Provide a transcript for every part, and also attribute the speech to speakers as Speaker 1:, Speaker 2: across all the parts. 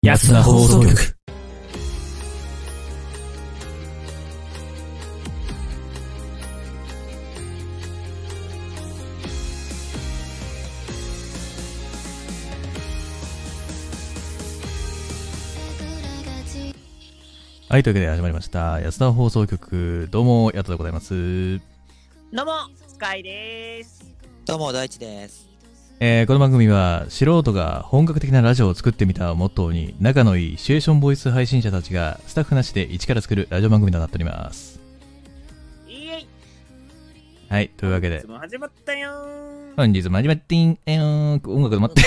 Speaker 1: 安田放送局。
Speaker 2: はい、というわけで始まりました。安田放送局、どうも、やっとでございます。
Speaker 3: どうも、スカイです。
Speaker 4: どうも、大地です。
Speaker 2: えーこの番組は、素人が本格的なラジオを作ってみたをモットーに、仲のいいシチュエーションボイス配信者たちが、スタッフなしで一から作るラジオ番組となっております。
Speaker 3: イエイ
Speaker 2: はい、というわけ
Speaker 3: い
Speaker 2: で
Speaker 3: つ、も始まった よー
Speaker 2: 本日も始まってん、えーん、音楽止まったよ。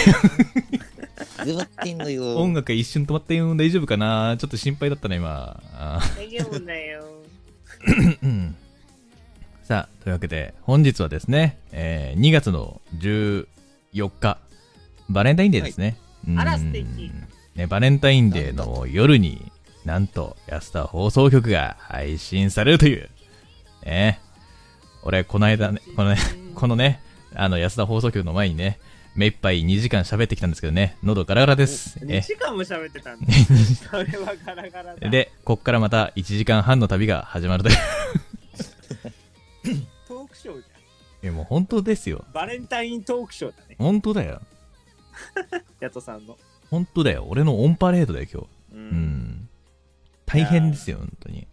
Speaker 4: ズバッティンのよ。
Speaker 2: 音楽一瞬止まったよ。大丈夫かなちょっと心配だったね、今。あ
Speaker 3: 大丈夫だよ
Speaker 2: ーうんさあ、というわけで、本日はですね、えー2月の14日、バレンタインデーですね。
Speaker 3: あら
Speaker 2: うん
Speaker 3: 素敵
Speaker 2: ね、バレンタインデーの夜に、なんと、安田放送局が配信されるという。ね。俺、この間ね、このね、このね、あの、安田放送局の前にね、目いっぱい2時間喋ってきたんですけどね、喉ガラガラです。
Speaker 3: ー。2
Speaker 2: ね。
Speaker 3: 時間も喋って たんだ。それはガラガラだ。
Speaker 2: で、こっからまた1時間半の旅が始まるという。
Speaker 3: トークショーじ
Speaker 2: いやもう本当ですよ
Speaker 3: ゃ。ん。バレンタイントークショーだね。
Speaker 2: 本当だよ。
Speaker 3: ヤトさんの。
Speaker 2: 本当だよ。俺のオンパレードだよ、今
Speaker 3: う
Speaker 2: 日。う。ん。大変ですよ、本当に。
Speaker 3: い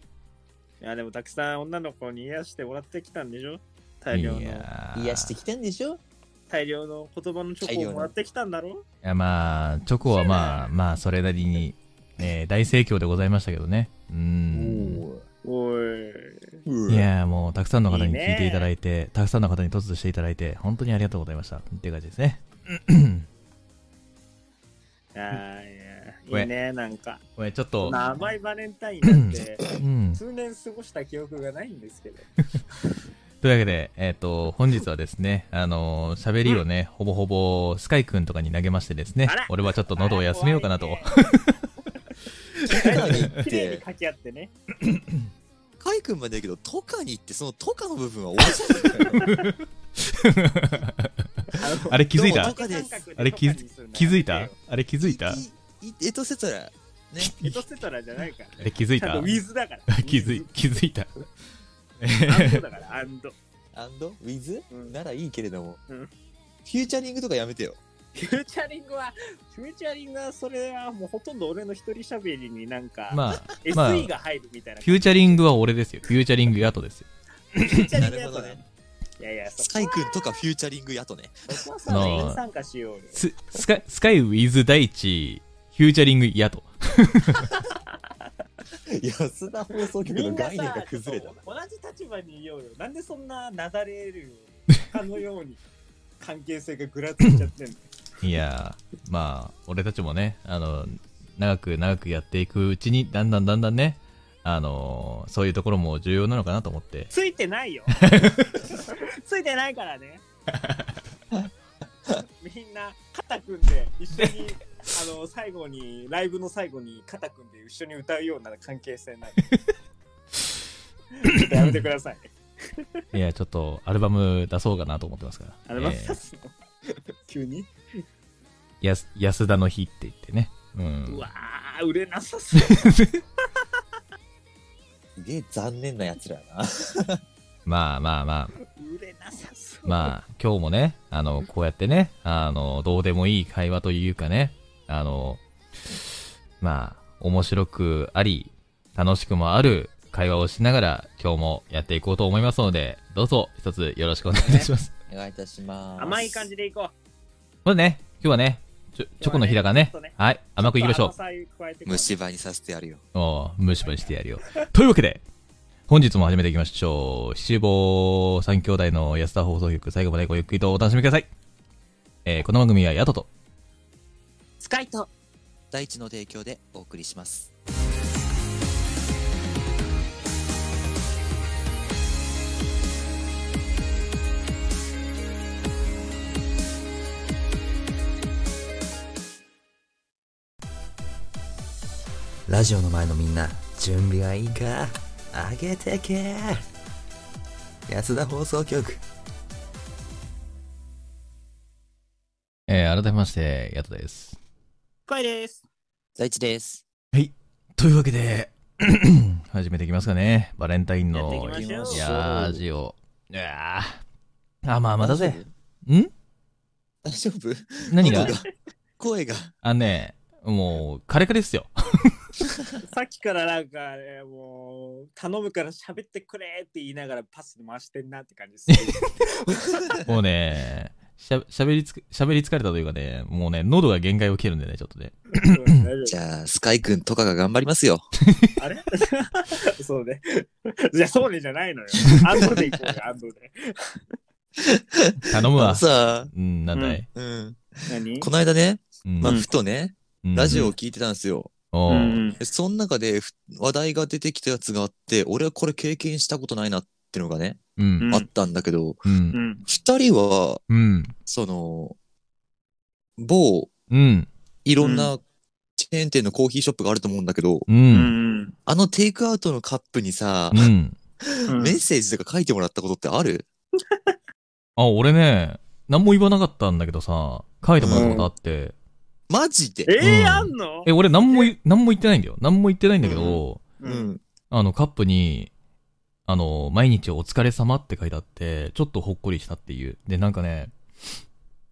Speaker 3: や、でもたくさん女の子に癒してもらってきたんでしょ大
Speaker 2: い
Speaker 3: 量の、
Speaker 2: やー
Speaker 4: 癒してきたんでしょ
Speaker 3: 大量の言葉のチョコをもらってきたんだろ
Speaker 2: いやまあチョコはまあ まあそれなりに、えー大盛況でございましたけどねうーん
Speaker 3: おい。
Speaker 4: お
Speaker 2: いやーもうたくさんの方
Speaker 3: いい
Speaker 2: に
Speaker 3: ね
Speaker 2: 聞いていただいてたくさんの方に突如していただいて本当にありがとうございましたっていう感じですね
Speaker 3: あーい
Speaker 2: お
Speaker 3: やい
Speaker 2: い
Speaker 3: いね、なんか。
Speaker 2: これちょっ
Speaker 3: そ
Speaker 2: と
Speaker 3: んな甘いバレンタインな んて、
Speaker 2: うん
Speaker 3: 数年過ごした記憶がないんですけど。
Speaker 2: というわけでえっ、と本日はですねあのー、喋りをね、ほぼほぼスカイくんとかに投げましてですね
Speaker 3: あら
Speaker 2: 俺はちょっと喉を休めようかなと、
Speaker 3: あら
Speaker 4: トカに行っ
Speaker 3: 綺麗に
Speaker 4: て、
Speaker 3: 掛け合ってね。
Speaker 4: カイ君までだけど、トカに行って、そのトカの部分は終わっちゃったから。
Speaker 3: あの
Speaker 2: あれ気づい
Speaker 4: どう
Speaker 2: た
Speaker 4: もトカです
Speaker 2: あれ気づ気づいたあれ気づいたあ
Speaker 4: いいえとせたら、ね。
Speaker 3: エトセトラじゃないから。
Speaker 2: れ気づい
Speaker 3: ちゃん
Speaker 2: た。
Speaker 3: とウィズだから
Speaker 2: 気づい気づいた
Speaker 3: アンドだから、アンド。
Speaker 4: アンドウィズ
Speaker 3: うん
Speaker 4: ならいいけれども。
Speaker 3: う
Speaker 4: フ
Speaker 3: ん
Speaker 4: ューチャリングとかやめてよ。
Speaker 3: フューチャリングは、フューチャリングは、それはもうほとんど俺の一人喋りになんか、
Speaker 2: まあまあ
Speaker 3: SE が入るみたいな。
Speaker 2: フューチャリングは俺ですよ。フューチャリングやとですよ。
Speaker 3: フューチャリ
Speaker 4: な
Speaker 3: ング
Speaker 4: る
Speaker 3: や
Speaker 4: ほ
Speaker 3: つ
Speaker 4: ど
Speaker 3: だよ
Speaker 4: ね。。
Speaker 3: いやいや、そ
Speaker 4: スカイ君とかフューチャリングやとね。
Speaker 3: そこはさ、
Speaker 2: なあ
Speaker 3: 全員参加しようよ。
Speaker 2: ススカイスカイウィズ大地、フューチャリングやと。
Speaker 4: 安田放送局
Speaker 3: み
Speaker 4: の
Speaker 3: んな
Speaker 4: 概念
Speaker 3: さ
Speaker 4: が、崩れた。
Speaker 3: 同じ立場にいようよ。なんでそんななだれるかのように関係性がぐらついちゃって んの
Speaker 2: いやー、まあ、俺たちもね、あの、長く長くやっていくうちに、だんだんだんだんね、あのーそういうところも重要なのかなと思 って。
Speaker 3: ついてない よ。ついてないからね。みんな肩組んで一緒にあの最後にライブの最後に肩組んで一緒に歌うような関係性 ない。ちょっとやめてください。
Speaker 2: いや、ちょっとアルバム出そうかなと思ってますから。
Speaker 3: あの、ま
Speaker 2: えー
Speaker 3: す。急に。
Speaker 2: やす安田の日って言ってね。う。
Speaker 3: うんわー、売れなさそう。
Speaker 4: すげえ残念なやつらやな。
Speaker 2: まあまあまあ、
Speaker 3: 売れなさそう。
Speaker 2: まあ、今日もね、あの、こうやってね、あの、どうでもいい会話というかね、あの、まあ、面白くあり、楽しくもある会話をしながら、今日もやっていこうと思いますので、どうぞ一つよろしくお願いいたします。
Speaker 4: お願いいたします。
Speaker 3: 甘い感じでいこう。
Speaker 2: まずね、今日はね、ちょチョコの日だからね
Speaker 3: ちょっとね、
Speaker 2: はい、甘くいきましょう
Speaker 3: ちっと。甘さ加えてこう
Speaker 4: 虫歯にさせてやるよ。
Speaker 2: おう、むしばにしてやるよ。 というわけで、本日も始めていきましょう。七坊三兄弟の安田放送局、最後までごゆっくりとお楽しみください。えーこの番組はヤトと、
Speaker 3: スカイと。
Speaker 4: 大地の提供でお送りします。
Speaker 5: ラジオの前のみんな準備はいいか上げてけ安田放送局
Speaker 2: えー改めまして、ヤトです。
Speaker 3: スカイです。
Speaker 4: 大地です。
Speaker 2: というわけで、 始めていきますかね。バレンタインの
Speaker 3: やっていきましょう
Speaker 2: いやージオ。いやーあ、まあまだぜ。
Speaker 4: 大丈
Speaker 2: ん
Speaker 4: 夫。大丈夫
Speaker 2: 何が
Speaker 4: 音声が。
Speaker 2: あのね、もう、カレカレっすよ。
Speaker 3: さっきからなんか、ね、もう頼むから喋ってくれって言いながらパス回してんなって感じです。
Speaker 2: もうね、しゃしゃべりつくしゃべり疲れたというかね、もうね、喉が限界を切るんでね、ちょっとね。
Speaker 3: うん大丈夫
Speaker 4: じゃあ、スカイくんとかが頑張りますよ。
Speaker 3: あれ そうね。じゃあそうねじゃないのよ。アンドで行こうよ、アンドで。
Speaker 2: 頼む
Speaker 4: あ
Speaker 2: わ
Speaker 4: の。さ、
Speaker 2: うん、なんだい。
Speaker 4: うん。
Speaker 3: 何
Speaker 4: この間ね、
Speaker 2: うん
Speaker 4: まあ、
Speaker 3: うん
Speaker 4: ふとね、
Speaker 2: うん
Speaker 4: ラジオを聞いてたんですよ。
Speaker 2: おう
Speaker 3: うん
Speaker 4: でその中でふ話題が出てきたやつがあって、俺はこれ経験したことないなってのがね、
Speaker 2: うん。
Speaker 3: うん
Speaker 4: あったんだけど、
Speaker 2: う。
Speaker 3: うんん。
Speaker 4: 二人は、
Speaker 2: うん。
Speaker 4: その、某、
Speaker 2: うん。
Speaker 4: いろんなチェーン店のコーヒーショップがあると思うんだけど、
Speaker 2: う。
Speaker 3: うんん。
Speaker 4: あのテイクアウトのカップにさ
Speaker 2: う、ん。
Speaker 3: うん
Speaker 4: メッセージとか書いてもらったことってある
Speaker 2: あ、俺ね、何も言わなかったんだけどさ、書いてもらったことあって、
Speaker 4: マジで
Speaker 3: え
Speaker 2: うん
Speaker 3: ー、あんの
Speaker 2: え、俺何も言、何も言ってないんだよ。何も言ってないんだけど、
Speaker 3: う
Speaker 4: う
Speaker 3: ん
Speaker 4: ん。
Speaker 2: あの、カップに、あの、毎日お疲れ様って書いてあって、ちょっとほっこりしたっていう。で、なんかね、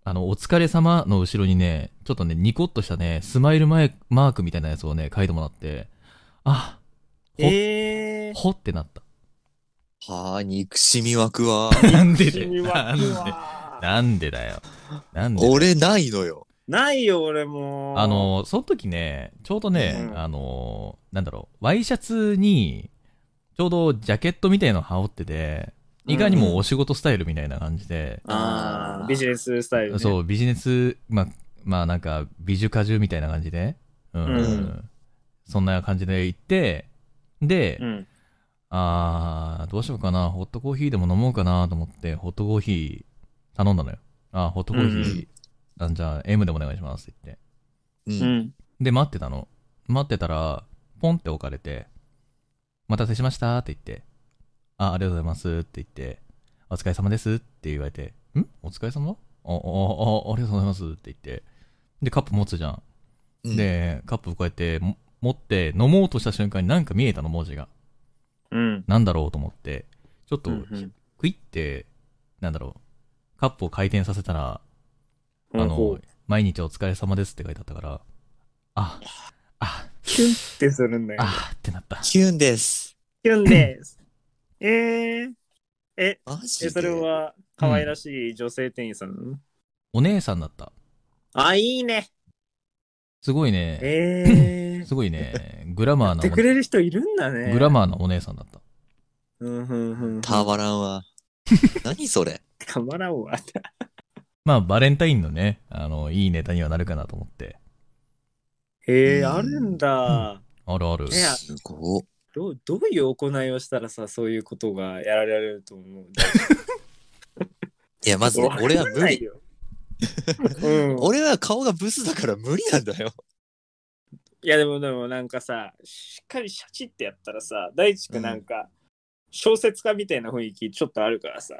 Speaker 2: あの、お疲れ様の後ろにね、ちょっとね、ニコッとしたね、スマイルマイマークみたいなやつをね、書いてもらって、あ、
Speaker 3: えー。
Speaker 2: ほってなった。
Speaker 4: はあ、憎しみ湧くわ。
Speaker 2: なんでで
Speaker 3: 君
Speaker 2: な
Speaker 3: は
Speaker 2: んで
Speaker 3: うわー
Speaker 2: なんでだよ。なんでだよ
Speaker 4: 俺ないのよ。
Speaker 3: ないよ、俺も。
Speaker 2: あ、の、その時ね、ちょうどね、
Speaker 3: うん
Speaker 2: あの、なんだろう、ワイシャツに、ちょうどジャケットみたいの羽織ってて、いかにもお仕事スタイルみたいな感じで、
Speaker 3: あービジネススタイル、ね。う。
Speaker 2: そう、ビジネス、まあ、まあなんか、美女果汁みたいな感じで、うん、
Speaker 3: うん
Speaker 2: そんな感じで行って、で、
Speaker 3: うん。
Speaker 2: あー、どうしようかな、ホットコーヒーでも飲もうかなと思って、ホットコーヒー頼んだのよ。あー、ホットコーヒー、あじゃあ M でお願いしますって言って。
Speaker 4: うん
Speaker 3: うん。
Speaker 2: で、待ってたの。待ってたら、ポンって置かれて、お待たせしましたって言って、あ、ありがとうございますって言って、お疲れ様ですって言われて、んお疲れ様あ、あ、あ、ありがとうございますって言って、で、カップ持つじゃん。
Speaker 4: うん
Speaker 2: で、カップこうやっても持って飲もうとした瞬間になんか見えたの、文字が。
Speaker 3: うん。
Speaker 2: なんだろうと思って、ちょっと、
Speaker 3: うんうん
Speaker 2: クイって、なんだろう、カップを回転させたら、
Speaker 3: うん
Speaker 2: あ
Speaker 3: こ
Speaker 2: の
Speaker 3: う、
Speaker 2: 毎日お疲れ様ですって書いてあったから、あ、あ、
Speaker 3: キュンってするんだよ。
Speaker 2: あーってなった。
Speaker 4: キュンです。
Speaker 3: キュン です。えー。え、
Speaker 4: マジ
Speaker 3: え
Speaker 4: で
Speaker 3: それは可愛らしい女性店員さんなの、
Speaker 2: お姉さんだった。
Speaker 3: あ、いいね。
Speaker 2: すごいね、
Speaker 3: えー。
Speaker 2: すごいね、グラマー
Speaker 3: やっ
Speaker 2: な
Speaker 3: て
Speaker 2: お
Speaker 3: くれる人いるんだね。
Speaker 2: グラマーなお姉さんだった。
Speaker 3: うんうんうんうん。
Speaker 4: たまらんわ。 何それ
Speaker 3: たまらんわ。
Speaker 2: まあ、バレンタインのね、あの、いいネタにはなるかなと思って。
Speaker 3: へえ、
Speaker 4: うん
Speaker 3: あるんだ。
Speaker 2: あるある。
Speaker 3: いや
Speaker 4: すごっ。
Speaker 3: どうどういう行いをしたらさ、そういうことがやられると思う。
Speaker 4: いや、まずね、俺は無理。
Speaker 3: よ。うん、
Speaker 4: 俺は顔がブスだから無理なんだよ。
Speaker 3: いやでもでもなんかさしっかりシャチってやったらさ大地君なんか小説家みたいな雰囲気ちょっとあるからさ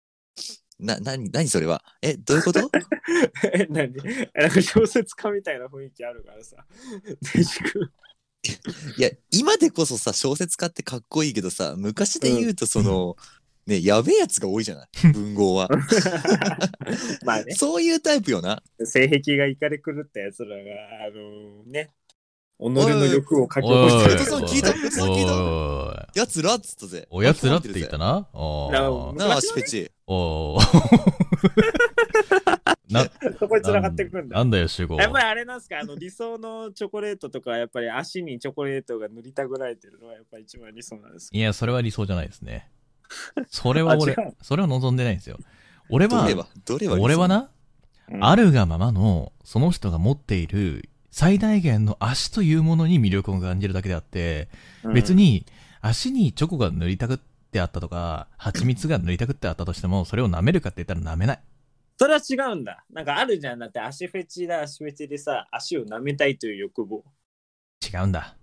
Speaker 4: な、なに、なにそれは。え、どういうこと
Speaker 3: え何 なんか小説家みたいな雰囲気あるからさ大地君
Speaker 4: いや、今でこそさ、小説家ってかっこいいけどさ、昔で言うとその、ね、やべえやつが多いじゃない文 豪は。
Speaker 3: まあね
Speaker 4: そういうタイプよな。
Speaker 3: 性癖がいかれ狂ったやつらがあのね己の欲を書き起こし
Speaker 4: お
Speaker 3: て
Speaker 4: い
Speaker 3: る
Speaker 4: おいおいおい聞いた聞いた聞いた
Speaker 2: おい
Speaker 4: やつらっつったぜ。
Speaker 2: おやつらって言ったなお
Speaker 3: な
Speaker 2: ー
Speaker 4: なあ、シペチ。
Speaker 2: おーな、
Speaker 3: そこに繋がってくるんだ
Speaker 2: な。んだよ、主語。
Speaker 3: やっぱりあれなんですかあの理想のチョコレートとかはやっぱり足にチョコレートが塗りたぐられてるのはやっぱり一番理想なんですか
Speaker 2: いや、それは理想じゃないです ね。それは俺
Speaker 3: あ違う、
Speaker 2: それは望んでないんですよ。俺
Speaker 4: ど
Speaker 2: は
Speaker 4: れ、は、どれは。
Speaker 2: 俺は。な、
Speaker 3: うん
Speaker 2: あるがままの、その人が持っている最大限の足というものに魅力を感じるだけであって、別に足にチョコが塗りたくってあったとか、蜂蜜が塗りたくってあったとしても、それを舐めるかって言ったら舐めない。
Speaker 3: それは違うんだ。なんかあるじゃん。だって足フェチだ、足フェチでさ、足を舐めたいという欲望。
Speaker 2: 違うんだ。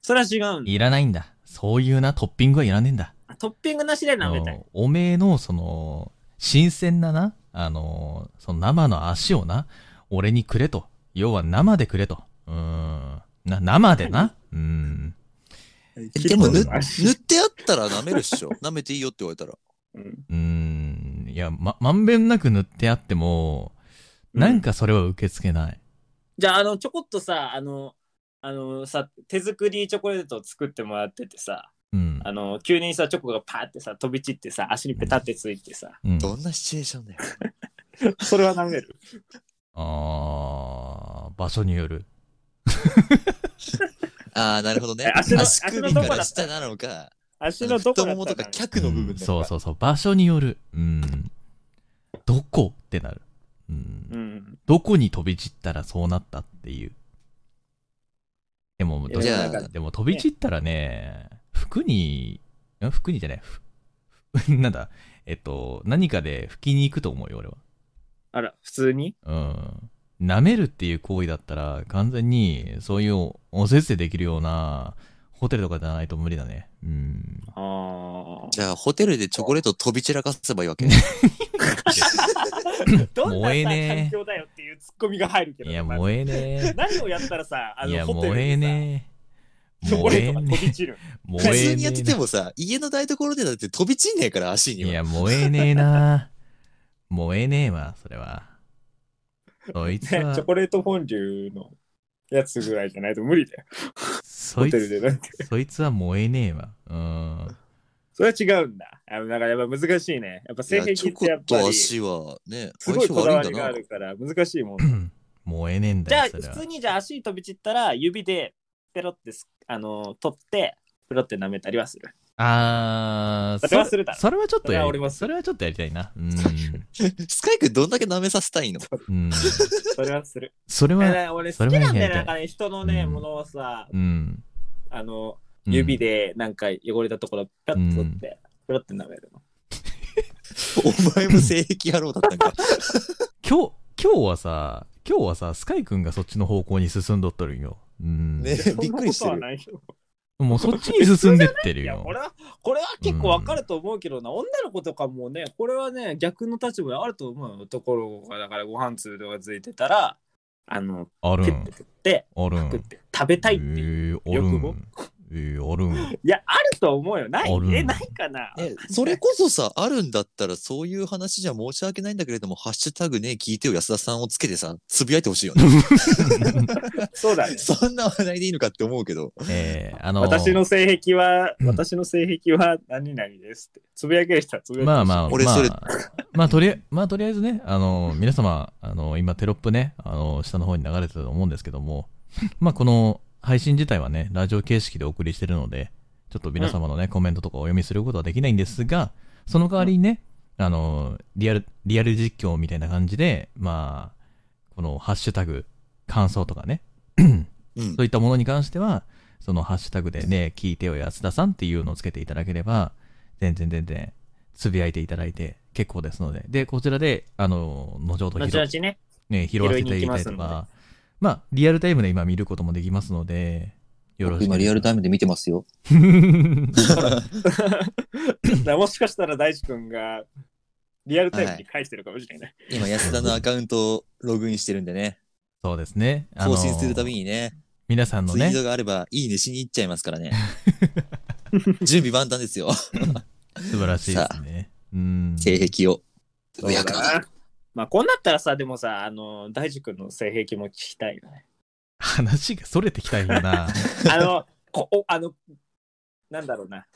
Speaker 3: それは違うんだ。
Speaker 2: いらないんだ。そういうなトッピングはいらねえんだ。
Speaker 3: トッピングなしで舐めた
Speaker 2: あ
Speaker 3: い。
Speaker 2: のおめえの、その、新鮮なな、あの、その生の足をな、俺にくれと。要は生でくれと。うん。な、生で な。うん。
Speaker 4: でもぬ、
Speaker 3: 切り込む足
Speaker 4: 塗ってあったら舐めるっしょ。舐めていいよって言われたら。
Speaker 3: うん
Speaker 2: うん。いや、ま、まんべんなく塗ってあっても、なんかそれは受け付けない。
Speaker 3: じゃあ、あの、ちょこっとさ、あの、あのさ、手作りチョコレートを作ってもらっててさ、
Speaker 2: うん。
Speaker 3: あの、急にさ、チョコがパーってさ、飛び散ってさ、足にペタってついてさ、
Speaker 2: うん、
Speaker 4: どんなシチュエーションだよ。
Speaker 3: それは舐める。
Speaker 2: あー場所による。
Speaker 4: ああ、なるほどね。
Speaker 3: え足の
Speaker 4: 足首
Speaker 3: 足のとこ
Speaker 4: か
Speaker 3: だった
Speaker 4: ら下なのか、
Speaker 3: 足のどこ
Speaker 4: 太
Speaker 3: だ
Speaker 4: もも
Speaker 3: った
Speaker 4: と
Speaker 3: か
Speaker 4: か
Speaker 3: な
Speaker 4: 脚の部
Speaker 2: う
Speaker 4: 分
Speaker 2: ん
Speaker 4: だ
Speaker 2: そうそうそう、場所による。うん。どこってなる。うん
Speaker 3: うん。
Speaker 2: どこに飛び散ったらそうなったっていう。でも、ど
Speaker 4: じゃあ
Speaker 3: なんか
Speaker 2: でも飛び散ったらね、服に、ん服にじゃない、ふ なんだ、えっと、何かで拭きに行くと思うよ、俺は。
Speaker 3: あら、普通に
Speaker 2: うん。舐めるっていう行為だったら、完全に、そういうおせっせできるような、ホテルとかじゃないと無理だね。うん。
Speaker 3: あ
Speaker 4: じゃあ、ホテルでチョコレートを飛び散らかせばいいわけ。
Speaker 3: あ。 どんな
Speaker 2: 燃え
Speaker 3: さ
Speaker 2: ねえ
Speaker 3: 環境だよっていうツッコミが入るけど
Speaker 2: い
Speaker 3: ね。
Speaker 2: や、
Speaker 3: まあ
Speaker 2: 燃えね
Speaker 3: 何をやったらさ、 あ
Speaker 2: え。い
Speaker 3: の、
Speaker 2: や、
Speaker 3: ホテル
Speaker 2: 燃
Speaker 3: で
Speaker 2: えねえ。
Speaker 3: さチョコレ
Speaker 2: 燃
Speaker 3: ー
Speaker 2: え
Speaker 3: トが
Speaker 2: ね
Speaker 3: 飛び散る。
Speaker 2: え。燃
Speaker 4: 普
Speaker 2: えねえ
Speaker 4: 通
Speaker 2: な。
Speaker 4: にやっててもさ、家の台所でだって飛び散んねえから、足に
Speaker 2: い
Speaker 4: は。
Speaker 2: や、燃えねえな。燃えねえわ、それは。そいつ
Speaker 3: ね
Speaker 2: は
Speaker 3: チョ、コレートフォンデュのやつぐらいじゃないと無理だよ。
Speaker 2: そ
Speaker 3: ホ
Speaker 2: い
Speaker 3: テルで
Speaker 2: つ、
Speaker 3: なんて。
Speaker 2: そいつは燃えねえわ。うん。
Speaker 3: それは違うんだ。あの、だからやっぱ難しいね。やっぱ性
Speaker 4: いや
Speaker 3: 癖
Speaker 4: チョ
Speaker 3: っ
Speaker 4: コ
Speaker 3: てやっぱ
Speaker 4: と
Speaker 3: り、す
Speaker 4: 足はね、
Speaker 3: ごいこだわ
Speaker 4: 相性悪い
Speaker 3: り
Speaker 4: ん
Speaker 3: があ
Speaker 4: だな
Speaker 3: る。から難しいもん。
Speaker 2: 燃えねえん
Speaker 3: じ
Speaker 2: だ
Speaker 3: ゃあ
Speaker 2: よ、それは
Speaker 3: 普通。にじゃあ足飛び散ったら指でペロってすあの取ってペロって舐めたりはする。
Speaker 2: あー、
Speaker 3: それはするだろ
Speaker 2: それはちょっとや
Speaker 3: それは俺も
Speaker 2: り、
Speaker 3: する
Speaker 2: それはちょっとやりたいな。うん。
Speaker 4: スカイ君どんだけ舐めさせたいの
Speaker 2: うん。
Speaker 3: それは する。
Speaker 2: それ
Speaker 3: いや
Speaker 2: は、
Speaker 3: ね俺
Speaker 2: そ
Speaker 3: 好
Speaker 2: れ
Speaker 3: き
Speaker 2: は
Speaker 3: なん
Speaker 2: ね
Speaker 3: だよなんかね人のね
Speaker 2: うん
Speaker 3: ものをさ
Speaker 2: うん。
Speaker 3: あの指でなんか汚れたところペロッと取ってペロって舐めるの。
Speaker 4: お前も性癖野郎だった んか。
Speaker 2: うん。今日、今日はさ、今日はさ、スカイくんがそっちの方向に進んどっとるんよ。うん。
Speaker 4: ねびっくりして
Speaker 3: そんな。こと
Speaker 4: る
Speaker 3: はないよ
Speaker 2: もうそっちに進んでってる
Speaker 3: いや
Speaker 2: よ
Speaker 3: こ。れはこれは結構わかると思うけどな、女の子とかもねこれはね逆の立場あると思うよところがだからご飯粒とかついてたらあの
Speaker 2: ある
Speaker 3: ペッ
Speaker 2: ん
Speaker 3: て。取って
Speaker 2: あるん。
Speaker 3: 食って食べたいっていう。
Speaker 2: えー、ある
Speaker 3: 欲望
Speaker 2: ん。えー、ある ん。
Speaker 3: いや、あると思うよ。ない
Speaker 2: ある
Speaker 3: え、ないかな、
Speaker 4: ね、それこそさ、あるんだったら、そういう話じゃ申し訳ないんだけれども、ハッシュタグね、聞いてよ安田さんをつけてさ、つぶやいてほしいよね。
Speaker 3: そうだね。
Speaker 4: そんな話題でいいのかって思うけど。
Speaker 2: えー、あの、
Speaker 3: 私の性癖は、
Speaker 2: うん
Speaker 3: 私の性癖は何々ですって。つぶやける人はつぶやける
Speaker 2: まあまあ、
Speaker 4: 俺
Speaker 2: ま
Speaker 4: それ
Speaker 2: あ、まあ、とりあえまあ、とりあえずね、あの、皆様、あの、今テロップね、あの、下の方に流れてたと思うんですけども、まあ、この配信自体はね、ラジオ形式でお送りしてるので、ちょっと皆様のね、コメントとかお読みすることはできないんですが、その代わりにね、あの、リアル、リアル実況みたいな感じで、まあ、このハッシュタグ、感想とかね、
Speaker 4: うん
Speaker 2: そ。ういったものに関しては、そのハッシュタグでね、聞いてよ安田さんっていうのをつけていただければ、全然全然、つぶやいていただいて結構ですので。で、こちらで、あの、後ほど
Speaker 3: 後
Speaker 2: 拾,、
Speaker 3: 々ね。
Speaker 2: ね、拾わせていただいたり
Speaker 3: 拾いに行
Speaker 2: と
Speaker 3: きますの
Speaker 2: か、まあ、リアルタイムで今見ることもできますので、よろしく。イ
Speaker 4: イムで見てます よ。
Speaker 2: ム。
Speaker 3: だからもしかしたら大地君がリアルタイムに返してるかもしれない。
Speaker 4: 今、安田のアカウントをログインしてるんでね、
Speaker 2: そうですね。あの
Speaker 4: 更新するたびにね、
Speaker 2: 皆さんの
Speaker 4: ツイー
Speaker 2: ね、
Speaker 4: トがあれば、いいねしに行っちゃいますからね。準備万端で すよ。
Speaker 2: 素晴らしいですね。うん。
Speaker 4: 性癖を。つ
Speaker 3: そ
Speaker 4: ぶ
Speaker 3: う
Speaker 4: や
Speaker 3: だ
Speaker 4: くの
Speaker 3: な。まあ、こうなったらさ、でもさ、あの、大地君の性癖も聞きたいよね。
Speaker 2: 話がそれてきたよな。
Speaker 3: あの、こおあの、なんだろうな。だか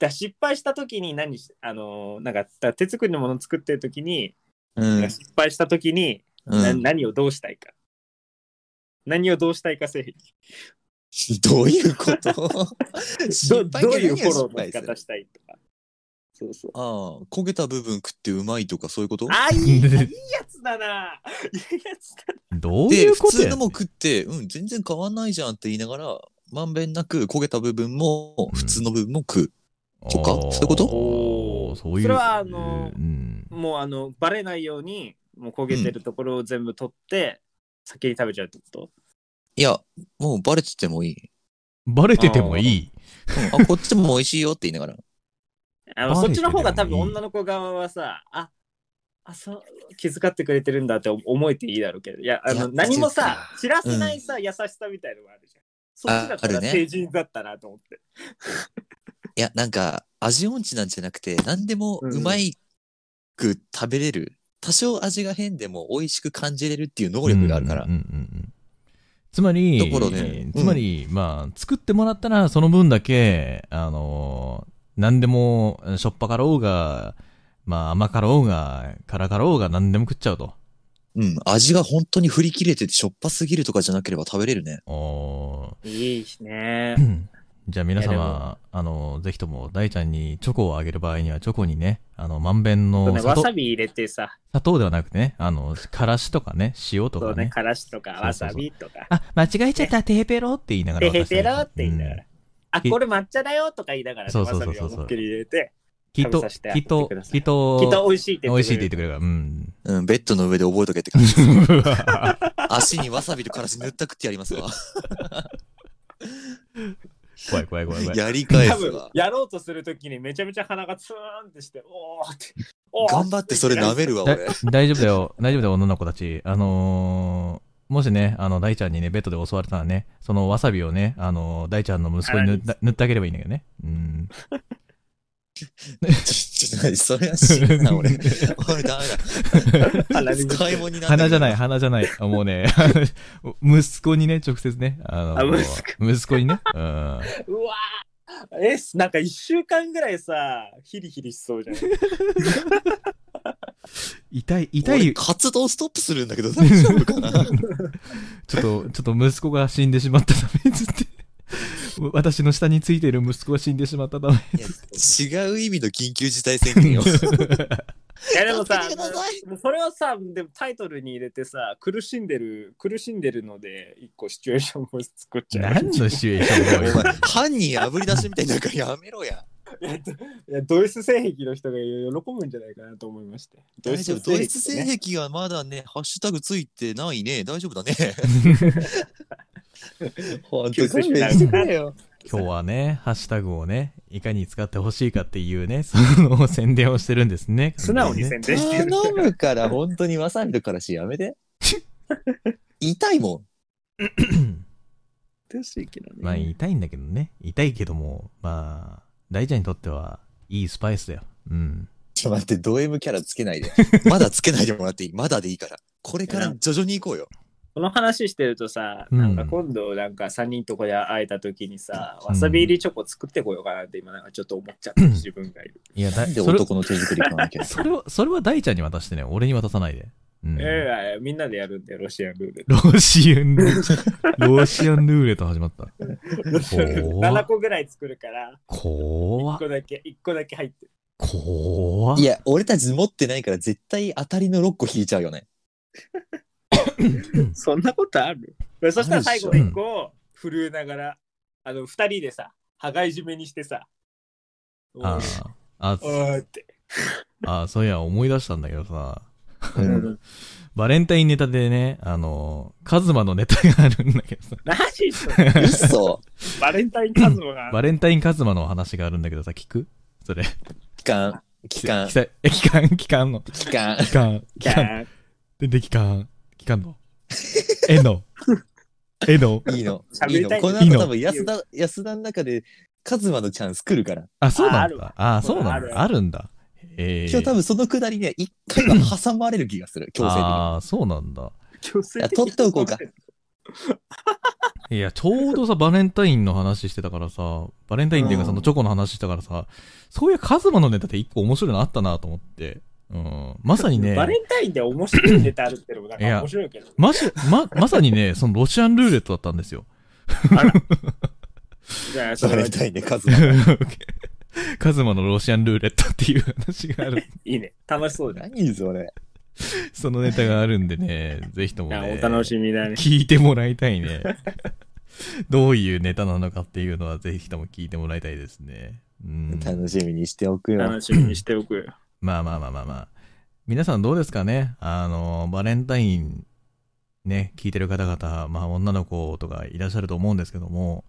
Speaker 3: ら失敗した時に何し、あの、なんか、だから手作りのもの作ってる時に、
Speaker 4: うん。
Speaker 3: 失敗した時に、
Speaker 4: う。
Speaker 3: なん何をどうしたいか。何をどうしたいか性癖。
Speaker 4: どういうこ と
Speaker 3: ど
Speaker 4: 失敗
Speaker 3: どう
Speaker 4: か
Speaker 3: い
Speaker 4: 何
Speaker 3: う
Speaker 4: を
Speaker 3: フォロ
Speaker 4: 失
Speaker 3: ーの
Speaker 4: 敗
Speaker 3: 仕
Speaker 4: す
Speaker 3: 方
Speaker 4: る
Speaker 3: したいとか。そうそう。
Speaker 4: ああ、焦げた部分食ってうまいとかそういうこと
Speaker 3: あ、いい、いいやつだな。いいやつだ
Speaker 2: どうい
Speaker 4: で、
Speaker 2: うこ
Speaker 4: 普
Speaker 2: と
Speaker 4: 通
Speaker 2: やね
Speaker 4: の
Speaker 2: ん
Speaker 4: も食って、うん、全然変わんないじゃんって言いながら、まんべんなく焦げた部分も、
Speaker 2: うん
Speaker 4: 普通の部分も食う。とかそういうこと
Speaker 2: おーそういう。
Speaker 3: それはあの
Speaker 2: うん。
Speaker 3: な。もう、あの、バレないように、もう焦げてるところを全部取って、先に食べちゃうってこと
Speaker 4: いや、もうバレててもいい。
Speaker 2: バレててもいい。
Speaker 4: うん、あ、こっちも美味しいよって言いながら。
Speaker 3: あ
Speaker 2: バ
Speaker 3: のそっ
Speaker 2: レて
Speaker 3: ち
Speaker 2: ても
Speaker 3: の方が多分
Speaker 2: いい
Speaker 3: 女の子側はさ、ああそう気遣ってくれてるんだって思えていいだろうけどいやあ
Speaker 4: いや
Speaker 3: の何もさ
Speaker 4: っていうか
Speaker 3: 知らせないさ、優しさみたいのがあるじゃんそっちだった
Speaker 4: あある
Speaker 3: ら
Speaker 4: ね
Speaker 3: 成人だったなと思って、
Speaker 4: いや、なんか、味音痴なんじゃなくて、何でもうまいく食べれる。多少味が変でも美味しく感じれるっていう能力があるから
Speaker 2: うん。うんうんうんつまり、
Speaker 4: ところで
Speaker 2: つまり、まあ、作ってもらったら、その分だけ、あのー何でも、しょっぱかろうが、まあ、甘かろうが、辛かろうが、何でも食っちゃうと。
Speaker 4: うん、味が本当に振り切れててしょっぱすぎるとかじゃなければ食べれるね。
Speaker 2: お
Speaker 3: いいしね
Speaker 2: ーじゃあ皆
Speaker 3: いやで
Speaker 2: 様
Speaker 3: も、
Speaker 2: あの、ぜひとも、大ちゃんにチョコをあげる場合には、チョコにね、あの、まんべん
Speaker 3: そう
Speaker 2: の
Speaker 3: ね
Speaker 2: 砂
Speaker 3: わ
Speaker 2: 糖
Speaker 3: さび入れてさ
Speaker 2: 砂糖ではなくてね、あの、からしとかね、塩と
Speaker 3: そ
Speaker 2: か
Speaker 3: うね
Speaker 2: ね。
Speaker 3: からしとかわさびとか
Speaker 2: あ、間違えちゃった、テヘペロって言いながら
Speaker 3: で
Speaker 2: 渡
Speaker 3: へ
Speaker 2: して
Speaker 3: て
Speaker 2: ね。
Speaker 3: ろって言いながら、
Speaker 2: うん
Speaker 3: あこれ抹茶だよとか言いながらね、
Speaker 2: そう
Speaker 3: わ
Speaker 2: そう
Speaker 3: さ
Speaker 2: そう
Speaker 3: び
Speaker 2: そう
Speaker 3: を思いっきり入れて
Speaker 2: きっと、
Speaker 3: 食べさせて
Speaker 2: きっと
Speaker 3: やってくだ、さい
Speaker 2: きっと、
Speaker 3: きっと美味しいって
Speaker 2: 美
Speaker 3: 言って
Speaker 2: 味しい
Speaker 3: くれる
Speaker 2: って言ってくれるから。うん。
Speaker 4: うん、ベッドの上で覚えとけって感じ。足にわさびとからし塗ったくってやりますわ。
Speaker 2: 怖い怖い怖い怖い。
Speaker 4: やり返
Speaker 3: 多
Speaker 4: す
Speaker 3: 分
Speaker 4: わ。
Speaker 3: やろうとするときにめちゃめちゃ鼻がツーンってしておーっておー
Speaker 4: 頑張ってそれ舐めるわ、
Speaker 2: だ
Speaker 4: 俺。
Speaker 2: 大丈夫だよ。大丈夫だよ、女の子たち。あのー、もしね、あの、大ちゃんにね、ベッドで襲われたらね、そのわさびをね、あのー、大ちゃんの息子に塗った塗ってあげればいいんだけどね。 うん。
Speaker 4: ちょっと何それは死ぬな、俺。俺ダメだ。
Speaker 3: 鼻に
Speaker 4: 使い物にな
Speaker 2: 鼻じゃない、
Speaker 4: い。
Speaker 2: 鼻じゃない。あもうね、 息子にね、直接ね、あの
Speaker 3: あ
Speaker 2: ー、
Speaker 3: 息
Speaker 2: 息子にね、うん。
Speaker 3: うわーえなんか1週間ぐらいさヒリヒリしそうじゃん
Speaker 2: 痛い、痛
Speaker 4: 痛
Speaker 2: い
Speaker 4: い。、活動ストップするんだけど大丈夫かな
Speaker 2: ちょっと、ちょっと息子が死んでしまったため、つって。私の下についている息子が死んでしまったため。
Speaker 4: いや違う意味の緊急事態宣言 よ。
Speaker 3: いやでもさ
Speaker 4: 助けてください
Speaker 3: もうそれをさでもタイトルに入れてさ苦しんでる苦しんでるので一個シチュエーションを作っちゃう
Speaker 2: 何のシチュエーションだ
Speaker 4: お前
Speaker 2: よ、今、
Speaker 4: 犯人炙り出しみたいになんかやめろや。
Speaker 3: いやどいやドイツ性癖の人が喜ぶんじゃないかなと思いまして
Speaker 4: 大丈夫。ドイツ
Speaker 3: 性
Speaker 4: 性癖はまだね、ハッシュタグついてないね。大丈夫だね。 本当勘弁してくれよ。
Speaker 2: 今日はね、ハッシュタグをね、いかに使ってほしいかっていうね、その宣伝をしてるんですね。
Speaker 3: 素直に宣伝して
Speaker 4: 頼
Speaker 3: る
Speaker 4: むから、本当にわさびとからしやめ て。痛いもん。
Speaker 2: まあ、痛いんだけどね。痛いけども、まあ、大ちゃんにとっては、いいスパイスだよ。うん。
Speaker 4: ちょっと待って、ド M キャラつけないで。 まだつけないでもらっていい。まだでいいから。これから徐々に行こうよ。
Speaker 3: この話してるとさ、
Speaker 2: うん
Speaker 3: なんか今度なんか3人とかで会えた時にさ、わさび入りチョコ作ってこようかなって今なんかちょっと思っちゃった自分がいる。
Speaker 2: いや、だ
Speaker 4: なんで
Speaker 2: それ、
Speaker 4: 男の手作り買わなきゃ。
Speaker 2: それを、それは大ちゃんに渡してね、俺に渡さないで。うん。
Speaker 3: ええみんなでやるんだよ、ロシアンルーレ
Speaker 2: ロシアンルー レ、ロシアンルーレット始まった。
Speaker 3: ット。
Speaker 2: 怖
Speaker 3: 7
Speaker 2: っ
Speaker 3: 個ぐらい作るから、
Speaker 2: 怖
Speaker 3: 1
Speaker 2: っ
Speaker 3: 個だけ、一個だけ入ってる。
Speaker 2: 怖っ
Speaker 4: いや、俺たち持ってないから絶対当たりの6個引いちゃうよね。
Speaker 3: そんなことあるそしたら最後の1個を震えながら、あの、2人でさ、羽交い締めにしてさ、
Speaker 2: ああ
Speaker 3: おーって。
Speaker 2: ああ、そういや、思い出したんだけどさ、
Speaker 4: うん
Speaker 2: バレンタインネタでね、あの、カズマのネタがあるんだけどさ、
Speaker 3: 何それ
Speaker 4: 嘘
Speaker 3: バレンタインカズマ が。
Speaker 2: バレンタインカズマのお話があるんだけどさ、聞くそれ。
Speaker 4: 期間、期 間
Speaker 2: き、さえ、期間、期間の。
Speaker 4: 期間。
Speaker 2: 期間、期
Speaker 3: じゃ
Speaker 2: 間。
Speaker 3: あ
Speaker 2: で、で、期間、期間の。え の。えの。
Speaker 4: いいの。い
Speaker 3: 喋
Speaker 4: い
Speaker 3: り
Speaker 4: の
Speaker 3: たい。
Speaker 4: この
Speaker 2: いいの
Speaker 4: 後多分安田、安田の中で、カズマのチャンス来るから。
Speaker 2: あ、そうな
Speaker 3: あ
Speaker 2: ん
Speaker 3: る
Speaker 2: だ
Speaker 3: わ。
Speaker 2: あ、そうな
Speaker 3: あ
Speaker 2: ん
Speaker 3: る
Speaker 2: だ。あるんだ。ええ。
Speaker 4: 今日多分そのくだりね、一回は挟まれる気が する、強制的に。
Speaker 2: ああ、そうなんだ。
Speaker 3: 強制
Speaker 4: いや取っておこうか。
Speaker 2: いや、ちょうどさ、バレンタインの話してたからさ、バレンタインっていうか、
Speaker 4: うん
Speaker 2: そのチョコの話したからさ、そういうカズマのネタって一個面白いのあったなと思って。うん。まさにね、
Speaker 3: バレンタインで面白いネタあるってのもなん
Speaker 2: いや
Speaker 3: か面白いけど。
Speaker 2: まし、ま、まさにね、そのロシアンルーレットだったんです よ。
Speaker 3: じゃあそ
Speaker 4: バ
Speaker 3: れ
Speaker 4: レ
Speaker 3: は
Speaker 4: ン
Speaker 3: い
Speaker 4: タインでカズマ。
Speaker 2: カズマのロシアンルーレットっていう話があ る、
Speaker 3: いね。楽しそうじゃん。
Speaker 4: 何それ。
Speaker 2: そのネタがあるんでね、ぜひとも
Speaker 3: いや
Speaker 2: ね
Speaker 3: お、楽しみだね。
Speaker 2: 聞いてもらいたいね。どういうネタなのかっていうのは、ぜひとも聞いてもらいたいですね。うん。
Speaker 4: 楽しみにしておくよ。
Speaker 3: 楽しみにしておくよ。
Speaker 2: まあまあまあまあまあ。皆さんどうですかねあの、バレンタイン、ね、聞いてる方々、まあ女の子とかいらっしゃると思うんですけども、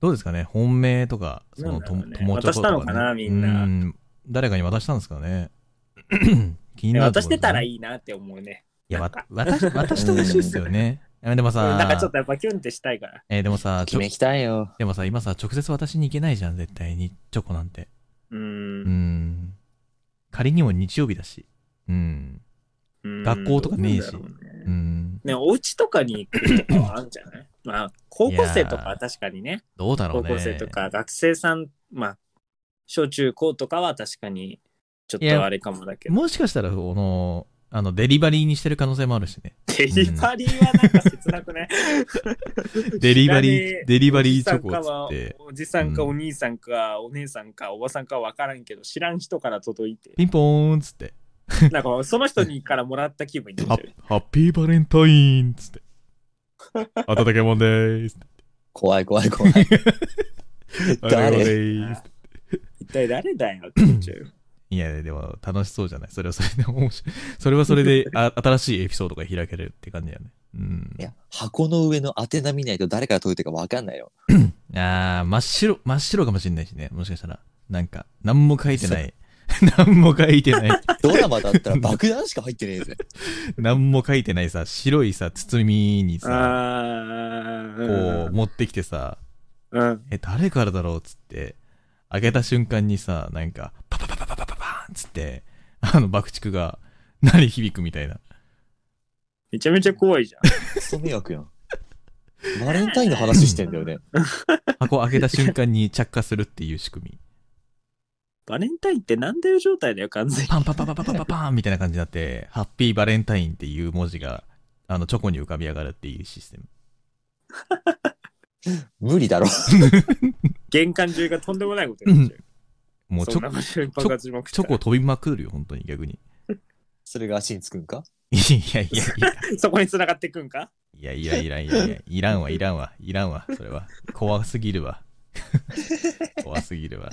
Speaker 2: どうですかね本命とか、その
Speaker 3: なんだろうね
Speaker 2: 友チョコとか、ね。
Speaker 3: 渡したのかなみんな
Speaker 2: うん誰かに渡したんですかね聞気になるところだね
Speaker 3: 渡してたらいいなって思うね。
Speaker 2: いや、わ、渡し、渡してほしいですよね。えでもさ、
Speaker 3: なんかちょっとやっぱキュンってしたいから。
Speaker 2: えーでもさ、ち
Speaker 4: 決
Speaker 2: ょ
Speaker 4: めきたいよ。
Speaker 2: でもさ、今さ、直接渡しに行けないじゃん、絶対に、チョコなんて。
Speaker 3: う
Speaker 2: うんー。ん。仮にも日曜日だし。うん。
Speaker 3: うん
Speaker 2: 学校とかねえし
Speaker 3: どうなんだろうね
Speaker 2: うん。
Speaker 3: ね、お家とかに行くとかはあるんじゃないまあ、高校生とかは確かにね、
Speaker 2: どうだろう
Speaker 3: 高
Speaker 2: ね。
Speaker 3: 校生とか学生さん、まあ、小中高とかは確かに、ちょっ
Speaker 2: いや
Speaker 3: とあれかもだけど、
Speaker 2: もしかしたら、この、あの、デリバリーにしてる可能性もあるしね。
Speaker 3: デリバリーはなんか切なくね。
Speaker 2: デリバリ
Speaker 3: 知らねえ
Speaker 2: ー、デリバリーチョコっつって。
Speaker 3: おじさんか
Speaker 2: うん
Speaker 3: お兄さんかお姉さんかおばさんかわからんけど、知らん人から届い て、
Speaker 2: ピンポーンっつって。
Speaker 3: なんかその人にからもらった気分にな
Speaker 2: ハ
Speaker 3: っちゃう
Speaker 2: ッハッピーバレンタインっつって。温けもんでーす。
Speaker 4: 怖い怖 い怖い。
Speaker 2: 温けもんで
Speaker 4: 誰
Speaker 2: ーす。
Speaker 3: 一体誰だよって思っちゃうよ。
Speaker 2: いや、でも楽しそうじゃない。それはそれで面白い。 それはそれであ 新しいエピソードが開けれるって感じだよね。うん
Speaker 4: い。や、箱の上の宛名見ないと誰から解いてるかわかんないよ。
Speaker 2: あー、真っ白、真っ白かもしれないしね。もしかしたら。なんか、何も書いてない。 何も書いてない。
Speaker 4: ドラマだったら爆弾しか入ってねえぜ。
Speaker 2: 何も書いてないさ、白いさ、包みにさ、
Speaker 3: あ
Speaker 2: こ
Speaker 3: ー
Speaker 2: う、持ってきてさ、
Speaker 3: うん。うん。
Speaker 2: え、誰からだろうっつって、開けた瞬間にさ、なんか、パパパパパパパパーンっつって、あの、爆竹が、鳴り響くみたいな。
Speaker 3: めちゃめちゃ怖いじゃん。
Speaker 4: クソ迷惑やん。バレンタインの話してんだよね。
Speaker 2: 箱開けた瞬間に着火するっていう仕組み。
Speaker 3: バレンタインってなんでる状態だよ、完全に。
Speaker 2: パンパンパンパンパンパンパンパンみたいな感じになって、ハッピーバレンタインっていう文字が、あの、チョコに浮かび上がるっていうシステム。
Speaker 4: 無理だろ。
Speaker 3: 玄関中がとんでもないことになっちゃう。
Speaker 2: もうチ
Speaker 3: そんな
Speaker 2: ョ
Speaker 3: 場所に爆発しまくっ
Speaker 2: チ
Speaker 3: た
Speaker 2: ョコ飛びまくるよ、本当に逆に。
Speaker 4: それが足につくんか
Speaker 2: いやいやいや。
Speaker 3: そこに繋がっていくんか
Speaker 2: いやいやいらんいらんいらんいらんわいらんわいらんわそれは怖すぎるわ 怖すぎるわ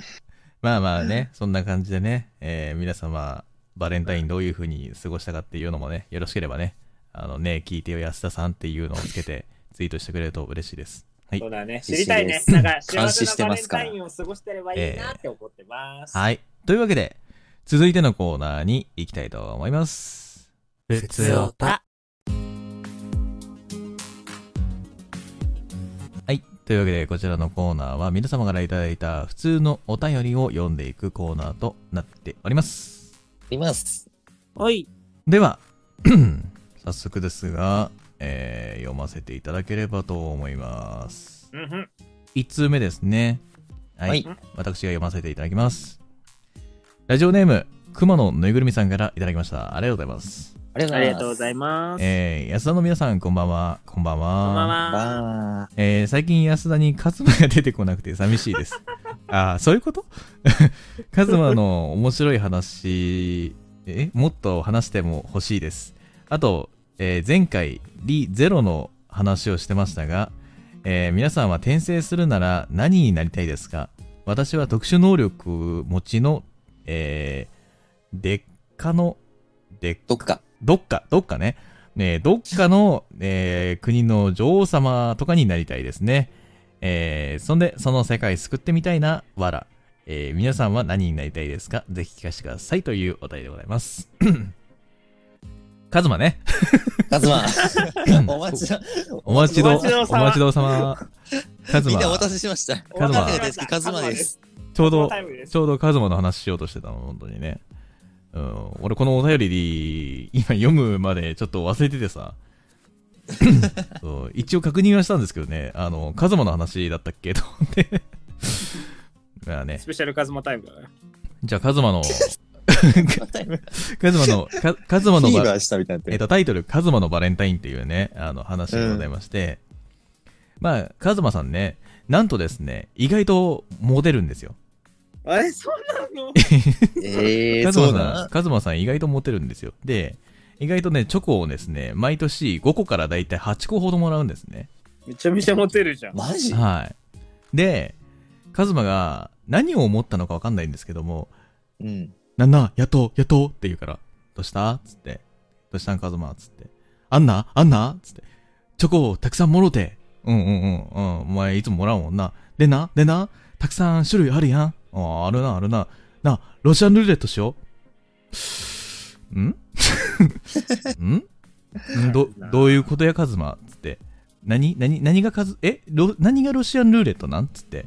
Speaker 2: まあまあねそんな感じでね、えー皆様バレンタインどういう風に過ごしたかっていうのもねよろしければねあのね聞いてよ安田さんっていうのをつけてツイートしてくれると嬉しいですはい
Speaker 3: そうだね。知
Speaker 4: 必
Speaker 3: り
Speaker 4: 死
Speaker 3: たいね
Speaker 4: で。す
Speaker 3: なんか幸
Speaker 4: 監
Speaker 3: せ
Speaker 4: 視
Speaker 3: な
Speaker 4: して
Speaker 3: バ
Speaker 4: ま
Speaker 3: レン
Speaker 4: すか
Speaker 3: タ
Speaker 4: ら
Speaker 3: インを過ごしてればいいなって思ってます。
Speaker 2: はいというわけで続いてのコーナーに行きたいと思います普
Speaker 5: おた。
Speaker 2: はい。というわけで、こちらのコーナーは皆様からいただいた普通のお便りを読んでいくコーナーとなっております。
Speaker 4: います。
Speaker 3: はい。
Speaker 2: では、 早速ですが、えー読ませていただければと思います。
Speaker 3: うんふん。
Speaker 2: 1通目ですね。はい。
Speaker 4: はい
Speaker 2: 私が読ませていただきます。ラジオネーム、熊のぬいぐるみさんからいただきました。ありがとうございます。
Speaker 4: ありがとうございます。
Speaker 3: ありがとうございます。
Speaker 2: えー安田の皆さん、こんばんは。こんばんは。
Speaker 3: こんばんは。
Speaker 4: バ
Speaker 2: えー最近安田にカズマが出てこなくて寂しいです。ああ、そういうこと カズマの面白い話、え、もっと話しても欲しいです。あと、えー前回、リゼロの話をしてましたが、えー皆さんは転生するなら何になりたいですか私は特殊能力持ちの、えー、デッカの、デッ
Speaker 4: ー。どっか。
Speaker 2: どっか、どっかね。ねどっかの、えー国の女王様とかになりたいですね。えーそんで、その世界救ってみたいな、わら。えー皆さんは何になりたいですかぜひ聞かせてくださいというお題でございます。 カズマね。
Speaker 4: カズマ。お待ちだ。
Speaker 2: お待ち
Speaker 3: お
Speaker 2: ど、
Speaker 3: 待ちどう
Speaker 2: お
Speaker 3: さま
Speaker 2: 待ちどうさま。カズ
Speaker 4: みん
Speaker 2: マ、
Speaker 4: なお待たせしました。
Speaker 2: カズマ
Speaker 3: お待たせしました
Speaker 4: カズマです。
Speaker 2: ちょうど
Speaker 3: カズマ、タイムです
Speaker 2: ちょうどカズマの話しようとしてたの、本当にね。うん、俺このお便り今読むまでちょっと忘れてて さ。そう一応確認はしたんですけどね、あの、カズマの話だったっけと思って。まあね
Speaker 3: ス、ペシャルカズマタイムだね。
Speaker 2: じゃあカズマの、
Speaker 4: タイム
Speaker 2: カズマの、カカズマ
Speaker 4: フ
Speaker 2: の
Speaker 4: ィー
Speaker 2: ば
Speaker 4: バーしたみたいに
Speaker 2: えっ
Speaker 4: なってる。
Speaker 2: と、タイトル、カズマのバレンタインっていうね、あの話でございまして、まあ、カズマさんね、なんとですね、意外とモテるんですよ。
Speaker 3: あれ、そうなの
Speaker 4: え
Speaker 2: カ
Speaker 4: ー、
Speaker 2: ズマ
Speaker 4: そ
Speaker 2: さ
Speaker 4: う
Speaker 2: ん、
Speaker 4: な。
Speaker 2: カズマさん意外とモテるんですよ。で、意外とね、チョコをですね、毎年5個からだいたい8個ほどもらうんですね。
Speaker 3: めちゃめちゃモテるじゃん。
Speaker 4: マジ
Speaker 2: はい。で、カズマが何を思ったのかわかんないんですけども、
Speaker 4: うん。
Speaker 2: なんな、やっと、やっとって言うから、どうしたつって、どうしたんカズマつって、あんなあんなつって、チョコをたくさんもろて、うんうんうん、うん、お前いつももらうもんな。でな、でな、たくさん種類あるやん。ああ、あるな、あるな。な、ロシアンルーレットしよう。ん んんどどういうことやカズマつって何何何がカズえロ何がロシアンルーレットなんつって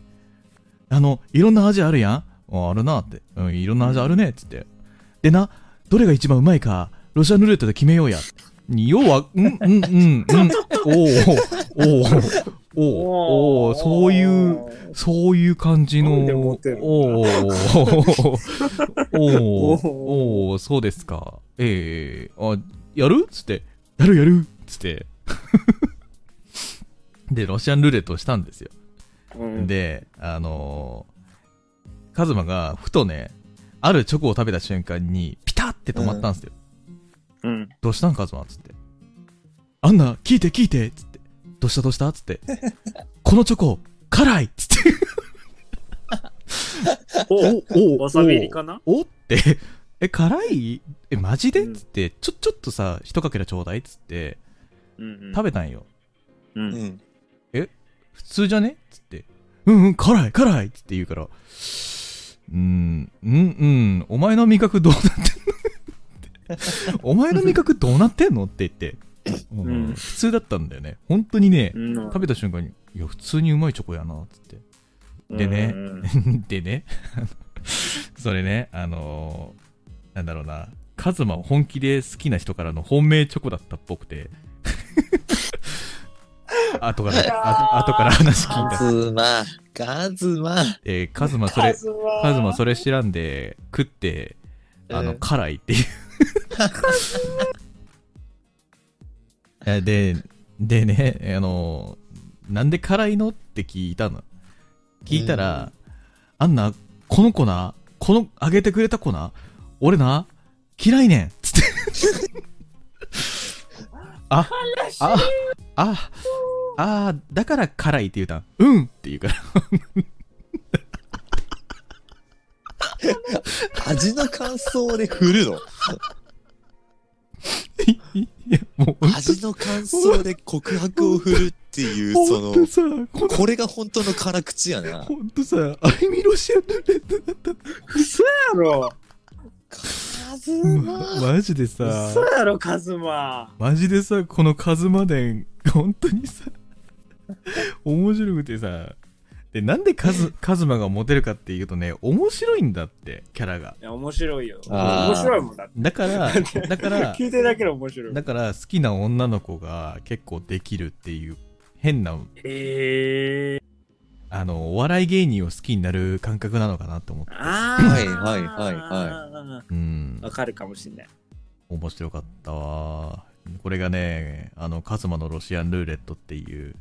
Speaker 2: あのいろんな味あるやんああるなって、うん、いろんな味あるねつってでなどれが一番うまいかロシアンルーレットで決めようや要はうんうん うんうんおーおーおーおおそういうそういう感じの。
Speaker 3: なんでモテるの
Speaker 2: おーおーおー
Speaker 3: お
Speaker 2: おーそうですか。ええあ、やるつって、やるやるつって。 で、ロシアンルーレットをしたんですよ。
Speaker 3: うん、
Speaker 2: で、あのーカズマがふとね、あるチョコを食べた瞬間に、ピタって止まったんですよ。
Speaker 3: うん、
Speaker 2: どうしたんカズマつって。あんな、聞いて聞いてつって。どうしたどうしたつ って。このチョコ、辛いつって。
Speaker 3: お
Speaker 2: お
Speaker 3: わさび入りかな
Speaker 2: おって、え、辛いえ、マジで
Speaker 3: うん
Speaker 2: つって、ちょ、ちょっとさ、一かけらちょうだいっつって、食
Speaker 3: 食
Speaker 2: べたんよ。
Speaker 3: べ、う、
Speaker 4: うんん。
Speaker 2: 普通じゃねつって、うんうん、辛い、辛いっつって言うから、うーん、うんうん、お前の味覚どうなってんのお前の味覚どうなってんのって言って、うん
Speaker 3: うん
Speaker 2: 普通だったんだよね。本当にね、
Speaker 3: うん
Speaker 2: 食べた瞬間に、いや、普通にうまいチョコやな、つって。 でね
Speaker 3: うん
Speaker 2: でね、 それね、あのーなんだろうな、カズマを本気で好きな人からの本命チョコだったっぽくて、 後から、あ後から話聞い
Speaker 4: カ
Speaker 2: た。
Speaker 4: ズマ、カズマ。
Speaker 2: えーカズマそ
Speaker 3: カ
Speaker 2: れ、
Speaker 3: ズマ
Speaker 2: カズマそれ知らんで、食って、あの、
Speaker 4: うん
Speaker 2: 辛い っていうえ。で、でね、あの、なんで辛いのって聞いたの。聞いたら、あんな、この子な、この、あげてくれた子な、俺な、嫌いねんつって。 あ、あ、あ、あー、だから辛いって言うたん。うんって言うから。
Speaker 4: 味の感想で振るの。
Speaker 2: いや、もう本
Speaker 4: 味の感想で告白を振るっていう、
Speaker 2: 当、
Speaker 4: そ
Speaker 2: 本当
Speaker 4: の、
Speaker 2: さ、こ
Speaker 4: これが本当の辛口やな。
Speaker 2: ほんとさ、アイミロシアンルーレットだった。
Speaker 3: 嘘やろ
Speaker 4: カズマ。
Speaker 2: マジでさ
Speaker 3: 嘘、やろカズマ
Speaker 2: マジでさ、このカズマ伝、本当にさ、面白くてさ、で、なんでカズ、カズマがモテるかっていうとね、面白いんだって、キャラが。
Speaker 3: いや面白いよ
Speaker 4: あー
Speaker 3: 面白いもんだって
Speaker 2: だから、だから、
Speaker 3: 聞いてるだけで面白い
Speaker 2: だから好きな女の子が結構できるっていう、変な、
Speaker 3: ええ
Speaker 2: あの、お笑い芸人を好きになる感覚なのかなと思って。
Speaker 3: あ
Speaker 4: はいはいはい
Speaker 3: は
Speaker 2: うん
Speaker 3: わ。かるかもしれない
Speaker 2: 面白かったわこれがねあのカズマのロシアンルーレットっていう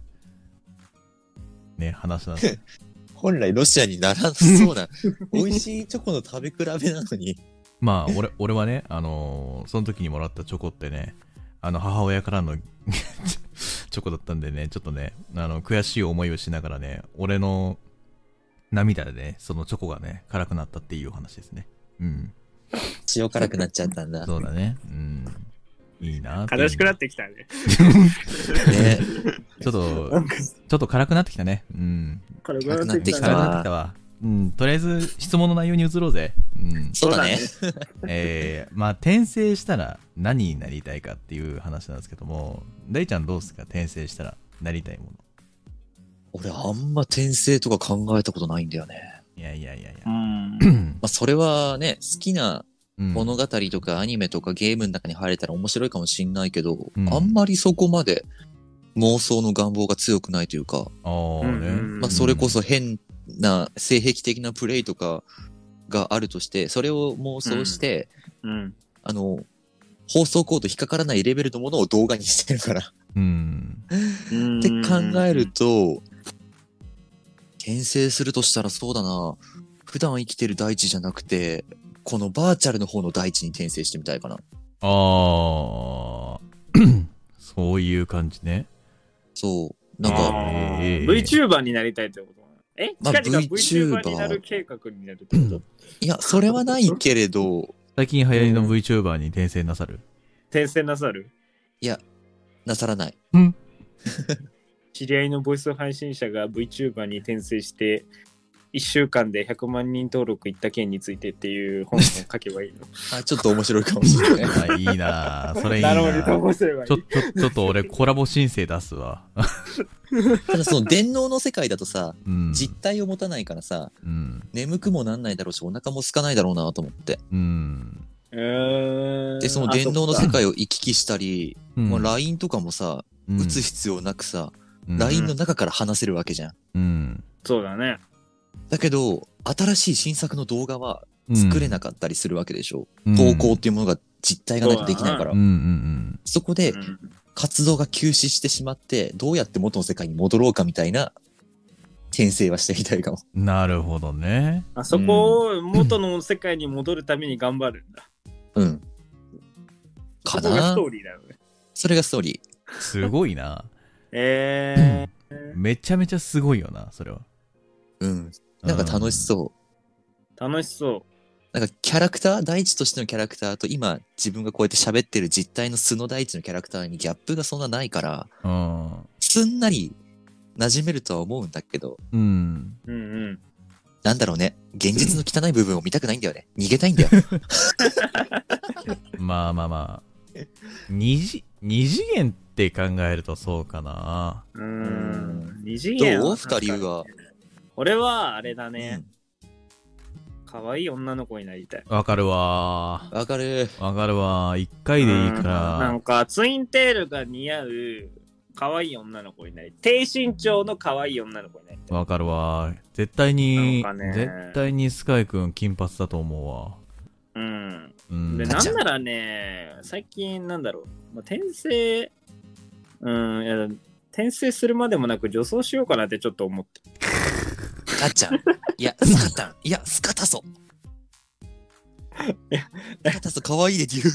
Speaker 2: ね話なんです
Speaker 4: 本来ロシアにならなそうな、美味しいチョコの食べ比べなのに。
Speaker 2: まあ俺俺はねあのーその時にもらったチョコってねあの母親からの チョコだったんでねちょっとねあの悔しい思いをしながらね俺の涙でねそのチョコがね辛くなったっていうお話ですねうん
Speaker 4: 塩辛くなっちゃったんだ。
Speaker 2: そうだねうんいいなっていう
Speaker 3: 悲しくなってきたね
Speaker 4: ね。
Speaker 2: ちょっと
Speaker 3: なんか
Speaker 2: ちょっと辛くなってきたねうん
Speaker 3: 辛くなってき
Speaker 2: 辛く
Speaker 3: たね
Speaker 2: なってきたわ。うん、とりあえず質問の内容に移ろうぜ。うん、
Speaker 4: そうだね。
Speaker 2: えー、まあ転生したら何になりたいかっていう話なんですけども、大ちゃんどうですか転生したらなりたいもの。
Speaker 4: 俺あんま転生とか考えたことないんだよね。
Speaker 2: いやいやいやいや
Speaker 3: う。ん
Speaker 4: まあそれはね、好きな
Speaker 2: うん
Speaker 4: 物語とかアニメとかゲームの中に入れたら面白いかもしんないけど、
Speaker 2: うん
Speaker 4: あんまりそこまで妄想の願望が強くないというか、
Speaker 2: あー
Speaker 3: うん
Speaker 2: ね
Speaker 3: うん
Speaker 4: まあそれこそ変な性癖的なプレイとかがあるとして、それを妄想して、
Speaker 3: うん
Speaker 4: あの、放送コード引っかからないレベルのものを動画にしてるから。
Speaker 2: うん。
Speaker 3: うん
Speaker 4: って考えると、転生するとしたらそうだな。普段生きてる大地じゃなくて、このバーチャルの方の大地に転生してみたいかな。
Speaker 2: あ あ、そういう感じね。
Speaker 4: そう。なん
Speaker 2: あ
Speaker 4: か、
Speaker 3: あー
Speaker 2: ええ
Speaker 3: VTuber になりたいってことえ
Speaker 4: まあ
Speaker 3: 近々
Speaker 4: VTuber
Speaker 3: VTuber になる計画になるってこと
Speaker 4: いや、それはないけれど、
Speaker 2: 最近流行りの
Speaker 3: うん
Speaker 2: VTuber に転生なさる。
Speaker 3: 転生なさる
Speaker 4: なさらない。
Speaker 3: 知り合いのボイス配信者が VTuber に転生して1週間で100万人登録いった件についてっていう本を書けばいいの。
Speaker 4: あ、ちょっと面白いかもしれな い。
Speaker 2: あいい な ぁそれいいな
Speaker 3: なるほ
Speaker 2: ぁ
Speaker 3: ど、どうすればいい
Speaker 2: ちょ、ちょ、ちょっと俺コラボ申請出すわ。
Speaker 4: ただその電脳の世界だとさ、
Speaker 2: うん。
Speaker 4: 実体を持たないからさ、
Speaker 2: うん。
Speaker 4: 眠くもなんないだろうし、お腹も空かないだろうなと思って。
Speaker 2: うん。
Speaker 3: うーん
Speaker 4: で、その電脳の世界を行き来したり、
Speaker 2: うん
Speaker 4: まあ、LINE とかも
Speaker 2: う
Speaker 4: さ、
Speaker 2: ん
Speaker 4: 打つ必要なくさ、
Speaker 2: うん
Speaker 4: LINE の中から話せるわけじゃん。
Speaker 2: うん。
Speaker 3: そうだね。
Speaker 4: だけど、新しい新作の動画は
Speaker 2: うん
Speaker 4: 作れなかったりするわけでしょ。
Speaker 2: うん
Speaker 4: 投稿っていうものが実体がないとできないから
Speaker 2: うん。うん
Speaker 4: そこで
Speaker 3: うん
Speaker 4: 活動が休止してしまって、どうやって元の世界に戻ろうかみたいな、転生はしてみたいかも。
Speaker 2: うん。なるほどね。
Speaker 3: あそこを元の世界に戻るために頑張るんだ。
Speaker 4: うん。
Speaker 3: そ
Speaker 4: か
Speaker 3: こがス
Speaker 4: な
Speaker 3: トーリーだよね。
Speaker 4: それがストーリー。
Speaker 2: すごい な。
Speaker 3: え
Speaker 2: めちゃめちゃすごいよな、それは。
Speaker 4: うん。なんか楽しそう。
Speaker 3: ー、楽しそ
Speaker 4: なんかキャラクター、大地としてのキャラクターと今自分がこうやって喋ってる実体の素の大地のキャラクターにギャップがそんなないから、
Speaker 2: うん。うん。
Speaker 4: すんなり馴染めるとは思うんだけど、
Speaker 2: うん。
Speaker 3: う。うんうん。
Speaker 4: なんだろうね。現実の汚い部分を見たくないんだよね。逃げたいんだよ。
Speaker 2: まあまあまあ。二次、二次元って考えるとそうかな。
Speaker 3: うーん。二次元
Speaker 4: どう
Speaker 3: は
Speaker 4: 二人は。
Speaker 3: 俺はあれだ
Speaker 4: う
Speaker 3: ね
Speaker 4: ん。
Speaker 3: 可愛い女の子になりたい。
Speaker 2: わかるわ
Speaker 4: わかる。
Speaker 2: ー。わかるわー。一回でいい
Speaker 3: うんな
Speaker 2: か
Speaker 3: んかツインテールが似合う可愛い女の子になり低身長の可愛い女の子になり
Speaker 2: ら。わかるわー。絶対に
Speaker 3: なんか、ね
Speaker 2: 絶対にスカイくん金髪だと思うわ。
Speaker 3: うん
Speaker 2: うん。
Speaker 3: で
Speaker 4: ガ
Speaker 3: な
Speaker 4: チ
Speaker 3: ん
Speaker 4: ャ
Speaker 3: ならね最近なんだろう、まあ、転生うんいや転生するまでもなく女装しようかなってちょっと思って
Speaker 4: ガッちゃん。いや、スカタン。いや、スカタソ。
Speaker 3: いや
Speaker 4: スカタソかわいいで、理由。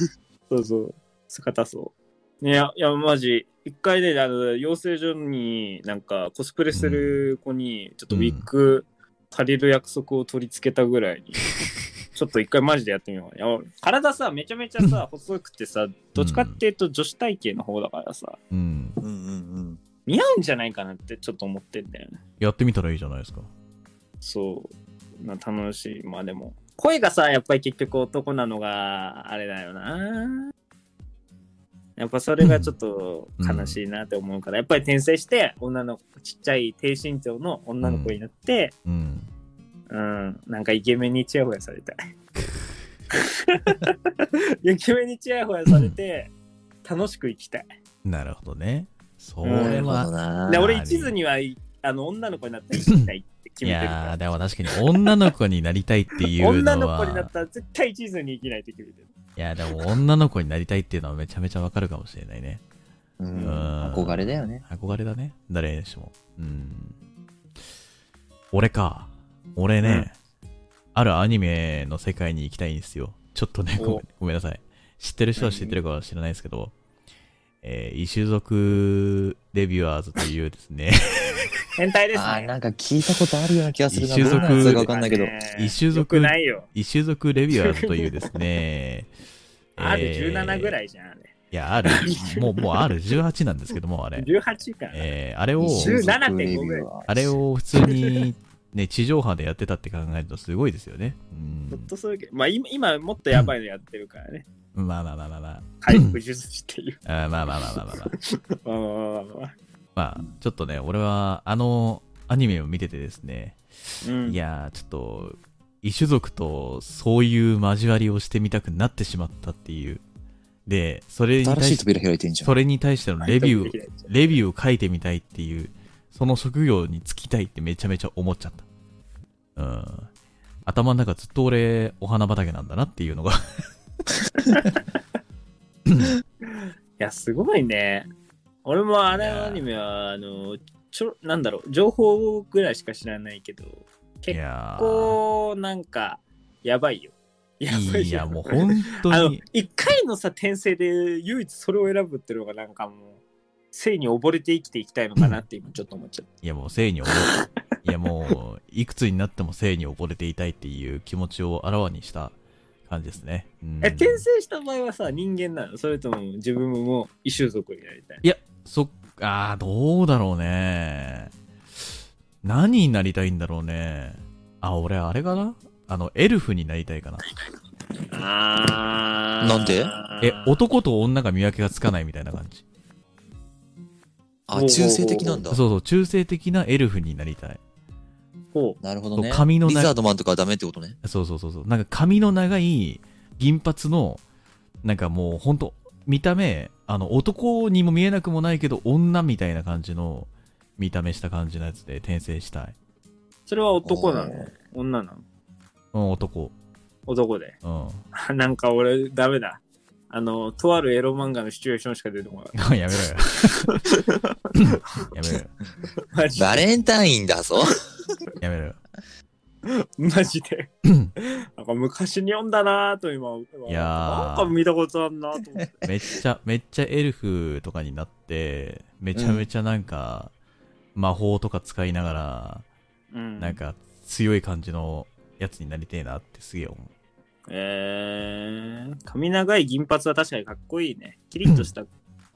Speaker 3: そうそう姿そういやいやマジ一回ねあの養成所になんかコスプレする子にちょっとウィッグ借りる約束を取り付けたぐらいに、ちょっと一回マジでやってみよういや体さめちゃめちゃさ細くてさどっちかっていうと女子体型の方だからさ
Speaker 2: うん。
Speaker 4: うんうんうん。
Speaker 3: 似合うんじゃないかなってちょっと思ってんだよね
Speaker 2: やってみたらいいじゃないですか。
Speaker 3: そう、まあ、楽しいまあでも声がさやっぱり結局男なのがあれだよなやっぱそれがちょっと悲しいなって思うから、やっぱり転生して女の子ちっちゃい低身長の女の子になって、
Speaker 2: うん。
Speaker 3: うんなんかイケメンにチヤホヤされたいイケメンにチヤホヤされて楽しく生きたい
Speaker 2: なるほどね。そ
Speaker 3: うん
Speaker 2: れ
Speaker 4: なるほ
Speaker 2: は
Speaker 4: ど。な
Speaker 3: で
Speaker 2: な
Speaker 3: 俺一途にはいあの女の子になって生きたいって決
Speaker 2: い
Speaker 3: めてるから
Speaker 2: やー、でも確かに女の子になりたいっていう
Speaker 3: 女
Speaker 2: の
Speaker 3: の子になっ
Speaker 2: は、
Speaker 3: たら絶対一途に生きないといけない。
Speaker 2: いや、でも女の子になりたいっていうのはめちゃめちゃわかるかもしれないね。
Speaker 4: うん
Speaker 2: うん
Speaker 4: 憧れだよね。
Speaker 2: 憧れだね。誰にしても。うん。俺か。俺ね、あるアニメの世界に行きたいんですよ。ちょっとね、
Speaker 3: お
Speaker 2: ごめんごめんなさい。知ってる人は知ってるかは知らないですけど、えー、異種族レビュアーズというですね、
Speaker 3: 変態です
Speaker 4: あー
Speaker 3: ね。
Speaker 4: なんか聞いたことあるような気がするな。
Speaker 2: 一種
Speaker 4: ど
Speaker 2: 族
Speaker 4: んなやつかわかんないけど。
Speaker 3: ね
Speaker 2: 異種
Speaker 3: よ
Speaker 2: 族
Speaker 3: くないよ。
Speaker 2: 異種族レビュアーズというです ね、
Speaker 3: ある
Speaker 2: えー
Speaker 3: 17ぐらいじゃん、あれ。
Speaker 2: いや、ある。もう、もうある。18なんですけども、あれ。
Speaker 3: 18かな。
Speaker 2: えー、あれを、
Speaker 3: 17.5
Speaker 4: レビューは
Speaker 2: あれを普通に、ね、地上波でやってたって考えるとすごいですよね。うん
Speaker 3: ちょっ。とそういうけど、まあ今今もっとやばいのやってるからね。
Speaker 2: まあまあまあまあまあ。
Speaker 3: 回復術していう。
Speaker 2: あーまあまあまあまあまあまあ。
Speaker 3: まあまあまあまあ
Speaker 2: まあ、ちょっとね、俺は、あの、アニメを見ててですね、
Speaker 3: うん
Speaker 2: いやー、ちょっと、異種族とそういう交わりをしてみたくなってしまったっていう。で、それに
Speaker 4: 新し
Speaker 2: 対
Speaker 4: い
Speaker 2: し
Speaker 4: 扉開いてんじゃん。
Speaker 2: それに対してのレビューを
Speaker 3: 納得できないですよ
Speaker 2: レビューを書いてみたいっていう、その職業に就きたいってめちゃめちゃ思っちゃった。うん。頭の中ずっと俺、お花畑なんだなっていうのが。
Speaker 3: いや、すごいね。俺もあれのアニメは、あの、ちょ、なんだろう、情報ぐらいしか知らないけど、
Speaker 2: い
Speaker 3: 結
Speaker 2: やー
Speaker 3: 構なんか、やばいよ。やばいよ。
Speaker 2: いや、もう本
Speaker 3: あ
Speaker 2: 当
Speaker 3: の
Speaker 2: に。
Speaker 3: 一回のさ転生で唯一それを選ぶっていうのがなんかもう性に溺れて生きていきたいのかなって今ちょっと思っちゃっ
Speaker 2: いや、もう性に溺れ、 いや、もう、いくつになっても性に溺れていたいっていう気持ちをあらわにした感じですね。うん
Speaker 3: た。え転生した場合はさ人間なのそれとも自分も異種族になりたい
Speaker 2: いや、そっ、あー、どうだろうね。何になりたいんだろうね。あ、俺、あれかなあの、エルフになりたいかな。
Speaker 3: あー
Speaker 4: なんで
Speaker 2: え、男と女が見分けがつかないみたいな感じ。
Speaker 4: あ、中性的なんだ
Speaker 2: そう。そう、中性的なエルフになりたい。
Speaker 3: ほ
Speaker 4: なるほ
Speaker 2: そ
Speaker 4: ど
Speaker 2: う
Speaker 4: ね。
Speaker 2: 髪の
Speaker 4: リ
Speaker 2: 長
Speaker 4: ザー
Speaker 2: い、
Speaker 4: ドマンとかはダメってことね。
Speaker 2: そうそうそうそう、なんか髪の長い銀髪の、なんかもうほんと、見た目、あの、男にも見えなくもないけど、女みたいな感じの見た目した感じのやつで転生したい。
Speaker 3: うそれは男なの女なの
Speaker 2: うん、男。
Speaker 3: 男で。
Speaker 2: うん。
Speaker 3: あなんか俺、ダメだ。あの、とあるエロ漫画のシチュエーションしか出てこない。
Speaker 2: やめろよ。 やめろよ。
Speaker 3: マジ
Speaker 4: バレンタインだ ぞ。
Speaker 2: やめろよ。
Speaker 3: マジで。なんか昔に読んだなぁと今、
Speaker 2: いやー
Speaker 3: なんか見たことあんなぁと思って。
Speaker 2: めっちゃ、めっちゃエルフとかになって、めちゃめちゃなんか、魔法とか使いながら、
Speaker 3: うん
Speaker 2: なんか強い感じのやつになりてえなってすげえ思う。
Speaker 3: えー、髪長い銀髪は確かにかっこいいね。キリッとした、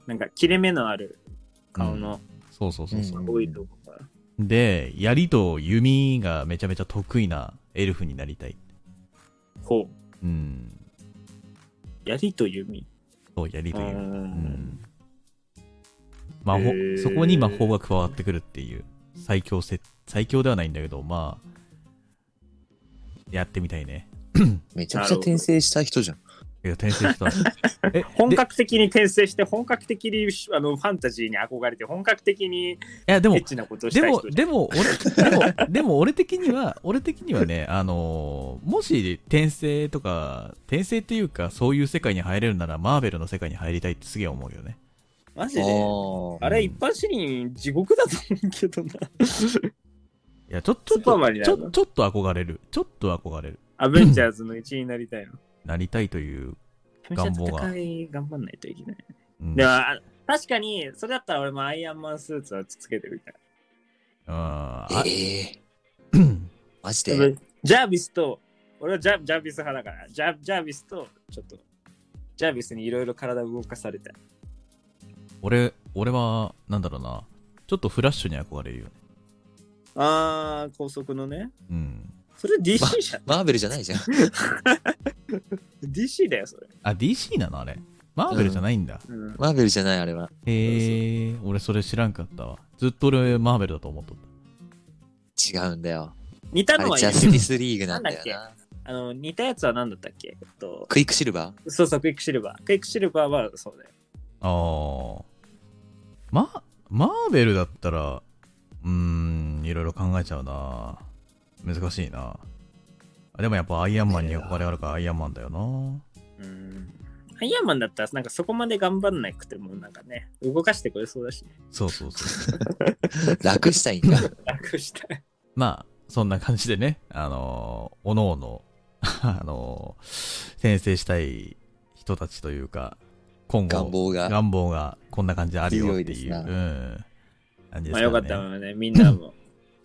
Speaker 3: なんか切れ目のある顔の、
Speaker 2: そうそうそうそう。
Speaker 4: うん
Speaker 3: 多いとこから。
Speaker 2: で、槍と弓がめちゃめちゃ得意なエルフになりたい。
Speaker 3: ほう。
Speaker 2: うん。
Speaker 3: 槍と弓。
Speaker 2: そう、槍と
Speaker 3: う
Speaker 2: 弓。うんん。魔法、
Speaker 3: へー
Speaker 2: そこに魔法が加わってくるっていう、最強せ、最強ではないんだけど、まあ、やってみたいね。
Speaker 4: めちゃくちゃ転生した人じゃん。
Speaker 2: いや、転 生した。え、
Speaker 3: 本
Speaker 2: で
Speaker 3: 格的に転生して、本格的にあのファンタジーに憧れて、本格的に
Speaker 2: いや、で
Speaker 3: エ
Speaker 2: も
Speaker 3: ッ、チなことをし
Speaker 2: で
Speaker 3: たい
Speaker 2: も
Speaker 3: 人、じ
Speaker 2: でも、俺、でも、でも俺的には、俺的にはね、あのーもし転生とか、転生っていうか、そういう世界に入れるなら、マーベルの世界に入りたいってすげえ思うよね。
Speaker 3: ゃん。マジ
Speaker 4: あ
Speaker 3: で。
Speaker 4: ー
Speaker 3: あれ、一般市民地獄だと思うけどな。
Speaker 2: いや、ちょっと、
Speaker 3: スーパーマンにな
Speaker 2: ち
Speaker 3: る
Speaker 2: ょ
Speaker 3: の
Speaker 2: ちょっと憧れる。ちょっと憧れる。
Speaker 3: アベンジャーズの一員になりたいの。
Speaker 2: なりたいという。
Speaker 3: めちゃ
Speaker 2: 願
Speaker 3: めち
Speaker 2: 望
Speaker 3: ゃ
Speaker 2: が
Speaker 3: 戦い頑張んないといけない。
Speaker 2: うん
Speaker 3: でも、あ確かに、それだったら俺もアイアンマンスーツはつけてみたい。
Speaker 2: うんあ
Speaker 4: ええマジ
Speaker 3: ジ
Speaker 4: で。
Speaker 3: ャービスと、俺はジャジャービス派だから、ジャジャービスと、ちょっと、ジャービスにいろいろ体動かされたい。
Speaker 2: 俺、俺は、なんだろうな。ちょっとフラッシュに憧れるよね。
Speaker 3: あー、高速のね。
Speaker 2: うん。
Speaker 3: それ DC じゃん。
Speaker 4: マーベルじゃない じゃん。
Speaker 3: DC だよ、それ。
Speaker 2: あ、DC なのあれ。マーベルじゃないんだ。
Speaker 3: うん、
Speaker 4: マーベルじゃない、あれは。
Speaker 2: へえ、俺それ知らんかったわ。ずっと俺、マーベルだと思っとった。
Speaker 4: 違うんだよ。
Speaker 3: 似た
Speaker 4: あ
Speaker 3: の
Speaker 4: れ、
Speaker 3: はいい
Speaker 4: ジャスティスリーグなんだよ
Speaker 3: な
Speaker 4: な。
Speaker 3: あの似たやつは何だったっけ、えっと、
Speaker 4: クイックシルバー
Speaker 3: そうそう、クイックシルバー。クイックシルバーはそうだよ。
Speaker 2: ああ。ま、マーベルだったら、うーん、いろいろ考えちゃうな。難しいな。あでもやっぱアイアンマンに憧れあるからアイアンマンだよな。
Speaker 3: うん。アイアンマンだったら、なんかそこまで頑張んなくても、なんかね、動かしてくれそうだし、ね、
Speaker 2: そうそうそう。
Speaker 4: 楽したいん だ。
Speaker 3: 楽したい。
Speaker 2: まあ、そんな感じでね、あのー、おのおの、 あのー、転生したい人たちというか、今後、
Speaker 4: 願望が。
Speaker 2: 願望がこんな感じであるよってい
Speaker 4: 強い
Speaker 2: う、
Speaker 4: ですな
Speaker 2: うん、感じですから
Speaker 3: まあ
Speaker 2: ね。
Speaker 3: よかったわね、みんなも、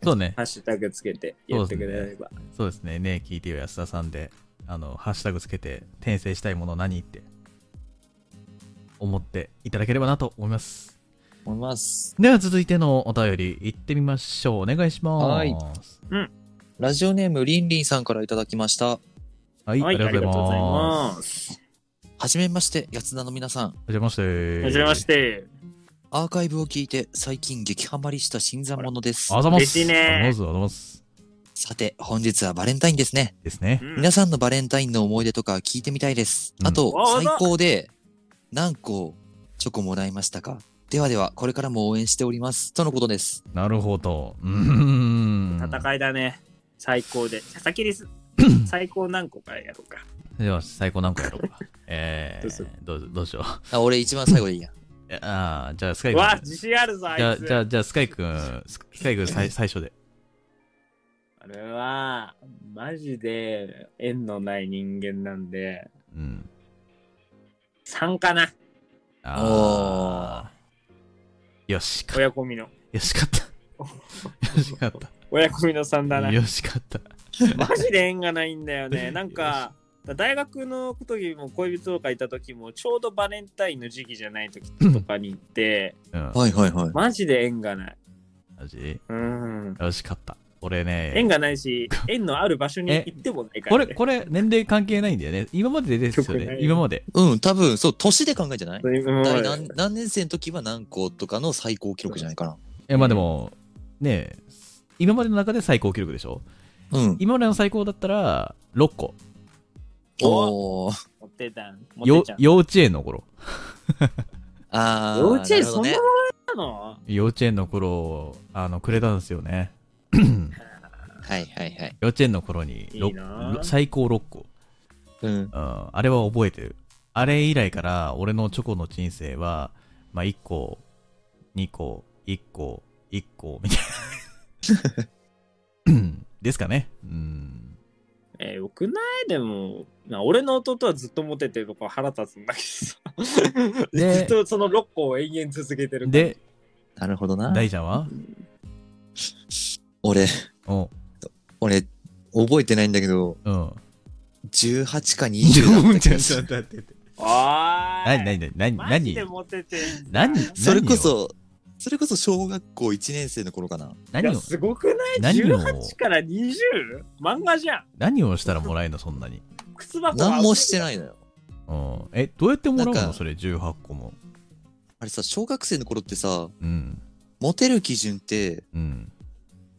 Speaker 2: そうね
Speaker 3: ハ、ッシュタグつけて言ってくれれば。
Speaker 2: そうですね、ねえ聞いてよ安田さんで、あの、ハッシュタグつけて、転生したいもの何って、思っていただければなと思います。
Speaker 4: 思います。
Speaker 2: では続いてのお便り、行ってみましょう。お願いします。
Speaker 4: は
Speaker 2: はいい。
Speaker 4: ラジオネーム、りんりんさんからいただきました。
Speaker 2: ありがとうございます。
Speaker 3: す。
Speaker 4: はじめまして、やつなの皆さん。
Speaker 2: はじめまして。
Speaker 3: はじめまして。
Speaker 4: アーカイブを聞いて、最近激ハマりした新参者です
Speaker 2: あ。ざます。
Speaker 3: 嬉しい
Speaker 2: あ
Speaker 3: ね
Speaker 2: ざます、あざます。
Speaker 4: さて、本日はバレンタインですね。
Speaker 2: ですね。
Speaker 3: うん
Speaker 4: 皆さんのバレンタインの思い出とか聞いてみたいです。
Speaker 2: うん
Speaker 4: あと
Speaker 3: あ、
Speaker 4: 最高で何個チョコもらいましたかではでは、これからも応援しております。とのことです。
Speaker 2: なるほど。うーん。
Speaker 3: 戦いだね。最高で。佐々木リ ス、最高何個からやろうか。
Speaker 2: では、最高何個やろう か。え
Speaker 3: どうする
Speaker 2: ー、どうぞどうしよう。
Speaker 4: あ俺一番最後でいいや。
Speaker 2: えあーじゃあ、スカイ
Speaker 3: う
Speaker 2: 君。
Speaker 3: わ、自信あるぞ、あ
Speaker 2: じゃあ、
Speaker 3: いつ。
Speaker 2: じゃあ、じゃあ、スカイ君、ススカイ君最最初で。
Speaker 3: あれは、マジで縁のない人間なんで、
Speaker 2: うん。
Speaker 3: 3かな、
Speaker 2: あーよしか、
Speaker 3: 親込みの。
Speaker 2: よしかった。よしかった。
Speaker 3: 親込みの3だな。
Speaker 2: よしかった。
Speaker 3: マジで縁がないんだよね。なんか、大学の時も恋人とかいた時も、ちょうどバレンタインの時期じゃない時とかに行って、
Speaker 2: うん。
Speaker 4: はいはいはい。
Speaker 3: マジで縁がない。
Speaker 2: マジ
Speaker 3: うん。
Speaker 2: よしかった。俺
Speaker 3: 縁
Speaker 2: ね、
Speaker 3: がないし、縁のある場所に
Speaker 2: え
Speaker 3: 行ってもないから、
Speaker 2: これ、
Speaker 3: ね。
Speaker 2: これ、年齢関係ないんだよね。今までですよ
Speaker 3: よくな
Speaker 2: ね。
Speaker 3: い
Speaker 2: 今まで。
Speaker 4: うん、多分、そう、年で考えじゃない
Speaker 3: れ、今ま
Speaker 4: 大
Speaker 3: で
Speaker 4: 何何年生の時は何個とかの最高記録じゃないか
Speaker 2: え、まあでも、ねえ、今までの中で最高記録でしょ
Speaker 4: な。うん。
Speaker 2: 今までの最高だったら、6個。
Speaker 4: おー。
Speaker 3: 持ってたん。持って
Speaker 2: よ
Speaker 3: ちゃん。
Speaker 2: 幼稚園の頃。
Speaker 4: あー。
Speaker 3: 幼稚園
Speaker 4: なるほ
Speaker 3: そ
Speaker 4: ど
Speaker 3: んな
Speaker 4: ね
Speaker 3: もんなの
Speaker 2: 幼稚園の頃、あの、くれたんですよね。
Speaker 4: はいはいはい。
Speaker 2: 幼稚園の頃にろ
Speaker 3: いいなあ
Speaker 2: ろ最高6個、
Speaker 4: うん。
Speaker 2: うん、あれは覚えてるあれ以来から俺のチョコの人生は、まあ、1個2個1個1個みたいな ですかねうん
Speaker 3: えー、よくないでも、な俺の弟はずっとモテてるとこ腹立つんだけどさ。
Speaker 2: で
Speaker 3: ずっとその6個を延々続けてる。
Speaker 2: で
Speaker 4: なるほどな。
Speaker 2: 大ちゃんは
Speaker 4: 俺、
Speaker 2: お
Speaker 4: 俺、覚えてないんだけど、
Speaker 2: うん
Speaker 4: 18か20だった気がする。
Speaker 2: だって
Speaker 3: あー い
Speaker 2: 何何何
Speaker 3: マジ
Speaker 2: 何
Speaker 3: でモテてんじゃん
Speaker 2: 何
Speaker 3: い
Speaker 4: それこそ、それこそ小学校1年生の頃かな。
Speaker 2: 何
Speaker 3: や
Speaker 2: を
Speaker 3: すごくない
Speaker 2: 何を
Speaker 3: ?18 から 20? 漫画じゃん。
Speaker 2: 何をしたらもらえるのそんなに、
Speaker 3: 靴箱
Speaker 4: 何もして
Speaker 3: い。
Speaker 4: ないのよ。
Speaker 2: うん、えどうやってもらう
Speaker 4: なん
Speaker 2: の
Speaker 4: か
Speaker 2: それ18個も
Speaker 4: あれさ、小学生の頃ってさ、
Speaker 2: うん
Speaker 4: モテる基準って、
Speaker 2: うん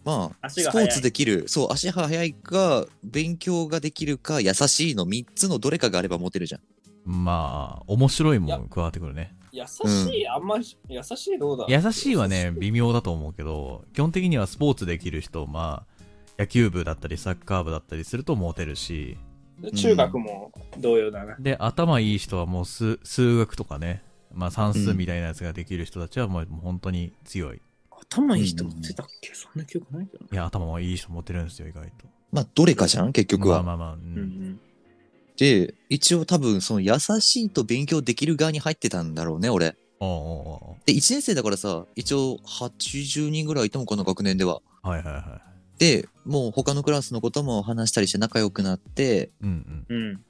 Speaker 4: まあ、
Speaker 3: 足
Speaker 4: ス
Speaker 3: が
Speaker 4: ポ
Speaker 3: 速い
Speaker 4: ーツできる、そう、足速いか、勉強ができるか、優しいの3つのどれかがあればモテるじゃん。
Speaker 2: まあ面白いもん加わってくるね
Speaker 3: 優しい、あんまし優しいどうだ
Speaker 2: 優しいはね、微妙だと思うけど、基本的にはスポーツできる人、まあ、野球部だったり、サッカー部だったりするとモテるし、
Speaker 3: 中学も同様だな。
Speaker 2: で、頭いい人はもう数数学とかね、まあ算数みたいなやつができる人たちはもうもう本当に強い。
Speaker 3: 頭いい人持ってたっけそんな記憶ないけどな。
Speaker 2: いや、頭もいい人モテるんですよ、意外と。
Speaker 4: まあ、どれかじゃん、結局は。
Speaker 2: まあまあまあ、うん
Speaker 3: うん
Speaker 4: で、一応多分、その優しいと勉強できる側に入ってたんだろうね、俺。
Speaker 2: おうおうお
Speaker 4: で、1年生だからさ、一応80人ぐらいいたもん、この学年では。
Speaker 2: うはいはいは
Speaker 4: で、もう他のクラスのことも話したりして仲良くなって、
Speaker 2: い。うんうん。
Speaker 3: うん。うん。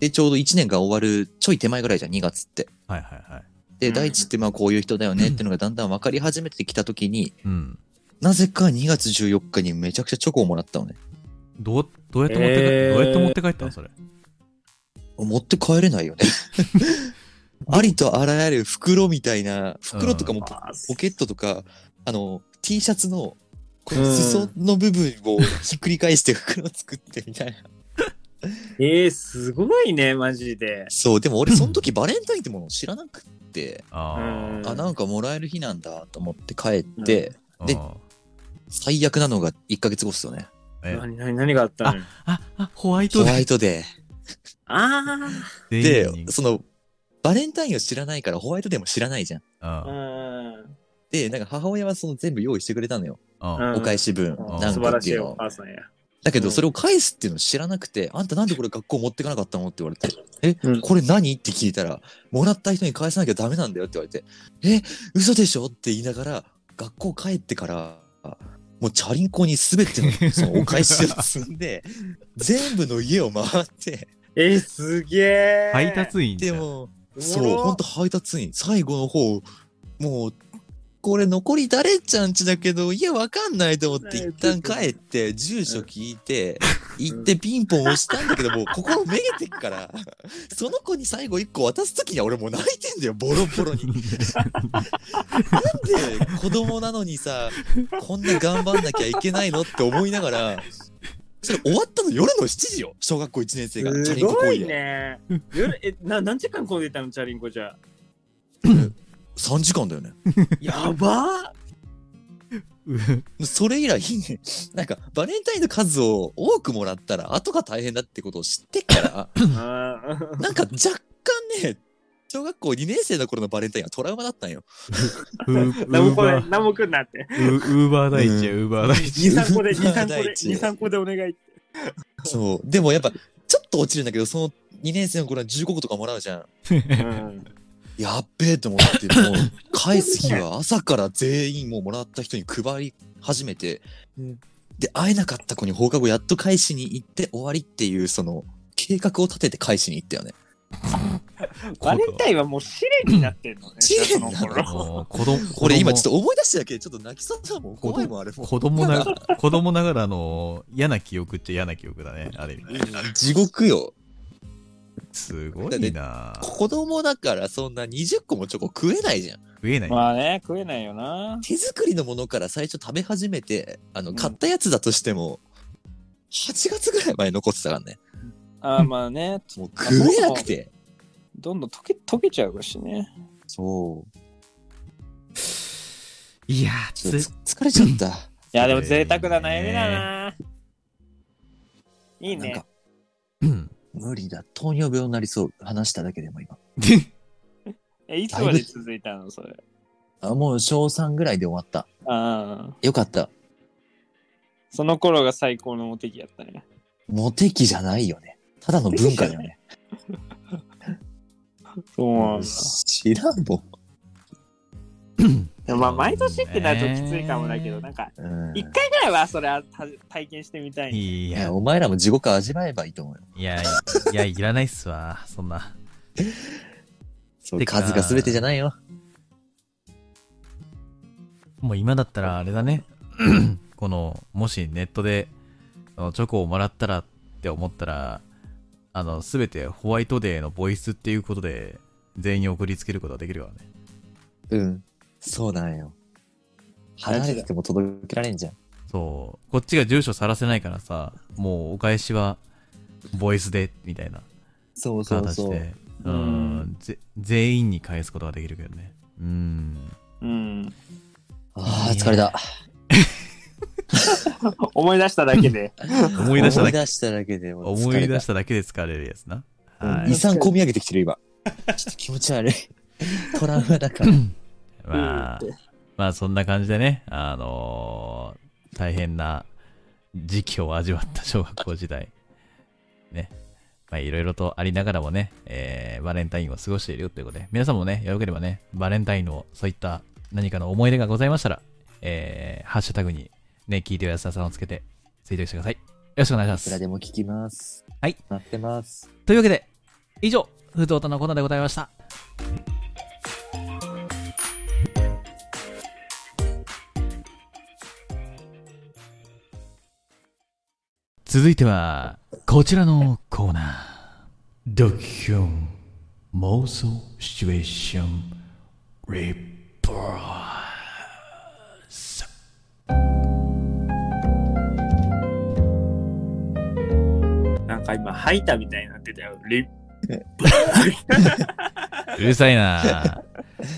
Speaker 4: で、ちょうど1年が終わるちょい手前ぐらいじゃん、2月って。
Speaker 2: はいはいはい。
Speaker 4: で、
Speaker 3: うん
Speaker 4: 大地ってまあこういう人だよねってのがだんだん分かり始めてきた時に、
Speaker 2: うん。
Speaker 4: なぜか2月14日にめちゃくちゃチョコをもらったのね。
Speaker 2: どうどうやって持って帰、
Speaker 3: えー
Speaker 2: どうやって持って帰ったのそれ。
Speaker 4: 持って帰れないよ ね。ありとあらゆる袋みたいな、袋とかもポ
Speaker 3: あ
Speaker 4: ポケットとか、あの、T シャツの、こ
Speaker 3: う
Speaker 4: の
Speaker 3: ん
Speaker 4: 裾の部分をひっくり返して 袋作ってみたいな。
Speaker 3: えー、すごいね、マジで。
Speaker 4: そう、でも俺その時バレンタインってものを知らなくって、
Speaker 2: あ
Speaker 3: うん
Speaker 4: あ、なんかもらえる日なんだと思って帰って、
Speaker 2: あ。
Speaker 4: で
Speaker 2: あ
Speaker 4: 最悪なのが1ヶ月後っすよね。
Speaker 2: ーえ
Speaker 3: 何何何があったの
Speaker 2: あ、あ、ホワイ
Speaker 4: ホ
Speaker 2: トデ
Speaker 4: ワイ
Speaker 2: ー。
Speaker 4: トデ
Speaker 3: あ
Speaker 4: ー。
Speaker 2: 全員に
Speaker 4: で、その、バレンタインを知らないからホワイトデーも知らないじゃん。
Speaker 2: うん
Speaker 3: あ。うん。
Speaker 4: で、なんか母親はその全部用意してくれたのよ。
Speaker 2: うん
Speaker 3: うん
Speaker 4: お返し分
Speaker 2: うん、
Speaker 4: 何
Speaker 3: 素
Speaker 4: 個
Speaker 3: 晴
Speaker 4: っ
Speaker 3: ら
Speaker 4: て
Speaker 3: し
Speaker 4: い
Speaker 3: いう
Speaker 4: の
Speaker 3: お
Speaker 4: を。
Speaker 3: 母さんや。
Speaker 4: だけ
Speaker 3: う
Speaker 4: ど
Speaker 3: ん
Speaker 4: それを返すっていうのを知らなくて、あんたなんでこれ学校持ってかなかったのって言われて、え、
Speaker 3: うん
Speaker 4: これ何って聞いたら、もらった人に返さなきゃダメなんだよって言われて、え、嘘でしょって言いながら、学校帰ってから、もうチャリンコに全てのそのお返しを積 んで、全部の家を回って、
Speaker 3: えー、すげえ。
Speaker 2: 配達員じ
Speaker 4: で
Speaker 2: ゃん。
Speaker 4: も、
Speaker 3: おもろ
Speaker 4: そう、ほんと配達員、最後の方、もう、これ残り誰ちゃんちだけど、いや、わかんないと思って、
Speaker 3: ね
Speaker 4: 一旦帰って、住所聞いて、行ってピンポン押したんだけど、もう心めげてっ から、その子に最後一個渡すときには俺もう泣いてんだよ、ボロボロに。なんで子供なのにさ、こんな頑張んなきゃいけないのって思いながら、それ終わったの夜の7時よ、小学校1年生が、チャ
Speaker 3: す
Speaker 4: リンコ
Speaker 3: ご
Speaker 4: 行為
Speaker 3: い
Speaker 4: で。
Speaker 3: ね。夜、え、な何時間混んでいたの、チャリンコじゃ。
Speaker 4: 3時間だよね。
Speaker 3: やば
Speaker 4: それ以来、 なんか、バレンタインの数を多くもらったら、後が大変だってことを知ってっから、
Speaker 3: ーあー
Speaker 4: なんか若干ね、小学校2年生の頃のバレンタインはトラウマだったんよ。
Speaker 2: ウ
Speaker 3: 何も
Speaker 2: ー
Speaker 3: これ
Speaker 2: バー、
Speaker 3: 何も来んなって。
Speaker 2: ウーバー大地やウーバー大地。
Speaker 3: 2、3個で、
Speaker 4: ウー
Speaker 3: 2、
Speaker 4: バ
Speaker 3: 3個
Speaker 4: ー
Speaker 3: で、
Speaker 4: 第一
Speaker 3: 2、3個でお願い。
Speaker 4: そう。でもやっぱ、ちょっと落ちるんだけど、その2年生の頃は15個とかもらうじゃん。
Speaker 3: う ん
Speaker 4: やっべえと思って、もう、返す日は朝から全員もうもらった人に配り始めて、
Speaker 3: うん
Speaker 4: で、会えなかった子に放課後やっと返しに行って終わりっていう、その、計画を立てて返しに行ったよね。
Speaker 3: バレンタインはもう試練になってんのね。
Speaker 4: 試練なの
Speaker 3: そ頃
Speaker 2: もう子供
Speaker 4: これ今ちょっと思い出しただけでちょっと泣きそうだもん。怖いもん、あれも。
Speaker 2: 子供ながら、子供ながらの嫌な記憶っちゃ嫌な記憶だね、ある意味。
Speaker 4: 地獄よ。
Speaker 2: すごいな
Speaker 4: 子供だからそんな20個もチョコ食えないじゃん。
Speaker 2: 食えない。
Speaker 3: まあね、食えないよな。
Speaker 4: 手作りのものから最初食べ始めて、あ
Speaker 3: う
Speaker 4: の、
Speaker 3: ん
Speaker 4: 買ったやつだとしても、8月ぐらいまで残ってたからね。
Speaker 3: あーまあね、
Speaker 4: もう食えなくて。
Speaker 3: どんどん溶け溶けちゃうしね。
Speaker 4: そう。
Speaker 2: いや
Speaker 4: ちょ
Speaker 2: ー
Speaker 4: っと
Speaker 2: つ、
Speaker 4: 疲れちゃった。
Speaker 3: いや、でも贅沢な悩みだな。いい
Speaker 4: なん
Speaker 3: ね
Speaker 4: か。、
Speaker 2: うん。
Speaker 4: 無理だ。糖尿病になりそう。話しただけでも今。
Speaker 3: え、いつまで続いたのそれ。
Speaker 4: あ、もう小3ぐらいで終わった。
Speaker 3: ああ。
Speaker 4: よかった。
Speaker 3: その頃が最高のモテ期やったね。
Speaker 4: モテ期じゃないよね。ただの文化だよね。
Speaker 3: そうなんだ。
Speaker 4: 知らんもん。
Speaker 3: でもまあ、毎年ってなるときついかもだけど、なんか、
Speaker 4: うん
Speaker 3: 一回ぐらいはそれはた体験してみたいね。
Speaker 2: い
Speaker 4: い
Speaker 2: や
Speaker 4: や、、お前らも地獄味わえばいいと思うよ。
Speaker 2: いや、いや、いらないっすわ、そんな。
Speaker 4: そう
Speaker 2: てか
Speaker 4: 数が全てじゃないよ。
Speaker 2: もう今だったらあれだね。 この、もしネットで、あのチョコをもらったらって思ったら、あの、すべてホワイトデーのボイスっていうことで、全員に送りつけることができるからね。
Speaker 4: うん。そうなんよ。離れてても届けられんじゃん。
Speaker 2: そう。こっちが住所さらせないからさ、もうお返しは、ボイスで、みたいな
Speaker 4: そうそう
Speaker 2: 形
Speaker 4: そう。
Speaker 2: で、う、
Speaker 3: うん
Speaker 2: ぜ全員に返すことができるけどね。うん。
Speaker 3: うん。
Speaker 4: ああ、疲れた。
Speaker 3: 思い出しただけ で。
Speaker 2: 思い出しただけ、
Speaker 4: だけでもう疲
Speaker 2: 思
Speaker 4: れた
Speaker 2: い出しただけで疲れるやつな。は
Speaker 4: うん
Speaker 2: い
Speaker 4: 胃。酸こみ上げてきてる今。ちょっと気持ち悪い。トラウマだから。
Speaker 2: まあ、まあそんな感じでね、あのー大変な時期を味わった小学校時代、ね、まあいろいろとありながらもね、えーバレンタインを過ごしているよということで、皆さんもね、よければね、バレンタインのそういった何かの思い出がございましたら、えーハッシュタグにね、聞いてる安田さんをつけてツイートしてください。よろしくお願いしま
Speaker 4: いくら
Speaker 2: す。
Speaker 4: でも聞きます。
Speaker 2: はい。
Speaker 4: 待ってます。
Speaker 2: というわけで、以上、ふつおたのコーナーでございました。続いては、こちらのコーナー。ドキュン妄想シチュエーションリポース。
Speaker 3: なんか今、吐いたみたいになってたよ。リ
Speaker 2: うるさいな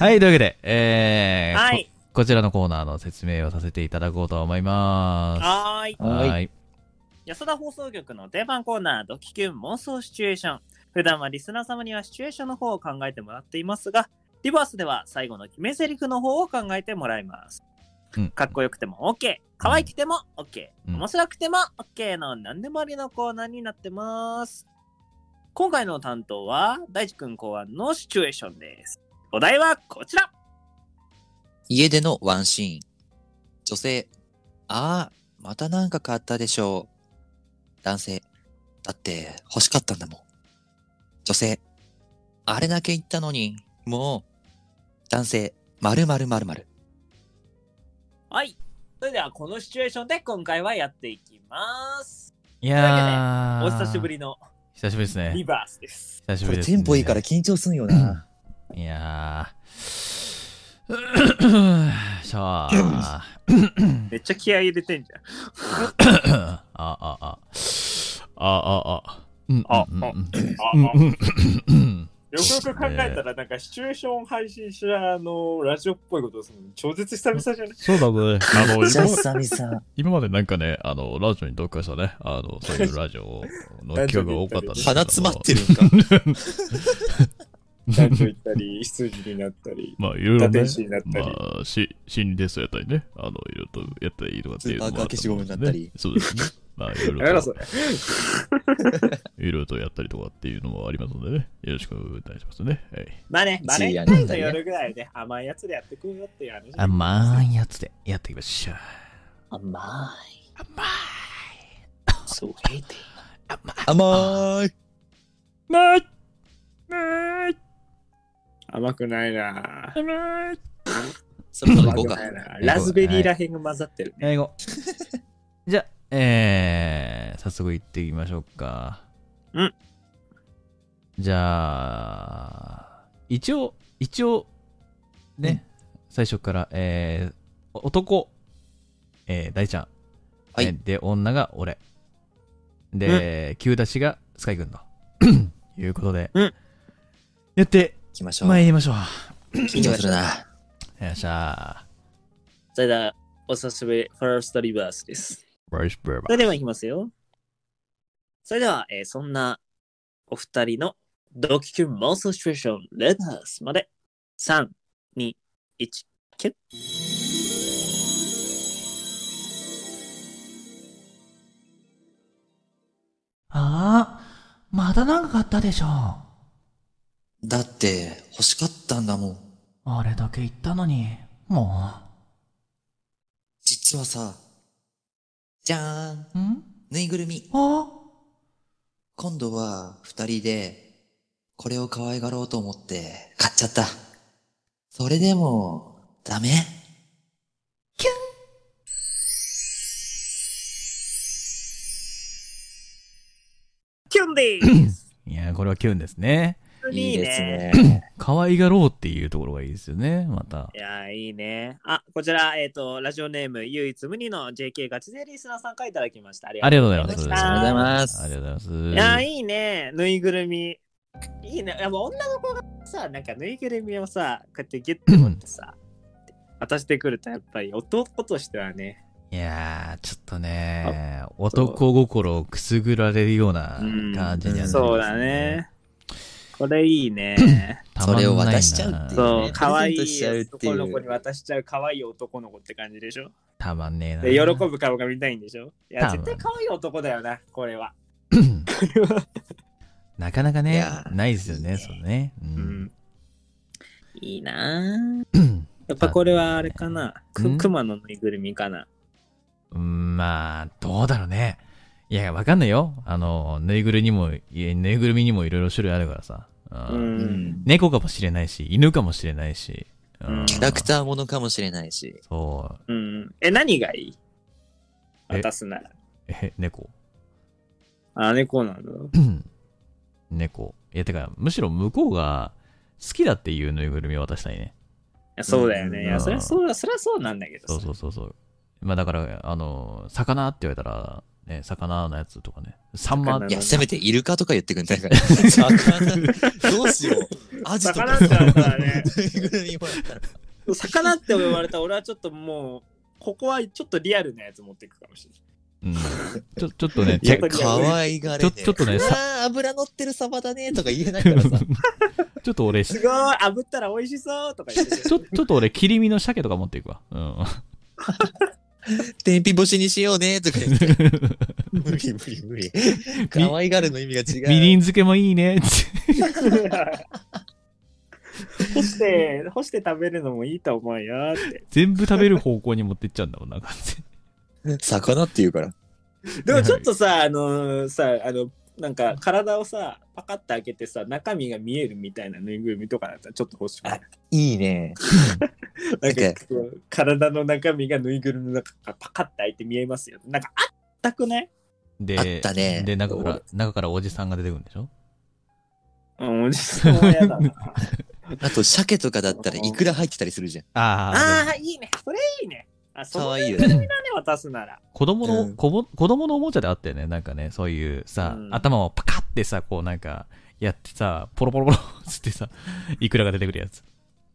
Speaker 2: はい、というわけで、えー
Speaker 3: はい。
Speaker 2: こ、こちらのコーナーの説明をさせていただこうと思います。
Speaker 3: はーい。
Speaker 4: はい
Speaker 2: はい。
Speaker 3: 安田放送局の定番コーナー、ドキキュン妄想シチュエーション。普段はリスナー様にはシチュエーションの方を考えてもらっていますが、リバースでは最後の決め台詞の方を考えてもらいます。
Speaker 2: うん
Speaker 3: かっこよくても OK、可愛くても OK、
Speaker 2: うん
Speaker 3: 面白くても OK の何でもありのコーナーになってます。今回の担当は大地君考案のシチュエーションです。お題はこちら
Speaker 4: 家でのワンシーン。女性、ああ、またなんか買ったでしょう。男性、だって欲しかったんだもん。女性、あれだけ言ったのに、もう。男性、まるまるまるまる。
Speaker 3: はい。それではこのシチュエーションで今回はやっていきます。
Speaker 2: いやー
Speaker 3: お久しぶりの
Speaker 2: 久しぶりです
Speaker 3: リ
Speaker 2: ね。
Speaker 3: バースです。
Speaker 2: 久し
Speaker 4: こ
Speaker 2: ぶり
Speaker 4: れ
Speaker 2: です、
Speaker 4: テ
Speaker 2: ね。
Speaker 4: ンポいいから。緊張すんよな。
Speaker 2: いやー。シャワー。
Speaker 3: めっちゃ気合い入れてんじゃん。
Speaker 2: あああ。あああ。うん
Speaker 3: あ
Speaker 2: うんうん
Speaker 3: あ
Speaker 2: うんうん
Speaker 3: よくよく考えたら、なんかシチュエーション配信しら、あの、ラジオっぽいことをするの、超絶久々じゃない
Speaker 2: そうだね。あの、
Speaker 4: めっちゃ
Speaker 2: 今まで
Speaker 4: 久々。
Speaker 2: 今までなんかね、あの、ラジオに特化したね、あの、そういうラジオの企画が多かったんですけども
Speaker 4: 鼻詰まってるんか。
Speaker 3: 男女行ったり、羊になった り、
Speaker 2: まあ、いろいろ
Speaker 3: 堕
Speaker 2: ね
Speaker 3: 天。使になったり。
Speaker 2: まあ、し心理テストやったりね、あの、いろいろとやったりとかっていうのもあったと思うんですね
Speaker 4: スーパーカー消しゴムになったり
Speaker 2: そうですね。まあ、いろいろと。
Speaker 3: やめろ、それ。
Speaker 2: いろいろとやったりとかっていうのもありますのでね、よろしくお願いしますね。はい、
Speaker 3: まあね、バ
Speaker 4: バレ
Speaker 3: レン
Speaker 4: ン
Speaker 3: タ
Speaker 4: タ
Speaker 3: インの
Speaker 4: インの
Speaker 3: 夜
Speaker 4: 夜
Speaker 3: ぐらいね、甘いやつでやってくるよっていう話。
Speaker 2: 甘いやつでやっていきましょう。
Speaker 4: 甘い。
Speaker 2: 甘
Speaker 4: そう、甘い。
Speaker 2: い。甘い。
Speaker 3: 甘くないな。
Speaker 4: そろそろ
Speaker 3: 甘
Speaker 4: 行こう
Speaker 3: く
Speaker 4: か
Speaker 3: な。いな。ラズベリーらへんが混ざってるね。
Speaker 2: 英 語。じゃあ、えー、早速行ってみましょうか。
Speaker 3: うん。
Speaker 2: じゃあ、一応、一応、ね、最初から、えー、お男、えー、大ちゃん。
Speaker 4: はい
Speaker 2: えーで、女が俺。で、急出しがスカイ君 と。いうことで、
Speaker 3: うん
Speaker 2: やって
Speaker 4: 行きましょう。
Speaker 2: 参りましょう。
Speaker 4: 緊張するな。
Speaker 2: よっしゃ
Speaker 3: それでは、お久しぶり、ファーストリバースです。
Speaker 2: ー。バイスブーバ
Speaker 3: それでは行きますよ。それでは、えーそんなお二人のドキュン妄想シチュエーションレタースまで3、2、1、キュッ。
Speaker 1: ああ、またなんか買ったでしょ。
Speaker 4: だって、欲しかったんだもん。
Speaker 1: あれだけ言ったのに、も
Speaker 4: 実はさ、じゃーん、
Speaker 1: う。ん
Speaker 4: ぬいぐるみ。
Speaker 1: あ
Speaker 4: 今度は二人で、これを可愛がろうと思って買っちゃった。それでも、ダメ
Speaker 3: キュンです。
Speaker 2: ー。いやー、これはキュンですね。
Speaker 4: いいですね。
Speaker 2: 可愛がろうっていうところがいいですよね、また
Speaker 3: い。やー、いいね。あ、こちら、えっ、と、ラジオネーム、唯一無二の JK ガチ勢リスナーさんからいただきました。あり
Speaker 2: あ
Speaker 3: が
Speaker 2: り
Speaker 3: とう
Speaker 2: がとうございます。
Speaker 3: ありがとうござい
Speaker 4: ます
Speaker 2: ありがとうございま
Speaker 3: いや
Speaker 2: す。
Speaker 3: ー、いいね。ぬいぐるみ。いいね。やっぱ女の子がさ、なんかぬいぐるみをさ、こうやってギュッて持ってさ、渡してくると、やっぱり男としてはね、
Speaker 2: いやー、ちょっとね、男心をくすぐられるような感じにはなりますね
Speaker 3: そうだね。。これいいね。
Speaker 2: たまんないな
Speaker 4: それを渡しちゃうってい
Speaker 3: そ
Speaker 4: ね
Speaker 3: う、可愛い
Speaker 4: プレゼントしちゃうっていう
Speaker 3: 男の子に渡しちゃう可愛い男の子って感じでしょ。
Speaker 2: たまんねえな。
Speaker 3: で、喜ぶ顔が見たいんでしょ。いや、
Speaker 2: 多分
Speaker 3: 絶対可愛い男だよな、これは。
Speaker 2: なかなか
Speaker 4: い
Speaker 2: ね
Speaker 4: や、ー
Speaker 2: ないですよね、そうね。う
Speaker 3: うんん。いいな ぁ。やっぱこれはあれかな。
Speaker 2: うん
Speaker 3: く熊のぬいぐるみかな。
Speaker 2: うんまあ、どうだろうね。いや、わかんないよ。あの、ぬいぐるみにも、いやぬいぐるみにもいろいろ種類あるからさ。
Speaker 3: う
Speaker 2: うん
Speaker 3: ん。
Speaker 2: 猫かもしれないし、犬かもしれないし。
Speaker 3: うん
Speaker 4: キャラクターものかもしれないし。
Speaker 2: そう。
Speaker 3: うん。え、何がいい
Speaker 2: え
Speaker 3: 渡すなら。
Speaker 2: え、猫。
Speaker 3: あ、猫なの。
Speaker 2: 猫。いや、てか、むしろ向こうが好きだっていうぬいぐるみを渡したいね。
Speaker 3: いやそうだよね。い
Speaker 2: うん
Speaker 3: や、そりゃそうだ、そりゃそうなんだけど
Speaker 2: そう
Speaker 3: さ。
Speaker 2: そうそうそう。まあだから、あの、魚って言われたら、ね、魚のやつとかね。サンマ
Speaker 3: 魚
Speaker 4: い
Speaker 2: い
Speaker 4: や、せめてイルカとか言ってくんないから。魚、どうしよう。アジとか。
Speaker 3: 魚って言われた らね
Speaker 4: ぬいぐるみもらったら
Speaker 3: 魚って言われたら俺はちょっともう、ここはちょっとリアルなやつ持っていくかもしれない。
Speaker 2: うん、ちょ、ちょっと ね、
Speaker 4: いや、
Speaker 2: ちょ
Speaker 3: 逆に
Speaker 4: 可愛がれね
Speaker 2: ち
Speaker 4: え。
Speaker 2: ょちょっとねさ
Speaker 4: うわー油乗ってるサバだねとか言えないからさ。
Speaker 2: ちょっと俺、
Speaker 3: す
Speaker 2: ち
Speaker 3: ごい炙ったら美味しそうとか言って
Speaker 2: ょ、 ちょっと俺、切り身の鮭とか持っていくわ。うん。
Speaker 4: 天日干しにしようねとか言って。無理無理無理。可愛がるの意味が
Speaker 2: み
Speaker 4: 違
Speaker 2: り
Speaker 4: う。
Speaker 2: ん漬けもいいね。 って
Speaker 3: 干して干して食べるのもいいと思うよって
Speaker 2: 全部食べる方向に持ってっちゃうんだもんな、完全に
Speaker 4: 魚って言うから。
Speaker 3: でもちょっとさあのーさあのなんか体をさパカッて開けてさ中身が見えるみたいなぬいぐるみとかだったらちょっと欲しくない
Speaker 4: いいね。
Speaker 3: なんかこう体の中身がぬいぐるみの中からパカッて開いて見えますよなんかあったくない
Speaker 2: で、
Speaker 4: あったね
Speaker 2: で、中から、中からおじさんが出てくるんでしょ
Speaker 3: うんおじさんは嫌だな
Speaker 4: あと、鮭とかだったらいくら入ってたりするじゃん。
Speaker 2: ああ、
Speaker 3: ああいいねそれいいねあそ
Speaker 4: 可
Speaker 3: う
Speaker 4: 愛いよ
Speaker 3: だね
Speaker 4: ね。
Speaker 3: 渡すなら
Speaker 2: 子供の、
Speaker 4: うん
Speaker 2: こぼ子供のおもちゃであったよね。なんかね、そういうさ、
Speaker 3: うん
Speaker 2: 頭をパカってさ、こうなんか、やってさ、ポロポロポロつってさ、 いくらが出てくるやつ。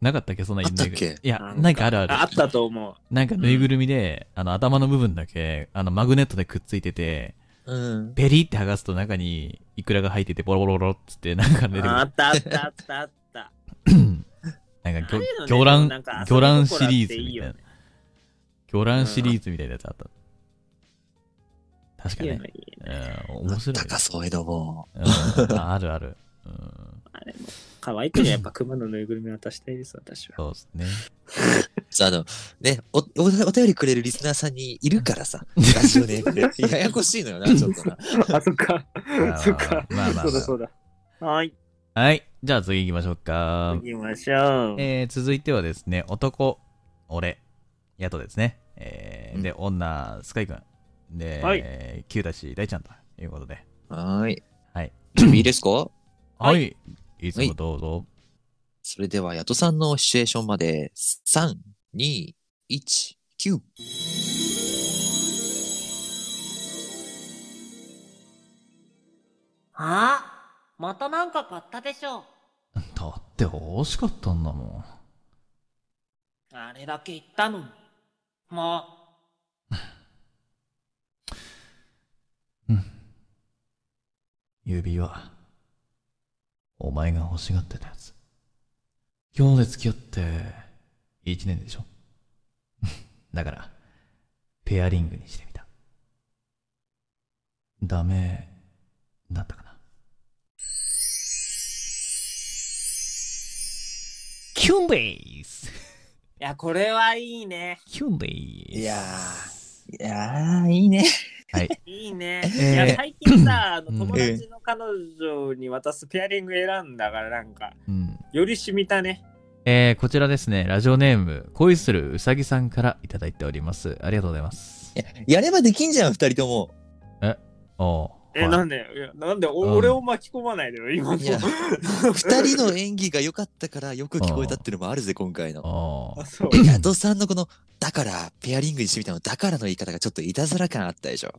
Speaker 2: なかったっけそんな
Speaker 4: あったっけ
Speaker 2: ぬいぐるみいや、
Speaker 3: なんか
Speaker 2: なんかあるある。
Speaker 3: ああったと思う
Speaker 2: なんかぬいぐるみで、あの、頭の部分だけ、あの、マグネットでくっついてて、
Speaker 4: うん。
Speaker 2: ペリって剥がすと中に、いくらが入ってて、ボロボロボロっつって、なんか出てく
Speaker 3: ああ
Speaker 2: る。
Speaker 3: ったあったあったあった
Speaker 2: なんか
Speaker 3: ああいうのね
Speaker 2: 魚、魚
Speaker 3: でも
Speaker 2: 卵
Speaker 3: なんか、
Speaker 2: 魚
Speaker 3: 遊び
Speaker 2: 卵シ
Speaker 3: 心あって
Speaker 2: リーズみ
Speaker 3: いい
Speaker 2: たい
Speaker 3: よ
Speaker 2: な
Speaker 3: ね。
Speaker 2: 魚卵シリーズみたいなやつあった。確か
Speaker 3: いいよ
Speaker 2: ね
Speaker 3: ね。いいよね
Speaker 2: うん、
Speaker 4: あ
Speaker 2: 面
Speaker 4: っ
Speaker 2: 白い
Speaker 4: た
Speaker 2: よ。
Speaker 4: か、そういうのも。
Speaker 2: うんああるある。うん、
Speaker 3: あれも可愛いけどやっぱ熊のぬいぐるみ渡したいです、 私は。
Speaker 2: そうですね。
Speaker 4: そうあの、ね、お、おお便りくれるリスナーさんにいるからさ。ラジオネームで。ややこしいのよな、ちょっとな。
Speaker 3: あ、そっか。
Speaker 2: あー
Speaker 3: そっか。
Speaker 2: まあまあまあ
Speaker 3: そうだそうだ。はーい。
Speaker 2: はい。じゃあ次行きましょうか。
Speaker 3: 行きましょう。
Speaker 2: えー続いてはですね、男、俺、ヤトですね。えー
Speaker 4: うん
Speaker 2: で、女、スカイくん。で、
Speaker 3: はい
Speaker 2: えー Q だし、大ちゃんということで。
Speaker 4: はーい。
Speaker 2: はい。
Speaker 4: 準備いいですか
Speaker 2: は。
Speaker 3: はい
Speaker 2: いつもどうぞ。
Speaker 4: それでは、ヤトさんのシチュエーションまで、3、2、1、9。
Speaker 6: あまたなんか買ったでしょ
Speaker 2: だって欲しかったんだもん。
Speaker 6: あれだけ言ったのにも
Speaker 2: 指輪。お前が欲しがってたやつ。今日で付き合って、1年でしょ。 だから、ペアリングにしてみた。ダメ、だったかな。キュンです
Speaker 6: ういやこれはいいね
Speaker 2: キュンです
Speaker 4: いやいやー、いいね。
Speaker 3: いいね。
Speaker 2: えー
Speaker 3: いや最近さ、あの
Speaker 2: うん
Speaker 3: 友達の彼女に渡すペアリング選んだから、なんか、
Speaker 2: うん。
Speaker 3: より染みたね。
Speaker 2: えー、こちらですね、ラジオネーム、恋するうさぎさんからいただいております。ありがとうございます。
Speaker 4: やればできんじゃん、二人とも。
Speaker 2: おー
Speaker 3: え、なんで、いやなんで、お
Speaker 2: うん
Speaker 3: 俺を巻き込まないでよ、今の。
Speaker 4: いや二人の演技が良かったから、よく聞こえたっていうのもあるぜ、今回の。
Speaker 2: おー
Speaker 3: あ、 そう。
Speaker 4: ヤトさんのこの、だから、ペアリングにしてみたの、だからの言い方がちょっといたずら感あったでしょ。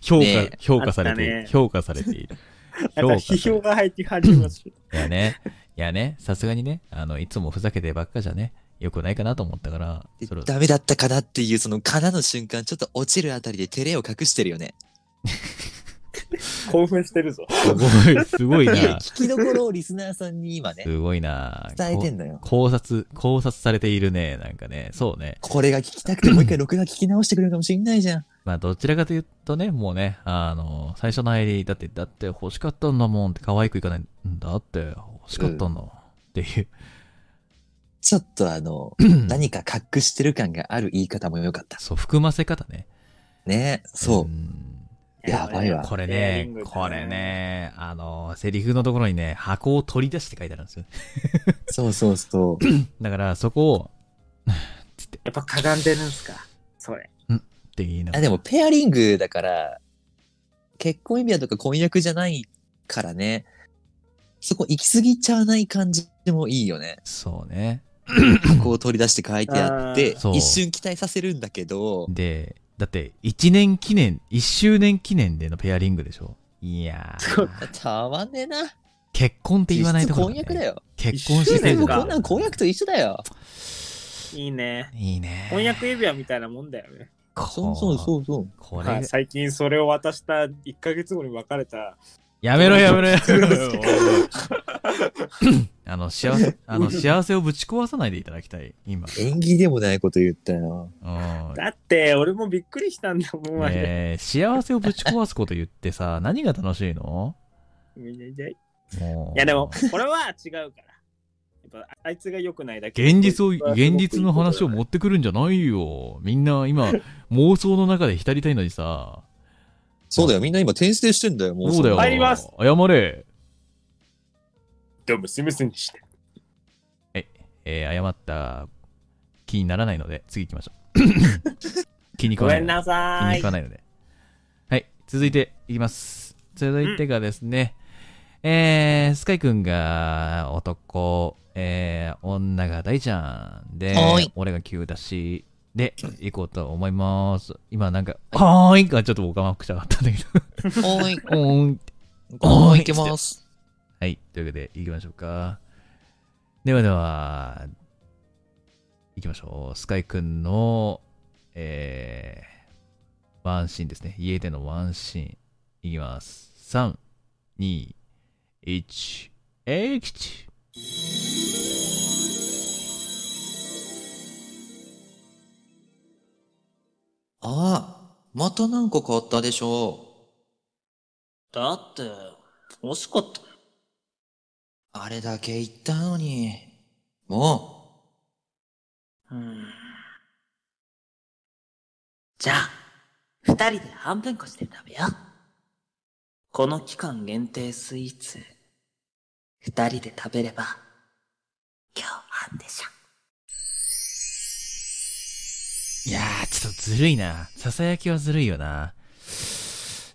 Speaker 2: 評価、
Speaker 4: ねえ
Speaker 2: 評価されてい
Speaker 3: あった
Speaker 2: る。
Speaker 3: ね
Speaker 2: 評価されている。
Speaker 3: なんか批評が入って始まし
Speaker 2: いやね、いやね、さすがにね、あの、いつもふざけてばっかじゃね、よくないかなと思ったから、
Speaker 4: で
Speaker 2: それを
Speaker 4: ダメだったかなっていう、その、かなの瞬間、ちょっと落ちるあたりで照れを隠してるよね。
Speaker 3: 興奮してるぞ。
Speaker 2: すごい、すごい
Speaker 4: いや
Speaker 2: な、
Speaker 4: 聞きどころをリスナーさんに今 ね、
Speaker 2: すごいな、
Speaker 4: 伝えてん
Speaker 2: こ
Speaker 4: のよ。
Speaker 2: 考察、考察されているね、なんかね、そうね。
Speaker 4: これが聞きたくて、もう一回録画聞き直してくれるかもしんないじゃん。
Speaker 2: まあ、どちらかというとね、もうね、あの、最初の入り、だって、だって欲しかったんだもんって、可愛くいかないんだって、欲しかったんだもんっていう。
Speaker 4: ちょっとあ の、何か隠してる感がある言い方も良かった。
Speaker 2: そう、含ませ方ね。
Speaker 4: ね。そう。
Speaker 2: ん
Speaker 4: やばいわ
Speaker 2: これ
Speaker 3: ペアリ
Speaker 2: ね
Speaker 3: ング、だ
Speaker 2: これ。ね、あの、セリフのところにね、箱を取り出して書いてあるんですよ。
Speaker 4: そうそうそう。
Speaker 2: だから、そこを、
Speaker 3: やっぱかがんでるんすか。それ。
Speaker 2: って言いながら。
Speaker 4: あでも、ペアリングだから、結婚指輪とか婚約じゃないからね。そこ行き過ぎちゃわない感じもいいよね。
Speaker 2: そうね。
Speaker 4: こう取り出して書いてあって
Speaker 2: あー、そう
Speaker 4: 一瞬期待させるんだけど、
Speaker 2: で、だって、1年記念、1周年記念でのペアリングでしょ。いやー、
Speaker 4: たまんねえな。
Speaker 2: 結婚って言わない
Speaker 4: 実
Speaker 2: と
Speaker 4: 質
Speaker 2: ころ、
Speaker 4: 婚約だ。よ。
Speaker 2: 結婚
Speaker 3: 一
Speaker 2: して
Speaker 3: 周
Speaker 4: で
Speaker 3: 年
Speaker 2: る
Speaker 4: も
Speaker 3: か
Speaker 4: こんなん婚約と一緒だよ。
Speaker 3: いいね。
Speaker 2: いいね。
Speaker 3: 婚約指輪みたいなもんだよね。
Speaker 2: こ
Speaker 4: そうそうそうそう。
Speaker 2: こ
Speaker 3: ま
Speaker 2: れ
Speaker 3: あ、最近それを渡した1ヶ月後に別れた。
Speaker 2: やめろやめろやめろよ。あの、幸せ、あの、幸せをぶち壊さないでいただきたい、今。
Speaker 4: 縁起でもないこと言ったよ。
Speaker 2: うん。
Speaker 3: だって、俺もびっくりしたんだもん、あれ。
Speaker 2: ねえ幸せをぶち壊すこと言ってさ、何が楽しいの
Speaker 3: い
Speaker 2: もう
Speaker 3: や、でも、これは違うから。やっぱ、あいつが良くないだけ。
Speaker 2: 現実 を、
Speaker 3: こいつはすごく
Speaker 2: 現実の話を
Speaker 3: いい
Speaker 2: 持ってくるんじゃないよ。みんな今、妄想の中で浸りたいのにさ。
Speaker 4: そうだよ。みんな今転生してんだよ。もう
Speaker 2: そうだよ。
Speaker 3: 入ります
Speaker 2: 謝れ。
Speaker 3: ことだ。でも、すみませんでした。
Speaker 2: えー謝った気にならないので、次行きましょ う。気に食
Speaker 3: ご
Speaker 2: わな
Speaker 3: め
Speaker 2: い
Speaker 3: ん
Speaker 2: ので。
Speaker 3: なさ
Speaker 2: 気に
Speaker 3: ーい
Speaker 2: 食。わないので。はい、続いていきます。続いてがですね、えー、スカイくんが男、えー、女が大ちゃんで
Speaker 4: はーい、
Speaker 2: 俺が急だし、で、行こうと思います。今なんか、はーいがちょっと僕はまくしゃかったんだけど。
Speaker 4: おーい。
Speaker 2: うーん
Speaker 4: お
Speaker 2: お
Speaker 4: ー
Speaker 2: ーい
Speaker 4: い、行けます。
Speaker 2: はい、というわけで行きましょうか。ではでは、行きましょう。スカイくんの、えー、ワンシーンですね。家でのワンシーン。いきます。3、2、1、エキチ
Speaker 4: ああ、またなんか変わったでしょ
Speaker 6: だって欲しかった
Speaker 4: う。あれだけ言ったのに。も
Speaker 6: うんじゃあ二人で半分こして食べようこの期間限定スイーツ二人で食べれば、今日半でしょ。
Speaker 2: いやー、ちょっとずるいな。ささやきはずるいよな。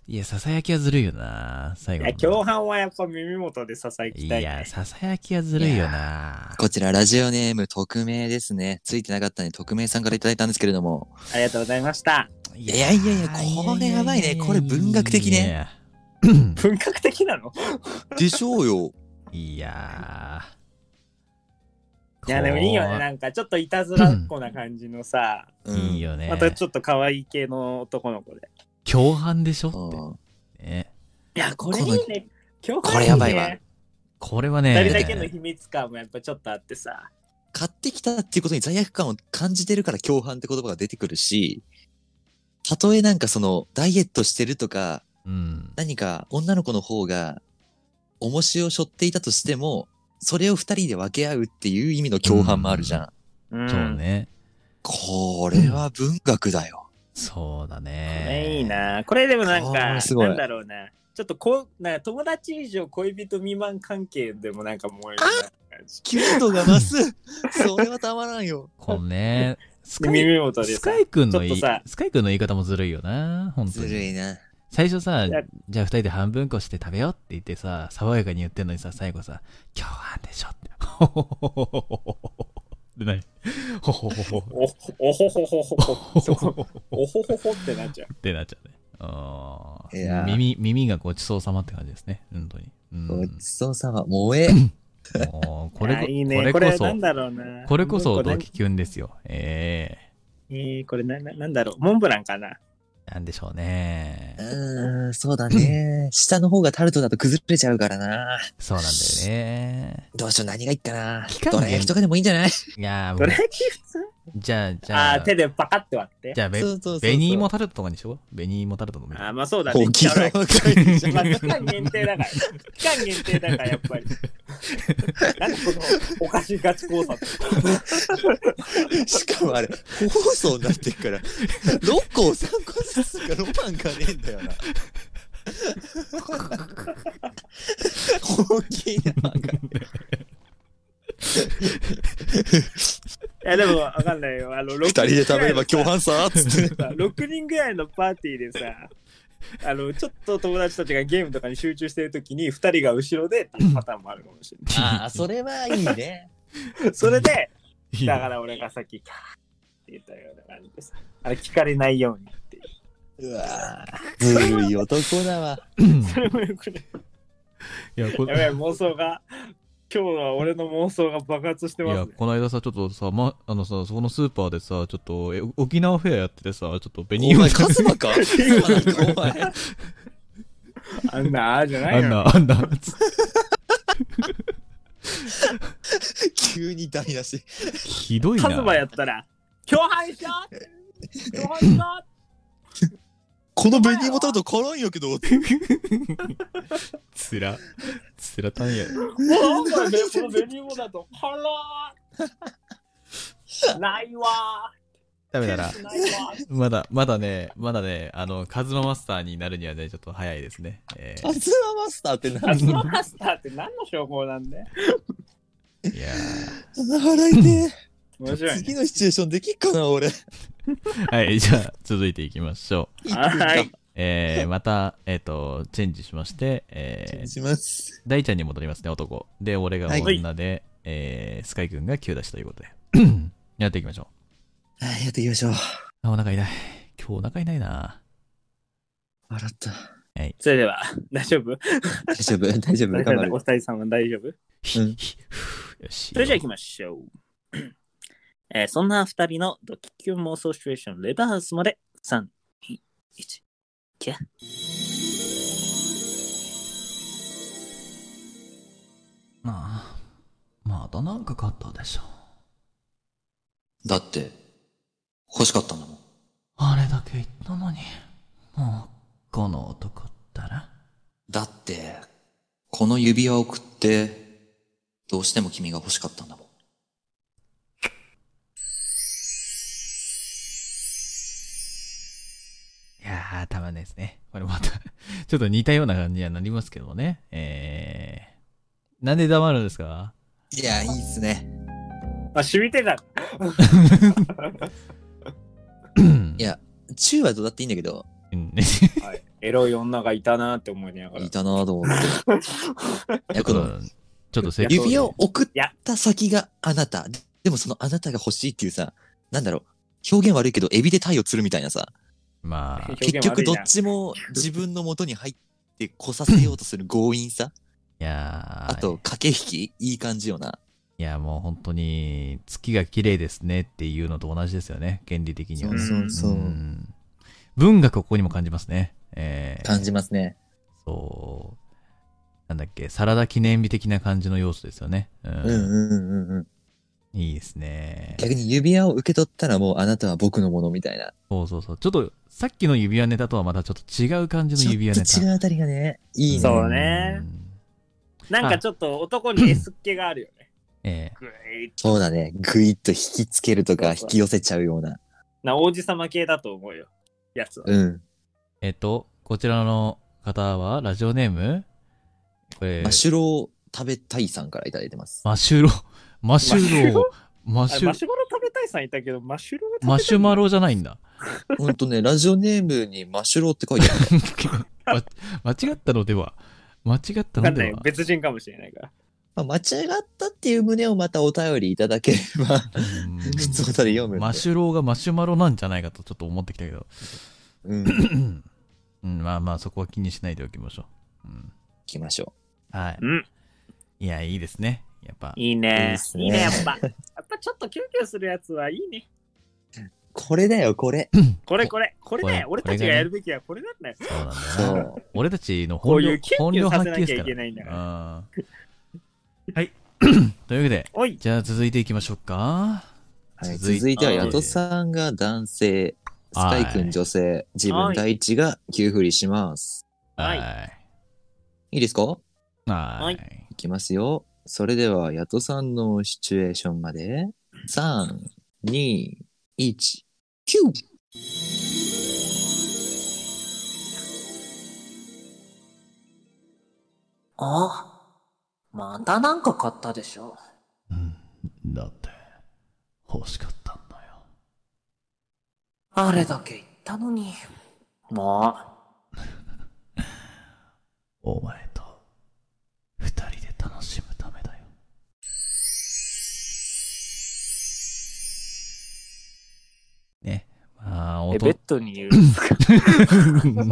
Speaker 2: いや、ささやきはずるいよな。最後
Speaker 3: や
Speaker 2: の。
Speaker 3: 共犯はやっぱ耳元で支えき
Speaker 2: い
Speaker 3: たい、
Speaker 2: や、
Speaker 3: ね。
Speaker 2: ささやきはずるいよな。
Speaker 4: こちらラジオネーム匿名ですね。ついてなかったね。匿名さんからいただいたんですけれども。
Speaker 3: ありがとうございました。
Speaker 2: い
Speaker 4: やいやいやこれやばいねこれ文学的ね。
Speaker 3: 文学的なの
Speaker 4: でしょうよ。
Speaker 2: いやー。
Speaker 3: いや、でもいいよね。
Speaker 2: こ
Speaker 3: なんかちょっといたずらっ子な感じのさ、
Speaker 4: う
Speaker 2: う。
Speaker 4: ん
Speaker 2: いい。よね
Speaker 3: ま。たちょっと可愛い系の男の子で。
Speaker 2: 共犯でし
Speaker 4: う
Speaker 2: ょ
Speaker 4: ん
Speaker 2: って。ね。
Speaker 3: いや、これいいね。共犯
Speaker 4: これやばいわ
Speaker 2: これは
Speaker 3: 二
Speaker 2: ね。
Speaker 3: 人だけの秘密感もやっぱちょっとあってさ。
Speaker 4: 買ってきたっていうことに罪悪感を感じてるから共犯って言葉が出てくるし、たとえなんかそのダイエットしてるとか、
Speaker 2: うん。
Speaker 4: 何か女の子の方が重しを背負っていたとしても、それを二人で分け合うっていう意味の共犯もあるじゃん。
Speaker 3: うん
Speaker 2: そう。ね。
Speaker 4: これは文学だよ。
Speaker 2: そうだ
Speaker 3: こ
Speaker 2: ね。
Speaker 3: れいい。な。これでもなん
Speaker 4: こ
Speaker 3: か、
Speaker 4: れすごい
Speaker 3: なんだろうな。ちょっとこう、なんか友達以上恋人未満関係でもなんか燃えるな感じ。
Speaker 4: キュートが増す。それはたまらんよ。
Speaker 2: このね。スカイ
Speaker 3: 耳元 で
Speaker 2: ス
Speaker 3: さ
Speaker 2: カ。イ君のい
Speaker 3: ちょっとさ
Speaker 2: スカイ君の言い方もずるいよな、本当
Speaker 4: ずる
Speaker 2: に。
Speaker 4: いな。
Speaker 2: 最初さ
Speaker 3: いや、
Speaker 2: じゃあ二人で半分こして食べようって言ってさ、爽やかに言ってんのにさ、最後さ、今日はでしょって。ほほほほほほほほで何ほほほほ
Speaker 3: おおほほほほほ。そ
Speaker 2: ほほ
Speaker 3: こ
Speaker 2: ほ
Speaker 3: おほほほってなっちゃう。
Speaker 2: ってなっちゃうね。
Speaker 4: いうや
Speaker 2: ん
Speaker 4: ー
Speaker 2: 耳、耳がごちそうさまって感じですね、本当に。うん
Speaker 4: ごちそうさま。萌え。
Speaker 2: もうこれ
Speaker 3: あ
Speaker 2: こ
Speaker 3: いいね。
Speaker 2: こ
Speaker 3: こ
Speaker 2: れこ
Speaker 3: れなん
Speaker 2: そ、
Speaker 3: だろうな。
Speaker 2: これこそ、
Speaker 3: これ
Speaker 2: ドキキュンですよ。え
Speaker 3: えー、これなななんだろう。モンブランかな。
Speaker 2: えなんでしょうね。
Speaker 4: うーん、そうだ ね。下の方がタルトだと崩れちゃうからな。
Speaker 2: そうなんだよね。
Speaker 4: どうしよう、何がいいかな
Speaker 2: 期。間限
Speaker 4: どら焼きとかでもいいんじゃない
Speaker 2: いやーも
Speaker 3: ど
Speaker 2: う
Speaker 3: ら、焼き普通
Speaker 2: じゃあ、じゃ
Speaker 3: あ
Speaker 2: あ
Speaker 3: あ、ー、手でパカって割って。
Speaker 2: じゃあ、べ
Speaker 4: そうそうそうそう
Speaker 2: 紅芋タルトとかにしよう。紅芋タルトの
Speaker 3: あーまあそうだね。
Speaker 4: 沖縄
Speaker 3: まあ
Speaker 4: 会じゃん
Speaker 3: 期間限定だから。期間限定だから、やっ ぱり。なんでこのおかしいガチ考察。
Speaker 4: しかもあれ、個包装になってるから、6個を3個ずつがロマンがねえんだよ な。大きいな。 なんか
Speaker 3: いや、でもわかんないよ。あの、6
Speaker 4: 二人で食べれば共犯さ、 つって。
Speaker 3: 6人ぐらいのパーティーでさ、あの、ちょっと友達たちがゲームとかに集中してるときに、2人が後ろでっていうパターンもあるかもしれな
Speaker 4: ああ、それはいいね。
Speaker 3: い。それで、
Speaker 2: い
Speaker 3: だから俺がさっき、キャーって言ったような感じでさ、あれ聞かれないようにっ ていう。
Speaker 4: うわーずるい男だわ。
Speaker 3: それもよくない。
Speaker 2: いやこ
Speaker 3: やばい、妄想が、今日は俺の妄想が爆発して
Speaker 2: い
Speaker 3: ま
Speaker 2: や
Speaker 3: すね。
Speaker 2: この間さちょっとさ、ま、あのさそこのスーパーでさちょっとえ沖縄フェアやっててさちょっと紅
Speaker 4: お
Speaker 2: 芋
Speaker 4: 前、カズマかお前。
Speaker 3: あんな、ああじゃな
Speaker 2: あ
Speaker 3: い
Speaker 2: ん
Speaker 3: よ。
Speaker 2: なあんなつって
Speaker 4: 急に台無し。
Speaker 2: ひどいな
Speaker 3: カズマやったら、共犯しよう共犯しよ う
Speaker 4: この紅芋タルト辛いんやけど。
Speaker 2: つらつらたんや
Speaker 3: もうなんかね、この紅芋だと、ハローないわ
Speaker 2: ダメだな
Speaker 3: ーないわー
Speaker 2: まだまだねまだねあのカズママスターになるにはねちょっと早いですね、え
Speaker 4: カズママスターって
Speaker 3: カ
Speaker 4: 何
Speaker 3: ズママスターって何の称号なんだよ
Speaker 2: ー、いや
Speaker 4: 払いて
Speaker 3: 面白
Speaker 4: え。
Speaker 3: い、ね。
Speaker 4: 次のシチュエーションできっかな、俺。
Speaker 2: ーはいじゃあ続いていきましょう
Speaker 3: はい。
Speaker 2: えー、また、えっ、と、チェンジしまして、えー、
Speaker 4: します。
Speaker 2: 大ちゃんに戻りますね、男。で、俺が女で、えー、スカイ君が9出しというこ とで。やっていきましょ
Speaker 4: はい、やっていきましょう。
Speaker 2: う。あ、お腹痛い。今日お腹痛いな。
Speaker 4: 笑った。
Speaker 3: それでは、大丈夫
Speaker 4: 大丈 夫、大丈夫、頑張る
Speaker 3: お。二人さんは大丈夫
Speaker 4: うん
Speaker 2: よし。
Speaker 3: それじゃあ行きましょう。えーそんな二人のドキキュン妄想シチュエーションレバースまで3、2、1。キャ
Speaker 1: なあ、またなんか買ったでしょ。
Speaker 4: だって、欲しかったんだもん。
Speaker 1: あれだけ言ったのに、もう、この男ったら。
Speaker 4: だって、この指輪を送って、どうしても君が欲しかったんだもん。
Speaker 2: いやー、たま んないですね。これまた、ちょっと似たような感じにはなりますけどもね。えなんで黙るんですか
Speaker 4: いや、いいっすね。
Speaker 3: あ、染みてた。
Speaker 4: いや、チューはどうだっていいんだけど、
Speaker 2: うん
Speaker 3: はい、エロい女がいたなって思いなが ら
Speaker 4: い。たなぁと思 って。いや、この、
Speaker 2: ちょっとせっ
Speaker 4: 指を送った先があなた。でもそのあなたが欲しいっていうさ、なんだろう、表現悪いけど、エビで鯛を釣るみたいなさ、
Speaker 2: まあ、
Speaker 3: 表
Speaker 4: 結
Speaker 3: 現悪
Speaker 4: 局
Speaker 3: い
Speaker 4: ど
Speaker 3: な
Speaker 4: っちも自分の元に入ってこさせようとす る強引さ、
Speaker 2: いやー
Speaker 4: あと駆け引き、いい感じよな。
Speaker 2: いやもう本当に月が綺麗ですねっていうのと同じですよね原理的にはね
Speaker 3: そう
Speaker 2: う、ん文学をここにも感じますねえー
Speaker 4: 感じますね。
Speaker 2: そうなんだっけサラダ記念日的な感じの要素ですよねうん、
Speaker 4: うんうんうんうん。
Speaker 2: いいですね
Speaker 4: 逆に指輪を受け取ったらもうあなたは僕のものみたいな。
Speaker 2: そうそうそうちょっとさっきの指輪ネタとはまたちょっと違う感じ
Speaker 4: ち
Speaker 2: の
Speaker 4: ょ
Speaker 2: 指輪ネ
Speaker 4: っ
Speaker 2: タ
Speaker 4: と違うあたりがね、いいね。
Speaker 3: そうね
Speaker 2: ん
Speaker 3: なんかちょっと男に S っ気があるよね。
Speaker 2: え
Speaker 3: グイッ
Speaker 4: そうだね。ぐいっと引きつけるとか
Speaker 3: そうそう
Speaker 4: 引き寄せちゃうような。
Speaker 3: な王子様系だと思うよ。やつは。
Speaker 4: うん。
Speaker 2: ーえっとこちらの方はラジオネームこれ
Speaker 4: マシュロー食べたいさんからいただいてます。
Speaker 2: マシュロマシュロマ
Speaker 3: あ
Speaker 2: シ
Speaker 3: れマ
Speaker 2: ュ
Speaker 3: シュマロ食べたいさんいたけど、マシュロが食べたい
Speaker 2: マシュマロじゃないんだ
Speaker 4: ほんとね、ラジオネームにマシュローって書いてある。
Speaker 2: ま間違ったのでは間違った
Speaker 3: わ
Speaker 2: の
Speaker 3: かんない
Speaker 2: で
Speaker 3: よ
Speaker 2: は。
Speaker 3: 別人かもしれないから。
Speaker 4: まあ、間違ったっていう旨をまたお便りいただければ、
Speaker 2: うん
Speaker 4: 普通ので読むんで。
Speaker 2: マシュローがマシュマロなんじゃないかとちょっと思ってきたけど、
Speaker 4: うん。
Speaker 2: うん、まあまあそこは気にしないでおきましょう。うん、
Speaker 4: 行きましょ
Speaker 2: はい。
Speaker 3: うん
Speaker 2: いや、いいですね。やっぱ。
Speaker 3: いい
Speaker 4: いい
Speaker 3: ね
Speaker 4: っ。すね
Speaker 3: いいね、やっぱ。やっぱちょっとキュンキュンするやつはいいね。
Speaker 4: う。これだよ、これ。
Speaker 3: これこれ、これだよ。
Speaker 2: これ
Speaker 3: 俺
Speaker 2: これ
Speaker 3: た
Speaker 2: が
Speaker 3: ち
Speaker 2: ね
Speaker 3: がやるべきはこれなんだよ。
Speaker 2: そうなんだよな。
Speaker 4: そ
Speaker 2: 俺たちの
Speaker 3: こ
Speaker 2: 本
Speaker 3: うい
Speaker 2: 領
Speaker 3: うキュン
Speaker 2: 本
Speaker 3: キュ
Speaker 2: 領
Speaker 3: ンさ
Speaker 2: 発
Speaker 3: せな
Speaker 2: 揮
Speaker 3: きゃいけ
Speaker 2: で
Speaker 3: ないん
Speaker 2: す
Speaker 3: だ
Speaker 2: か
Speaker 3: から。
Speaker 2: ら。うんはい。 というわけで、
Speaker 3: おい、
Speaker 2: じゃあ続いていきましょうか。
Speaker 4: う。は い、
Speaker 2: 続い
Speaker 4: 続いては、
Speaker 3: あー
Speaker 4: ヤトさんが男性、スカイくん女性、自
Speaker 3: は
Speaker 4: 分
Speaker 3: い
Speaker 4: 第一が急振りします。
Speaker 3: はい
Speaker 4: いいですか
Speaker 2: はい。。
Speaker 3: はい
Speaker 4: いきますよ。それでは、ヤトさんのシチュエーションまで、3、2、1、キュー
Speaker 6: あまたなんか買ったでしょ。
Speaker 1: うんだって欲しかったんだよ
Speaker 6: あれだけ言ったのに。も
Speaker 1: お前と二人で楽しむためだよ
Speaker 2: ね。まあ、
Speaker 3: え、
Speaker 2: 音
Speaker 3: ベッドに 言うんで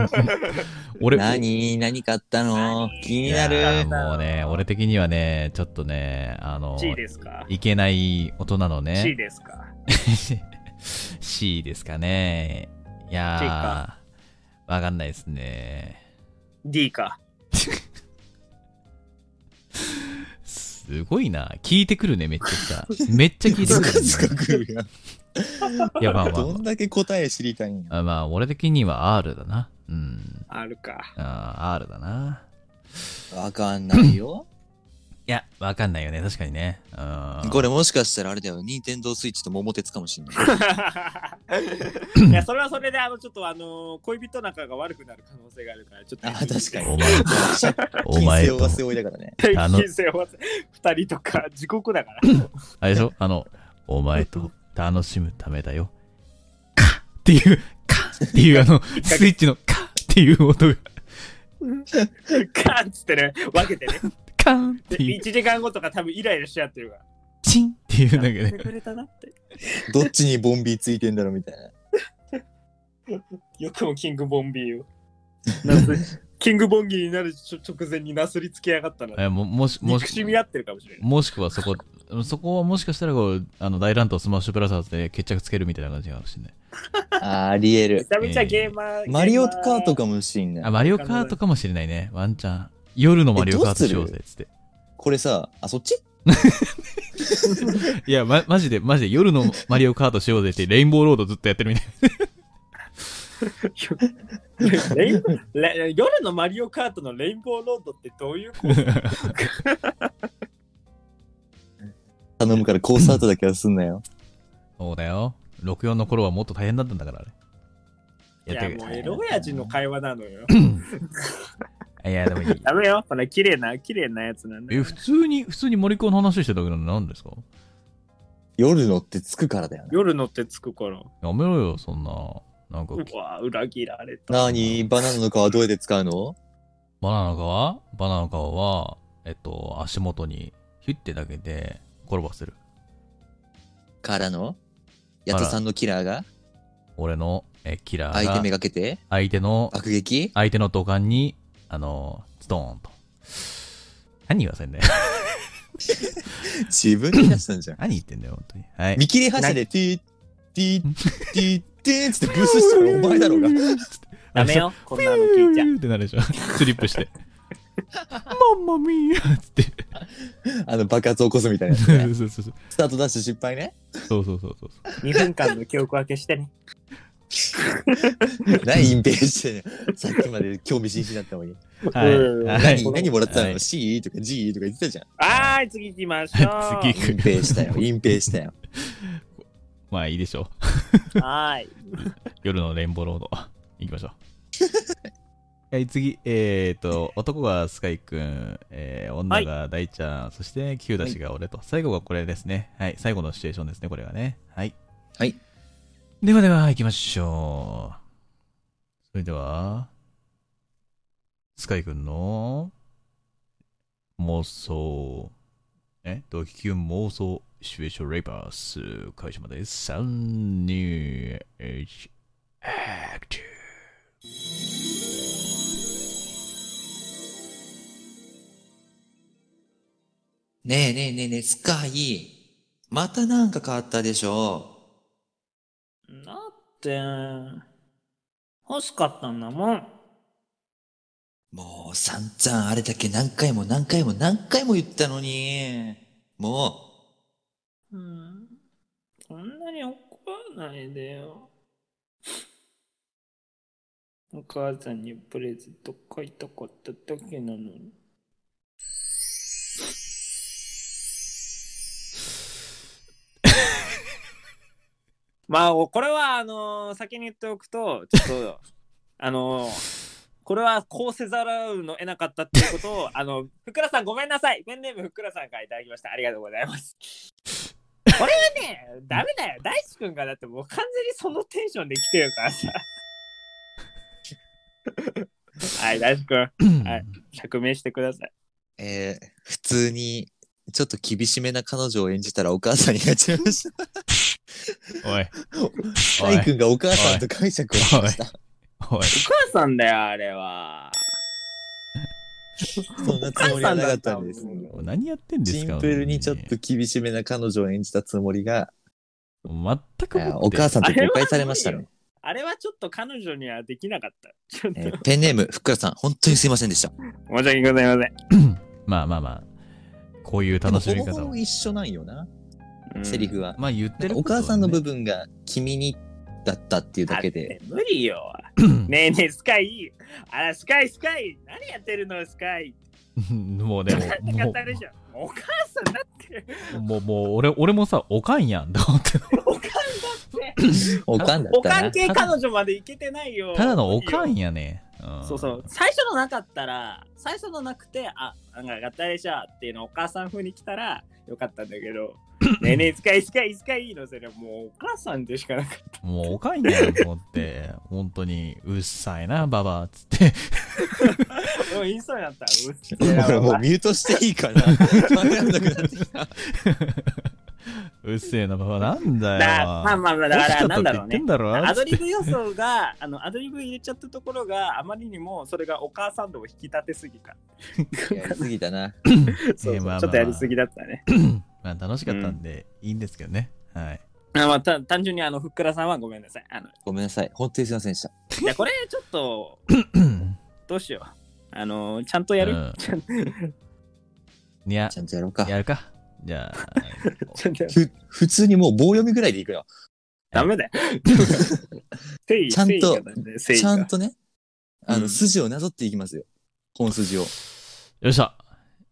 Speaker 3: すか
Speaker 2: 俺、
Speaker 4: 何何買ったの気にない
Speaker 2: やー
Speaker 4: る。
Speaker 2: もうね、俺的にはね、ちょっとね、あの、
Speaker 3: ?C ですか
Speaker 2: いけない大人の
Speaker 3: ?C
Speaker 2: ね、
Speaker 3: ですか
Speaker 2: C ですかね。いや
Speaker 3: C
Speaker 2: ー、
Speaker 3: か
Speaker 2: わかんないですね。
Speaker 3: ?D か
Speaker 2: すごいな。聞いてくるね、めっちゃさ。めっちゃ聞いて
Speaker 4: つ
Speaker 2: く
Speaker 4: くつ
Speaker 2: る、
Speaker 4: く
Speaker 2: ね。
Speaker 4: グーが。
Speaker 2: いや、まあま
Speaker 4: どんだけ答え知りたいんや。
Speaker 2: あ。あまあ、俺的には R だな。うん。
Speaker 3: ?R か。
Speaker 2: あー R だな。
Speaker 4: わかんないよ。
Speaker 2: いや、わかんないよね、確かにね。うん。
Speaker 4: これもしかしたらあれだよ。任天堂スイッチと桃鉄かもしんない。
Speaker 3: いや、それはそれで、あの、ちょっと、あの、恋人仲が悪くなる可能性があるから、ちょっと。
Speaker 4: あ、確か
Speaker 2: お前、お
Speaker 4: に。
Speaker 2: 前
Speaker 4: 金星は
Speaker 2: と
Speaker 4: 背負いだからね。
Speaker 2: あ
Speaker 3: に。
Speaker 2: の
Speaker 3: 人生を二人とか、地獄だから。
Speaker 2: あれでしょあの、お前と楽しむためだよ。カッっていう、カッっていうあの、スイッチのカッっていう音が、
Speaker 3: カーンっつってね、分けてね。
Speaker 2: カーンっ
Speaker 3: で、
Speaker 2: ていう
Speaker 3: 1、時間後とか多分イライラしちゃってるから。
Speaker 2: チンっていう なん
Speaker 3: やっ
Speaker 2: か
Speaker 3: て
Speaker 2: ね、
Speaker 3: くれたなって。
Speaker 4: どっちにボンビーついてんだろうみたいな。
Speaker 3: よくもキングボンビーを。なすキングボンギーになる直前になすりつけやがったな。
Speaker 2: えももし、も
Speaker 3: 憎しみ
Speaker 2: し、
Speaker 3: 合ってるかもしれない。
Speaker 2: もしくはそこ、 そこはもしかしたらこう、あの、大乱闘スマッシュブラザーズで決着つけるみたいな感じかもしれない。
Speaker 4: あ、ありえ
Speaker 3: め
Speaker 4: る。
Speaker 3: ちゃめちゃゲーマー。
Speaker 4: マリオカート
Speaker 3: か。
Speaker 4: かもしん
Speaker 2: あ、
Speaker 4: ない。
Speaker 2: マリオカートかもしれないね、ワンチャン。夜のマリオカートしようぜ、つって。
Speaker 4: これさ、あ、そっち
Speaker 2: いや、ま、マジで、マジで、夜のマリオカートしようぜって、レインボーロードずっとやってるみたいな。
Speaker 3: レインレ夜のマリオカートのレインボーロードってどういう構成
Speaker 4: 頼むからコースアウトだけはすんなよ。
Speaker 2: そうだよ。64の頃はもっと大変だったんだから、あれ。
Speaker 3: いや、
Speaker 2: って
Speaker 3: もうエロ親父の会話なのよ。
Speaker 7: いや、でもい い。
Speaker 3: ダメよ。ほら、綺麗な、綺麗なやつなんだ
Speaker 2: え、
Speaker 3: よ。
Speaker 2: 普通に、普通に森君の話してたけど、何ですか
Speaker 4: 夜乗って着くからだよね。
Speaker 3: 夜乗って着くから。
Speaker 2: やめろよ、そんな。なんか、
Speaker 3: うわ、裏切られた。
Speaker 4: なあに、バナナの皮どうやって使うの
Speaker 2: バナナの皮バナナの皮は、えっと、足元にヒュッてだけで転ばせる。
Speaker 4: からのヤトさんのキラーが
Speaker 2: 俺のえキラー
Speaker 4: 相手め
Speaker 2: が
Speaker 4: がけて
Speaker 2: 相手の、
Speaker 4: 爆撃
Speaker 2: 相手の土管に、あの、ストーンと。何言わせんだよ。
Speaker 4: 自分で出したんじゃん。
Speaker 2: 何言ってんだよ、本当に。はい。
Speaker 4: 見切り発車で、ティー、ティー、ティー、ティーっつってブースしてるお前だろ うが。
Speaker 3: ダメよ。こんなの聞いちゃ。
Speaker 2: ってなるでしょ。 スリップして。マンマミーっつって。
Speaker 4: あの爆発起こすみたいなやつ
Speaker 2: そ
Speaker 4: ね。
Speaker 2: う そうそうそう。
Speaker 4: スタートダッシュ失敗ね。
Speaker 2: そうそうそうそう。
Speaker 3: 2分間の記憶分けしてね。
Speaker 4: 何隠蔽してんのさっきまで興味津々だったのに。
Speaker 2: はいは
Speaker 4: 何、何もらってた
Speaker 2: は
Speaker 4: の
Speaker 2: い
Speaker 4: ?C? とか G? とか言ってたじゃん。
Speaker 3: はーい、次行きましょう。
Speaker 2: 次
Speaker 4: 隠蔽したよ。隠蔽したよ。
Speaker 2: まあいいでしょう。
Speaker 3: はーい。
Speaker 2: 夜のレインボーロード。 行きましょう。はい、次。えっ、ー、と、男がスカイくん、えー、女が大ちゃん、そして、キューダシが俺と、最後がこれですね。はい、最後のシチュエーションですね、これがね。はい。
Speaker 4: はい。
Speaker 2: ではでは、行きましょう。それでは、スカイくんの、妄想、え、ドキキュン妄想、シチュエーションレイバース、開始まで3、2、1、アクティ
Speaker 8: ねえねえねえねえ、スカイ。またなんか変わったでしょ。
Speaker 9: だって、欲しかったんだもん。
Speaker 8: もう散々あれだけ何回も何回も何回も言ったのに。も
Speaker 9: うん。そんなに怒らないでよ。お母さんにプレゼント買いたかっただけなのに。
Speaker 3: まあ、おこれは、あのー先に言っておくと、ちょっと、 あのーこれはこうせざるを得なかったっていうことを、あの、ふっくらさんごめんなさい。ペンネームふっくらさんからいただきました。ありがとうございます。これはね、ダメだよ。大地君がだってもう完全にそのテンションで来てるからさ。 はい、大地君、
Speaker 2: ー。
Speaker 3: はい釈明してください。
Speaker 4: えー、普通に、ちょっと厳しめな彼女を演じたらお母さんになっちゃいました。
Speaker 2: おい、
Speaker 4: サイ君がお母さんと解釈をしました。
Speaker 2: おい、
Speaker 3: お母さんだよ、あれは。
Speaker 4: そんなつもりはなかったんです。
Speaker 2: 何やってんです
Speaker 4: シ
Speaker 2: か
Speaker 4: ンプルにちょっと厳しめな彼女を演じたつもりが、
Speaker 2: 本当に全く
Speaker 4: あー
Speaker 2: もって
Speaker 4: お母さんと誤解されましたね。
Speaker 3: あれはちょっと彼女にはできなかった。ちょっと
Speaker 4: えーペンネーム、ふっくらさん、本当にすいませんでした。
Speaker 3: 申し訳ございません。
Speaker 2: まあまあまあ、こういう楽しみ
Speaker 4: でも
Speaker 2: 方
Speaker 4: ほぼほ
Speaker 2: を
Speaker 4: ぼ。一緒なんよな、セリフは。
Speaker 2: まあ言ってる
Speaker 4: お
Speaker 2: ことはね
Speaker 4: 母さんの部分が君にだったっていうだけで、
Speaker 3: 無理よ。ねえねえ、スカイ。あら、スカイ、スカイ。何やってるの、スカイ。
Speaker 2: もうでも
Speaker 3: って
Speaker 2: も
Speaker 3: 方でしょ。もうお母さんだって。
Speaker 2: う、もう、もう、俺、俺もさ、おかんやん、と思 って。
Speaker 3: おかんだって。
Speaker 4: おかんだ
Speaker 3: お
Speaker 4: った
Speaker 3: か。
Speaker 4: なん
Speaker 3: 系彼女までいけてないよ。
Speaker 2: ただのおかん
Speaker 3: 無理よ。
Speaker 2: やね。ん
Speaker 3: そうそう。。最初のなかったら、最初のなくて、あ、なんか合体でしょっていうのをお母さん風に来たらよかったんだけ ど。ねえねえ、スカイ、スカイ、スカイのせりゃもうお母さんでしかなかった。
Speaker 2: もうおかんやん、と思って、本当に、うっさいな、ばば、つって。
Speaker 3: もう言いそうに なった。うっせえな
Speaker 4: ほらもうミュートしてい いかな。わかん なくなってきた。
Speaker 2: うっせえな、ばば、なんだよ。
Speaker 3: だまあまあまあ、だからなんだろうね
Speaker 2: ん。だろ
Speaker 3: アドリブ予想が、あの、アドリブ入れちゃったところがあまりにもそれがお母さん度を引き立てすぎた。
Speaker 4: やりすぎたな。
Speaker 3: そうそう
Speaker 2: えーまあまあまあ
Speaker 3: ちょっとやりすぎだったね。
Speaker 2: まあ楽しかったんで、いいんですけどね。はい。
Speaker 3: あまあ、た単純にあの、ふっくらさんはごめんなさい。あの、
Speaker 4: ごめんなさい。本当にすいませんでした。
Speaker 3: じゃあこれちょっと、どうしよう。あの、ちゃん とやる、
Speaker 2: うん
Speaker 3: ちゃん
Speaker 2: いや
Speaker 4: ち、ゃんとやろうか。
Speaker 2: やるか。じゃあ、
Speaker 3: ちゃんとやる
Speaker 4: ふ普通にもう棒読みぐらいでいくよ。
Speaker 3: ダメだ よ。ち
Speaker 4: ちゃんと、
Speaker 3: ち
Speaker 4: ちゃん。とね、あ
Speaker 3: う
Speaker 4: の、
Speaker 3: ん
Speaker 4: 筋をなぞっていきますよ。本筋を。
Speaker 2: よっしゃ。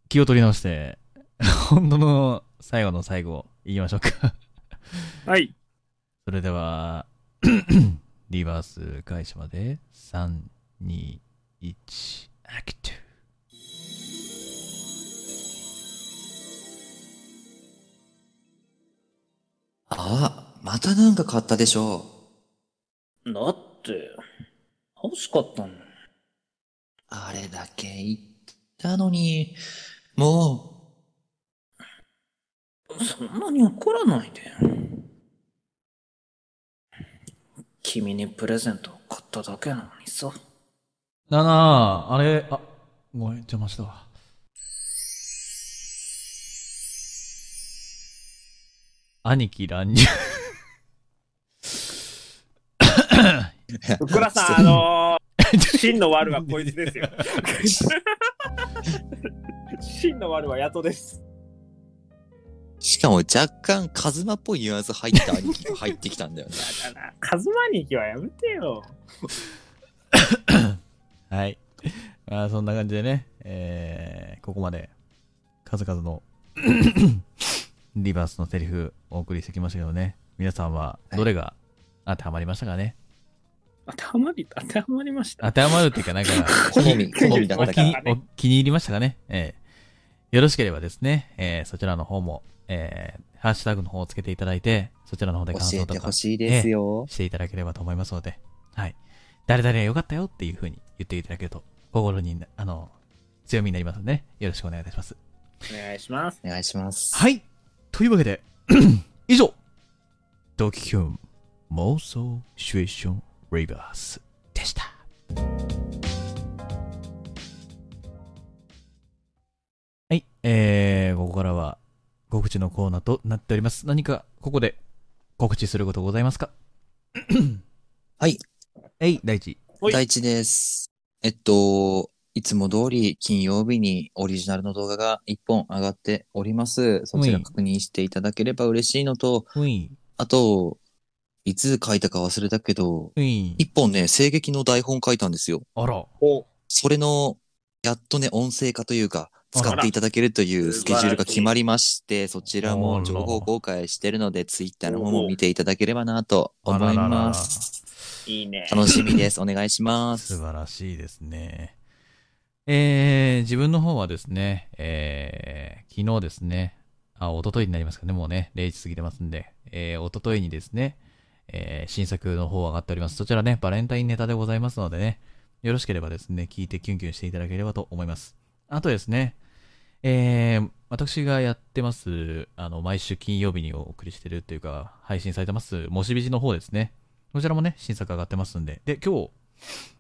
Speaker 2: 気を取り直して、 本当の最後の最後、いきましょうか。
Speaker 3: はい。
Speaker 2: それでは、リバース開始まで、3、2、1、
Speaker 10: アクトゥ
Speaker 11: あ、またなんか買ったでしょ。
Speaker 6: だって、欲しかったの。
Speaker 11: あれだけ言ったのに、も
Speaker 6: そんなに怒らないで。君にプレゼントを買っただけなのにさ。
Speaker 2: ななあ、あれ、あ、ごめん、邪魔したわ。
Speaker 12: 兄貴乱入。
Speaker 3: ふくらさん、あのー、真の悪はこいつですよ。真の悪はヤトです。
Speaker 4: しかも若干カズマっぽいニュアンス入った兄貴 が入ってきたんだよね。
Speaker 3: だな、カズマニキはやめてよ。
Speaker 2: はい。まあ、そんな感じでね、えー、ここまで、数々の リバースのセリフお送りしてきましたけどね、皆さんはどれが当てはまりましたかね、
Speaker 3: 当てはまり、当てはまりました。
Speaker 12: 当てはまるっていうか、なんか、
Speaker 4: 好み、好みだっ
Speaker 12: お
Speaker 4: た
Speaker 12: 気
Speaker 4: か
Speaker 12: に
Speaker 4: ら。
Speaker 12: お気に入りましたかね、えーよろしければですね、えーそちらの方も、えーハッシュタグの方をつけていただいて、そちらの方で
Speaker 4: 教
Speaker 12: 感想
Speaker 4: え
Speaker 12: と
Speaker 4: て
Speaker 12: か
Speaker 4: ほしいですよ。
Speaker 12: していただければと思いますので、はい。誰々が良かったよっていう風に言っていただけると、心にな、あの、強みになりますのでね、よろしくお願いいたします。
Speaker 3: お願いします。
Speaker 4: お願いします。
Speaker 2: はい。というわけ で、以上、ドキュン妄想シチュエーションリバースでした。はい。えー、ここからは告知のコーナーとなっております。何かここで告知することございますか
Speaker 4: はい。
Speaker 2: はい、第一。
Speaker 3: はい
Speaker 4: 第一です。えっと、いつも通り金曜日にオリジナルの動画が1本上がっております。そちら確認していただければ嬉しいのと、
Speaker 2: ウィン、
Speaker 4: あと、いつ書いたか忘れたけど、
Speaker 2: ウィン。
Speaker 4: 1本ね、声劇の台本書いたんですよ。
Speaker 2: あら。
Speaker 4: それの、やっとね、音声化というか、
Speaker 2: あら
Speaker 4: 使っていただけるというスケジュールが決まりまして、そちら
Speaker 2: あ
Speaker 4: も
Speaker 2: ら
Speaker 4: 情報公開してるので、ツイッターの方も見ていただければなと思います。
Speaker 3: いいね。
Speaker 4: 楽しみです。お願いします
Speaker 2: 素。晴らしいですね。えー、自分の方はですね、えー、昨日ですね、あ、一昨日になりますかね、もうね、0時過ぎてますんで、えー、一昨日にですね、えー新作の方上がっております。そちらね、バレンタインネタでございますのでね、よろしければですね、聞いてキュンキュンしていただければと思います。あとですね、えー、私がやってます、あの、毎週金曜日にお送りしてるというか、配信されてます、もしびじの方ですね。こちらもね、新作上がってますんで。で、今日、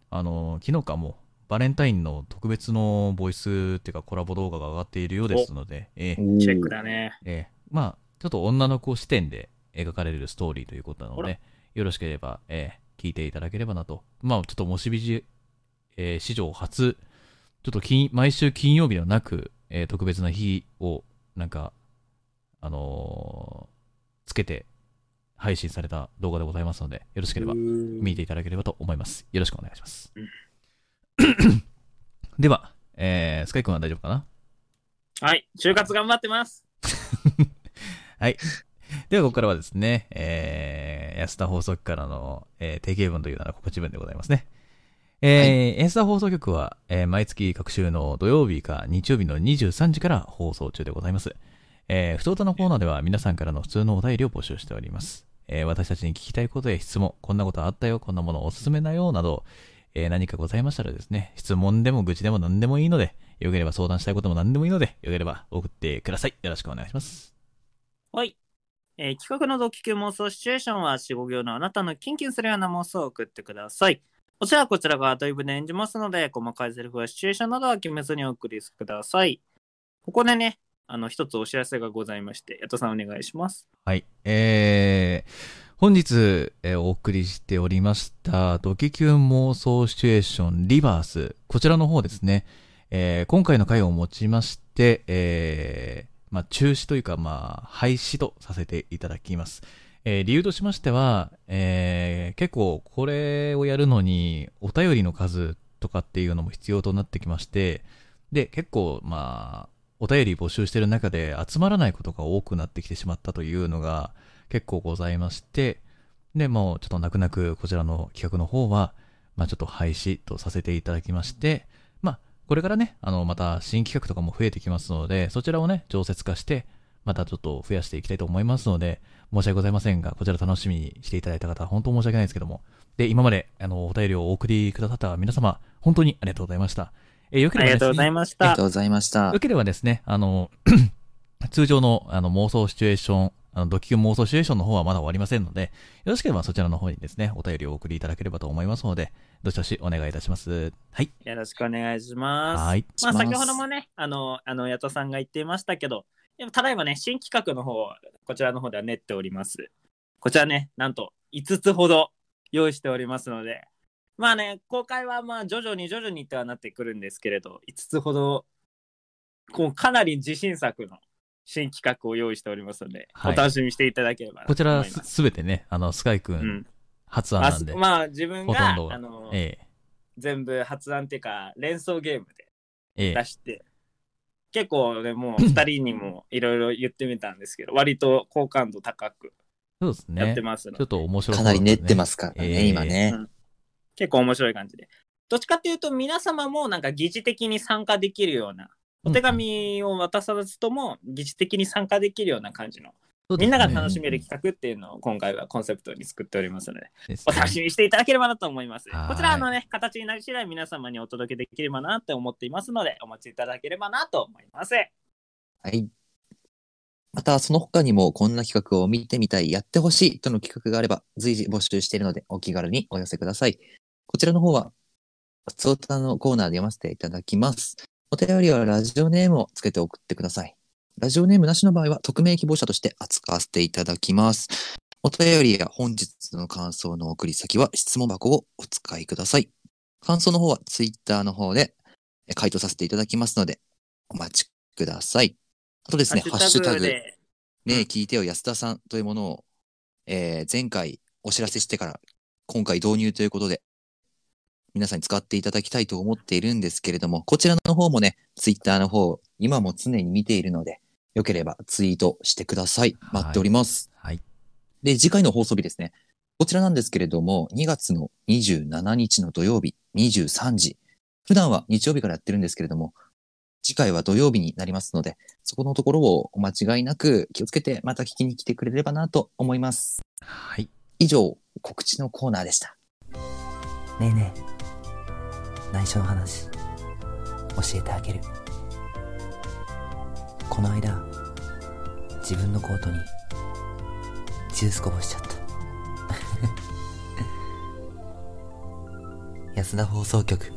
Speaker 2: あの、昨日かもう、バレンタインの特別のボイスっていうかコラボ動画が上がっているようですので、えー
Speaker 3: チェックだね。
Speaker 2: えーまあ、ちょっと女の子視点で描かれるストーリーということなの
Speaker 3: ほ
Speaker 2: で、よろしければ、えー聞いていただければなと。まあ、ちょっともしびじ、えー史上初、ちょっと金毎週金曜日ではなく、えー特別な日を、なんか、あのーつけて配信された動画でございますので、よろしければ見ていただければと思います。よろしくお願いします。 では、えースカイ君は大丈夫かな
Speaker 3: はい、就活頑張ってます。
Speaker 2: では、ここからはですね、えー、安田放送局からの、えー定型文というなら告知文でございますね。えー安田放送局は、えー毎月各週の土曜日か日曜日の23時から放送中でございます。えー、不登のコーナーでは皆さんからの普通のお便りを募集しております。えー私たちに聞きたいことや質問、こんなことあったよ、こんなものおすすめだよ、など、えー何かございましたらですね、質問でも愚痴でも何でもいいので、よければ相談したいことも何でもいいので、よければ送ってください。よろしくお願いします。
Speaker 6: はい。えー企画のドキキュン妄想シチュエーションは4、5行のあなたのキンキンするような妄想を送ってください。こちらはこちらがアドリブで演じますので、細かいセリフやシチュエーションなどは決めずにお送りください。ここでね、あの、一つお知らせがございまして、ヤトさんお願いします。
Speaker 2: はい。えー、本日、えーお送りしておりました、ドキキュン妄想シチュエーションリバース。こちらの方ですね、えー今回の回をもちまして、えーまあ、中止というか、まあ、廃止とさせていただきます。えー理由としましては、えー結構これをやるのに、お便りの数とかっていうのも必要となってきまして、で、結構、まあ、お便り募集してる中で集まらないことが多くなってきてしまったというのが結構ございまして、で、もうちょっと泣く泣くこちらの企画の方は、まあちょっと廃止とさせていただきまして、まあこれからね、あの、また新企画とかも増えてきますので、そちらをね、常設化して、またちょっと増やしていきたいと思いますので、申し訳ございませんが、こちら楽しみにしていただいた方、本当申し訳ないですけども。で、今まで、あの、お便りをお送りくださった皆様、本当にありがとうございました。えーよけ
Speaker 3: あ
Speaker 2: れ
Speaker 3: り
Speaker 2: ばです
Speaker 3: がとう
Speaker 2: ね
Speaker 3: ございまし
Speaker 4: あり
Speaker 3: た
Speaker 4: がと。うございました
Speaker 2: よ。ければですね、あの、 通常のあの妄想シチュエーション、あのドキュン妄想シチュエーションの方はまだ終わりませんので、よろしければそちらの方にですね、お便りをお送りいただければと思いますので、どしどしお願いいたします。はい。
Speaker 3: よろしくお願いします。
Speaker 2: はい。
Speaker 3: まあ、
Speaker 4: します
Speaker 3: 先ほどもね、あの、あの、矢田さんが言っていましたけど、でもただいまね、新企画の方、こちらの方では練っております。こちらね、なんと5つほど用意しておりますので、まあね、公開はまあ徐々に徐々にとはなってくるんですけれど、5つほど、こうかなり自信作の新企画を用意しておりますので、
Speaker 2: はい
Speaker 3: お楽しみにしていただければな
Speaker 2: ことち
Speaker 3: 思い
Speaker 2: ら
Speaker 3: ます
Speaker 2: す、すべてね、あの、スカイく
Speaker 3: うんん、
Speaker 2: 発案
Speaker 3: あ
Speaker 2: なんで、
Speaker 3: まあ自分
Speaker 2: ほとん
Speaker 3: が
Speaker 2: どは
Speaker 3: あの、
Speaker 2: え
Speaker 3: 全部発案っていうか連想ゲームで
Speaker 2: え、ええ
Speaker 3: 出、して、結構 ね、もう2人にもいろいろ言ってみたんですけど、割と好感度高く
Speaker 2: そうです
Speaker 3: やっ
Speaker 2: ね
Speaker 3: て。ますの
Speaker 2: ちょ
Speaker 3: で、
Speaker 2: っと面白。
Speaker 4: かなり練ってますすから
Speaker 2: え
Speaker 4: ね、
Speaker 2: え
Speaker 4: 今ね。
Speaker 3: 結構面白い感じで。どっちかっていうと、皆様もなんか疑似的に参加できるような、お手紙を渡さずとも疑似的に参加できるような感じの、みんなが楽しめる企画っていうのを今回はコンセプトに作っておりますので、
Speaker 2: みです
Speaker 3: お
Speaker 2: ね
Speaker 3: 楽しみにしていただければなと思います。
Speaker 2: はい
Speaker 3: こちらあのね、形になり次第皆様にお届けできればなって思っていますので、お待ちいただければなと思います。
Speaker 4: はい。また、その他にもこんな企画を見てみたい、やってほしいとの企画があれば随時募集しているのでお気軽にお寄せください。こちらの方は、ツオタのコーナーで読ませていただきます。お便りはラジオネームをつけて送ってください。ラジオネームなしの場合は匿名希望者として扱わせていただきます。お便りや本日の感想の送り先は質問箱をお使いください。感想の方はツイッターの方でえ回答させていただきますのでお待ちください。あとですね、ハッシュタグ。
Speaker 3: で
Speaker 4: ねえ、聞いてよ、安田さんというものを、えー前回お知らせしてから、今回導入ということで、皆さんに使っていただきたいと思っているんですけれども、こちらの方もね、ツイッターの方、今も常に見ているので、よければツイートしてください。
Speaker 2: はい
Speaker 4: 待っております。
Speaker 2: はい。
Speaker 4: で、次回の放送日ですね。こちらなんですけれども、2月の27日の土曜日、23時。普段は日曜日からやってるんですけれども、次回は土曜日になりますので、そこのところをお間違いなく気をつけてまた聞きに来てくれればなと思います。
Speaker 2: はい。
Speaker 4: 以上、告知のコーナーでした。
Speaker 6: ねえねえ内緒の話教えてあげるこの間自分のコートにジュースこぼしちゃった安田放送局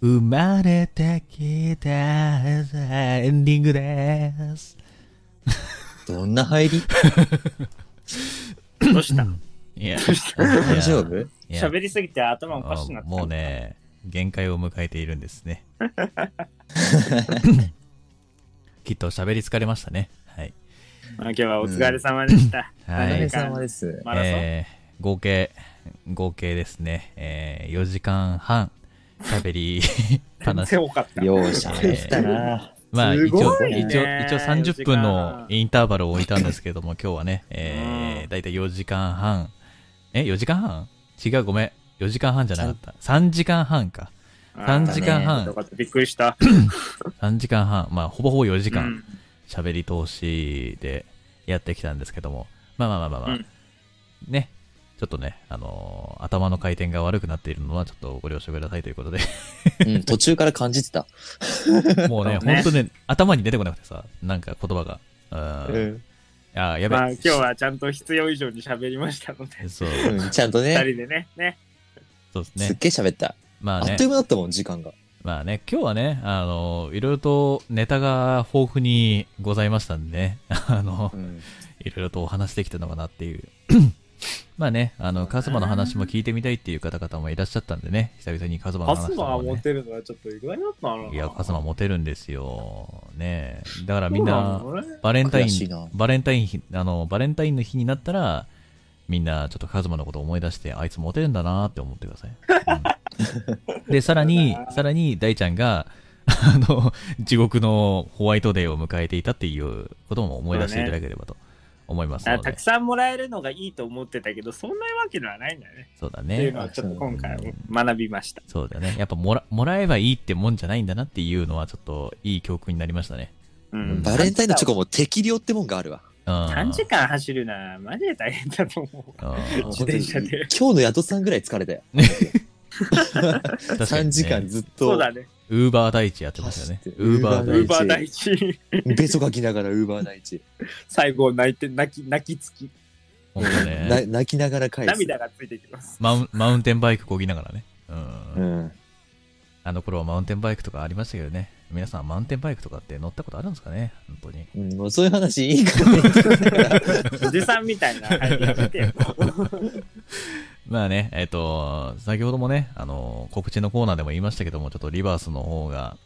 Speaker 13: 生まれてきたエンディングです。
Speaker 4: どんな入り
Speaker 3: どうした
Speaker 2: い や、
Speaker 4: 大丈夫
Speaker 2: いや
Speaker 3: 喋りすぎて頭おかしくなった。
Speaker 2: もう。ね、限界を迎えているんですね。きっと喋り疲れましたね。はい。
Speaker 3: 今日はお疲れ様でした。
Speaker 4: お
Speaker 2: は
Speaker 4: 疲
Speaker 2: い
Speaker 4: れ。様です。
Speaker 3: マラソン、
Speaker 2: えー合計、合計ですね、えー4時間半喋り っぱなし
Speaker 3: 全。然多かった。
Speaker 4: よう喋ったな。
Speaker 2: まあ、
Speaker 3: す
Speaker 2: 一応、
Speaker 3: ごいね
Speaker 2: 一応、一応30分の
Speaker 3: 4時間
Speaker 2: インターバルを置いたんですけども、今日はね、え
Speaker 3: う
Speaker 2: ー、だいたい4時間半。え、4時間半違う、ごめん。4時間半じゃなかった。3時間半か。3時間
Speaker 3: あー
Speaker 2: 半
Speaker 3: よ。かったびっくりした。
Speaker 2: 3時間半。まあ、ほぼほぼ4時
Speaker 3: う
Speaker 2: 間。
Speaker 3: ん
Speaker 2: 喋り通しでやってきたんですけども、まあまあまあまあ、まあ
Speaker 3: うん
Speaker 2: ね、ちょっとね、あのー頭の回転が悪くなっているのはちょっとご了承くださいという ことで、
Speaker 4: うん、途中から感じてた。
Speaker 2: もうね、
Speaker 3: そうね
Speaker 2: 本当ね、頭に出てこなくてさ、なんか言葉が、うん、
Speaker 4: うん
Speaker 2: あーやべ、
Speaker 3: まあ今日はちゃんと必要以上に喋りましたので、
Speaker 2: そう、
Speaker 4: うんちゃんと
Speaker 3: 二人
Speaker 4: ね、
Speaker 3: でね、ね。
Speaker 2: そうです
Speaker 4: すっ
Speaker 2: ね、
Speaker 4: げえ喋った。
Speaker 2: まあ
Speaker 4: あっ
Speaker 2: ね
Speaker 4: とい、う間だったもん、時間が。
Speaker 2: まあね、今日はね、あのーいろいろとネタが豊富にございましたんでね、あの
Speaker 4: うん
Speaker 2: いろいろとお話できたのかなっていう まあね、あの、カズマの話も聞いてみたいっていう方々もいらっしゃったんでね、久々にカズマの
Speaker 14: パ
Speaker 2: 話
Speaker 14: ス
Speaker 2: と
Speaker 14: マ
Speaker 2: か
Speaker 14: ー
Speaker 2: も
Speaker 14: 持
Speaker 2: ね。
Speaker 14: てるのはちょっと意外だったな。
Speaker 2: いや、カズマモテるんですよ。ねえだからみ
Speaker 14: そ
Speaker 2: ん
Speaker 14: う
Speaker 2: な
Speaker 14: の、ね
Speaker 2: バレンタイ
Speaker 4: 悔しいな
Speaker 2: ン、バレンタイン日、あの、バレンタインの日になったら、みんなちょっとカズマのことを思い出して、あいつモテるんだなーって思ってください。うんで、さらに、さらに大ちゃんが、あの、地獄のホワイトデーを迎えていたっていうことも思い出していただければと思いますの
Speaker 3: あ
Speaker 2: で。
Speaker 3: たくさんもらえるのがいいと思ってたけど、そんなわけではないんだよね。
Speaker 2: そうだ
Speaker 3: ってい
Speaker 2: ね
Speaker 3: うの。はちょっと今回学びました。
Speaker 2: そうだね。やっぱもら、もらえばいいってもんじゃないんだなっていうのは、ちょっといい教訓になりましたね。
Speaker 3: うん
Speaker 4: バレンタインのチョコも適量ってもんがあるわ。
Speaker 2: うん。
Speaker 3: 短時間走るな、マジで大変だと思
Speaker 2: うん
Speaker 3: う。自転車で。
Speaker 4: 今日の宿さんぐらい疲れたよ。
Speaker 2: 確かに
Speaker 4: 3
Speaker 2: ね
Speaker 4: 時間ずっ
Speaker 3: そう
Speaker 4: と
Speaker 3: だね。
Speaker 2: ウーバー第一やってましたよね
Speaker 4: 走っ。て
Speaker 2: ウーバー
Speaker 4: ウ
Speaker 2: 第
Speaker 4: ーバ
Speaker 3: ウ
Speaker 2: 一
Speaker 4: 第
Speaker 3: ー
Speaker 4: 一
Speaker 3: バー第一。
Speaker 4: ベソかきながらウーバー第一。
Speaker 3: 最後泣いて、泣き、泣きつき。
Speaker 2: 本当
Speaker 4: な
Speaker 2: ね。
Speaker 4: 泣きながら帰す。
Speaker 3: 涙がついてきます。
Speaker 2: マウンマウンテンバイクこぎながらね。う。
Speaker 4: うんん。
Speaker 2: あの頃はマウンテンバイクとかありましたけどね。皆さんマウンテンバイクとかって乗ったことあるんですかね本当に。
Speaker 4: うんもうそういう話いいから。
Speaker 3: おじさんみたいな入りやめてよ。
Speaker 2: まあね、えっ、と、先ほどもね、あの、告知のコーナーでも言いましたけども、ちょっとリバースの方が、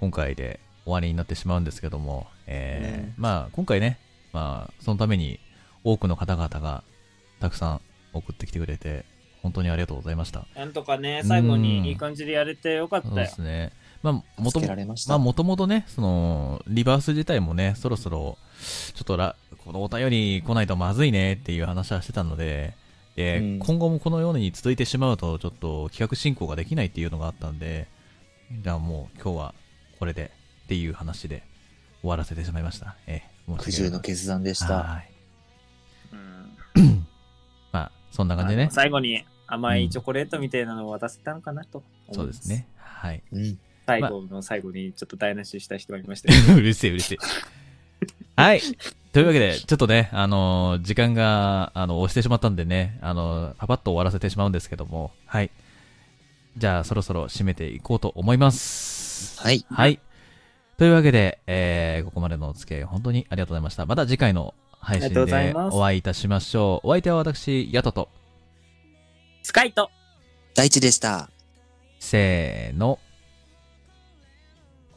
Speaker 2: 今回で終わりになってしまうんですけども、えーまあ、今回ね、まあ、そのために、多くの方々が、たくさん送ってきてくれて、本当にありがとうございました。
Speaker 3: なんとかね、最後
Speaker 2: うん
Speaker 3: にいい感じでやれてよかっ
Speaker 2: そう
Speaker 3: た
Speaker 2: で
Speaker 3: よ。
Speaker 2: すね。まあ、もと
Speaker 4: 助け
Speaker 2: も
Speaker 4: られまし
Speaker 2: まあ
Speaker 4: た。
Speaker 2: もともとね、その、リバース自体もね、そろそろ、ちょっとら、このお便り来ないとまずいねっていう話はしてたので、で、
Speaker 4: うん
Speaker 2: 今後もこのように続いてしまうと、ちょっと企画進行ができないっていうのがあったんで、じゃあもう今日はこれでっていう話で終わらせてしまいました。ええ、
Speaker 4: 苦渋の決断でし
Speaker 2: 断
Speaker 4: た。
Speaker 2: はい。
Speaker 3: うん
Speaker 2: まあ、そんな感じでね。
Speaker 3: 最後に甘いチョコレートみたいなのを渡せたのかなと。
Speaker 2: そうです。ね。はい。
Speaker 4: うん。
Speaker 3: 最後の最後にちょっと台無しした人がいましたけ ど
Speaker 2: うるせえ、うるせえ。はい。というわけで、ちょっとね、あのー時間が、あの、押してしまったんでね、あのーパパッと終わらせてしまうんですけども、はい。じゃあ、そろそろ締めていこうと思います。
Speaker 4: はい。
Speaker 2: はい。というわけで、えーここまでのお付き合い、本当にありがとうございました。また次回の配信
Speaker 3: ありがとうござ
Speaker 2: で
Speaker 3: います
Speaker 2: お会いいたしましょう。お相手は私、ヤトと、
Speaker 3: スカイト
Speaker 4: 第一でした。
Speaker 2: せーの、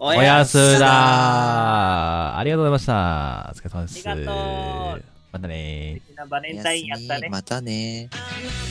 Speaker 3: お
Speaker 2: おやすだありがとうございました。お疲れ様です。
Speaker 3: ありがとう
Speaker 2: またねー。
Speaker 3: みんなバレンタインやったね。
Speaker 4: おやすみまたね。
Speaker 15: 「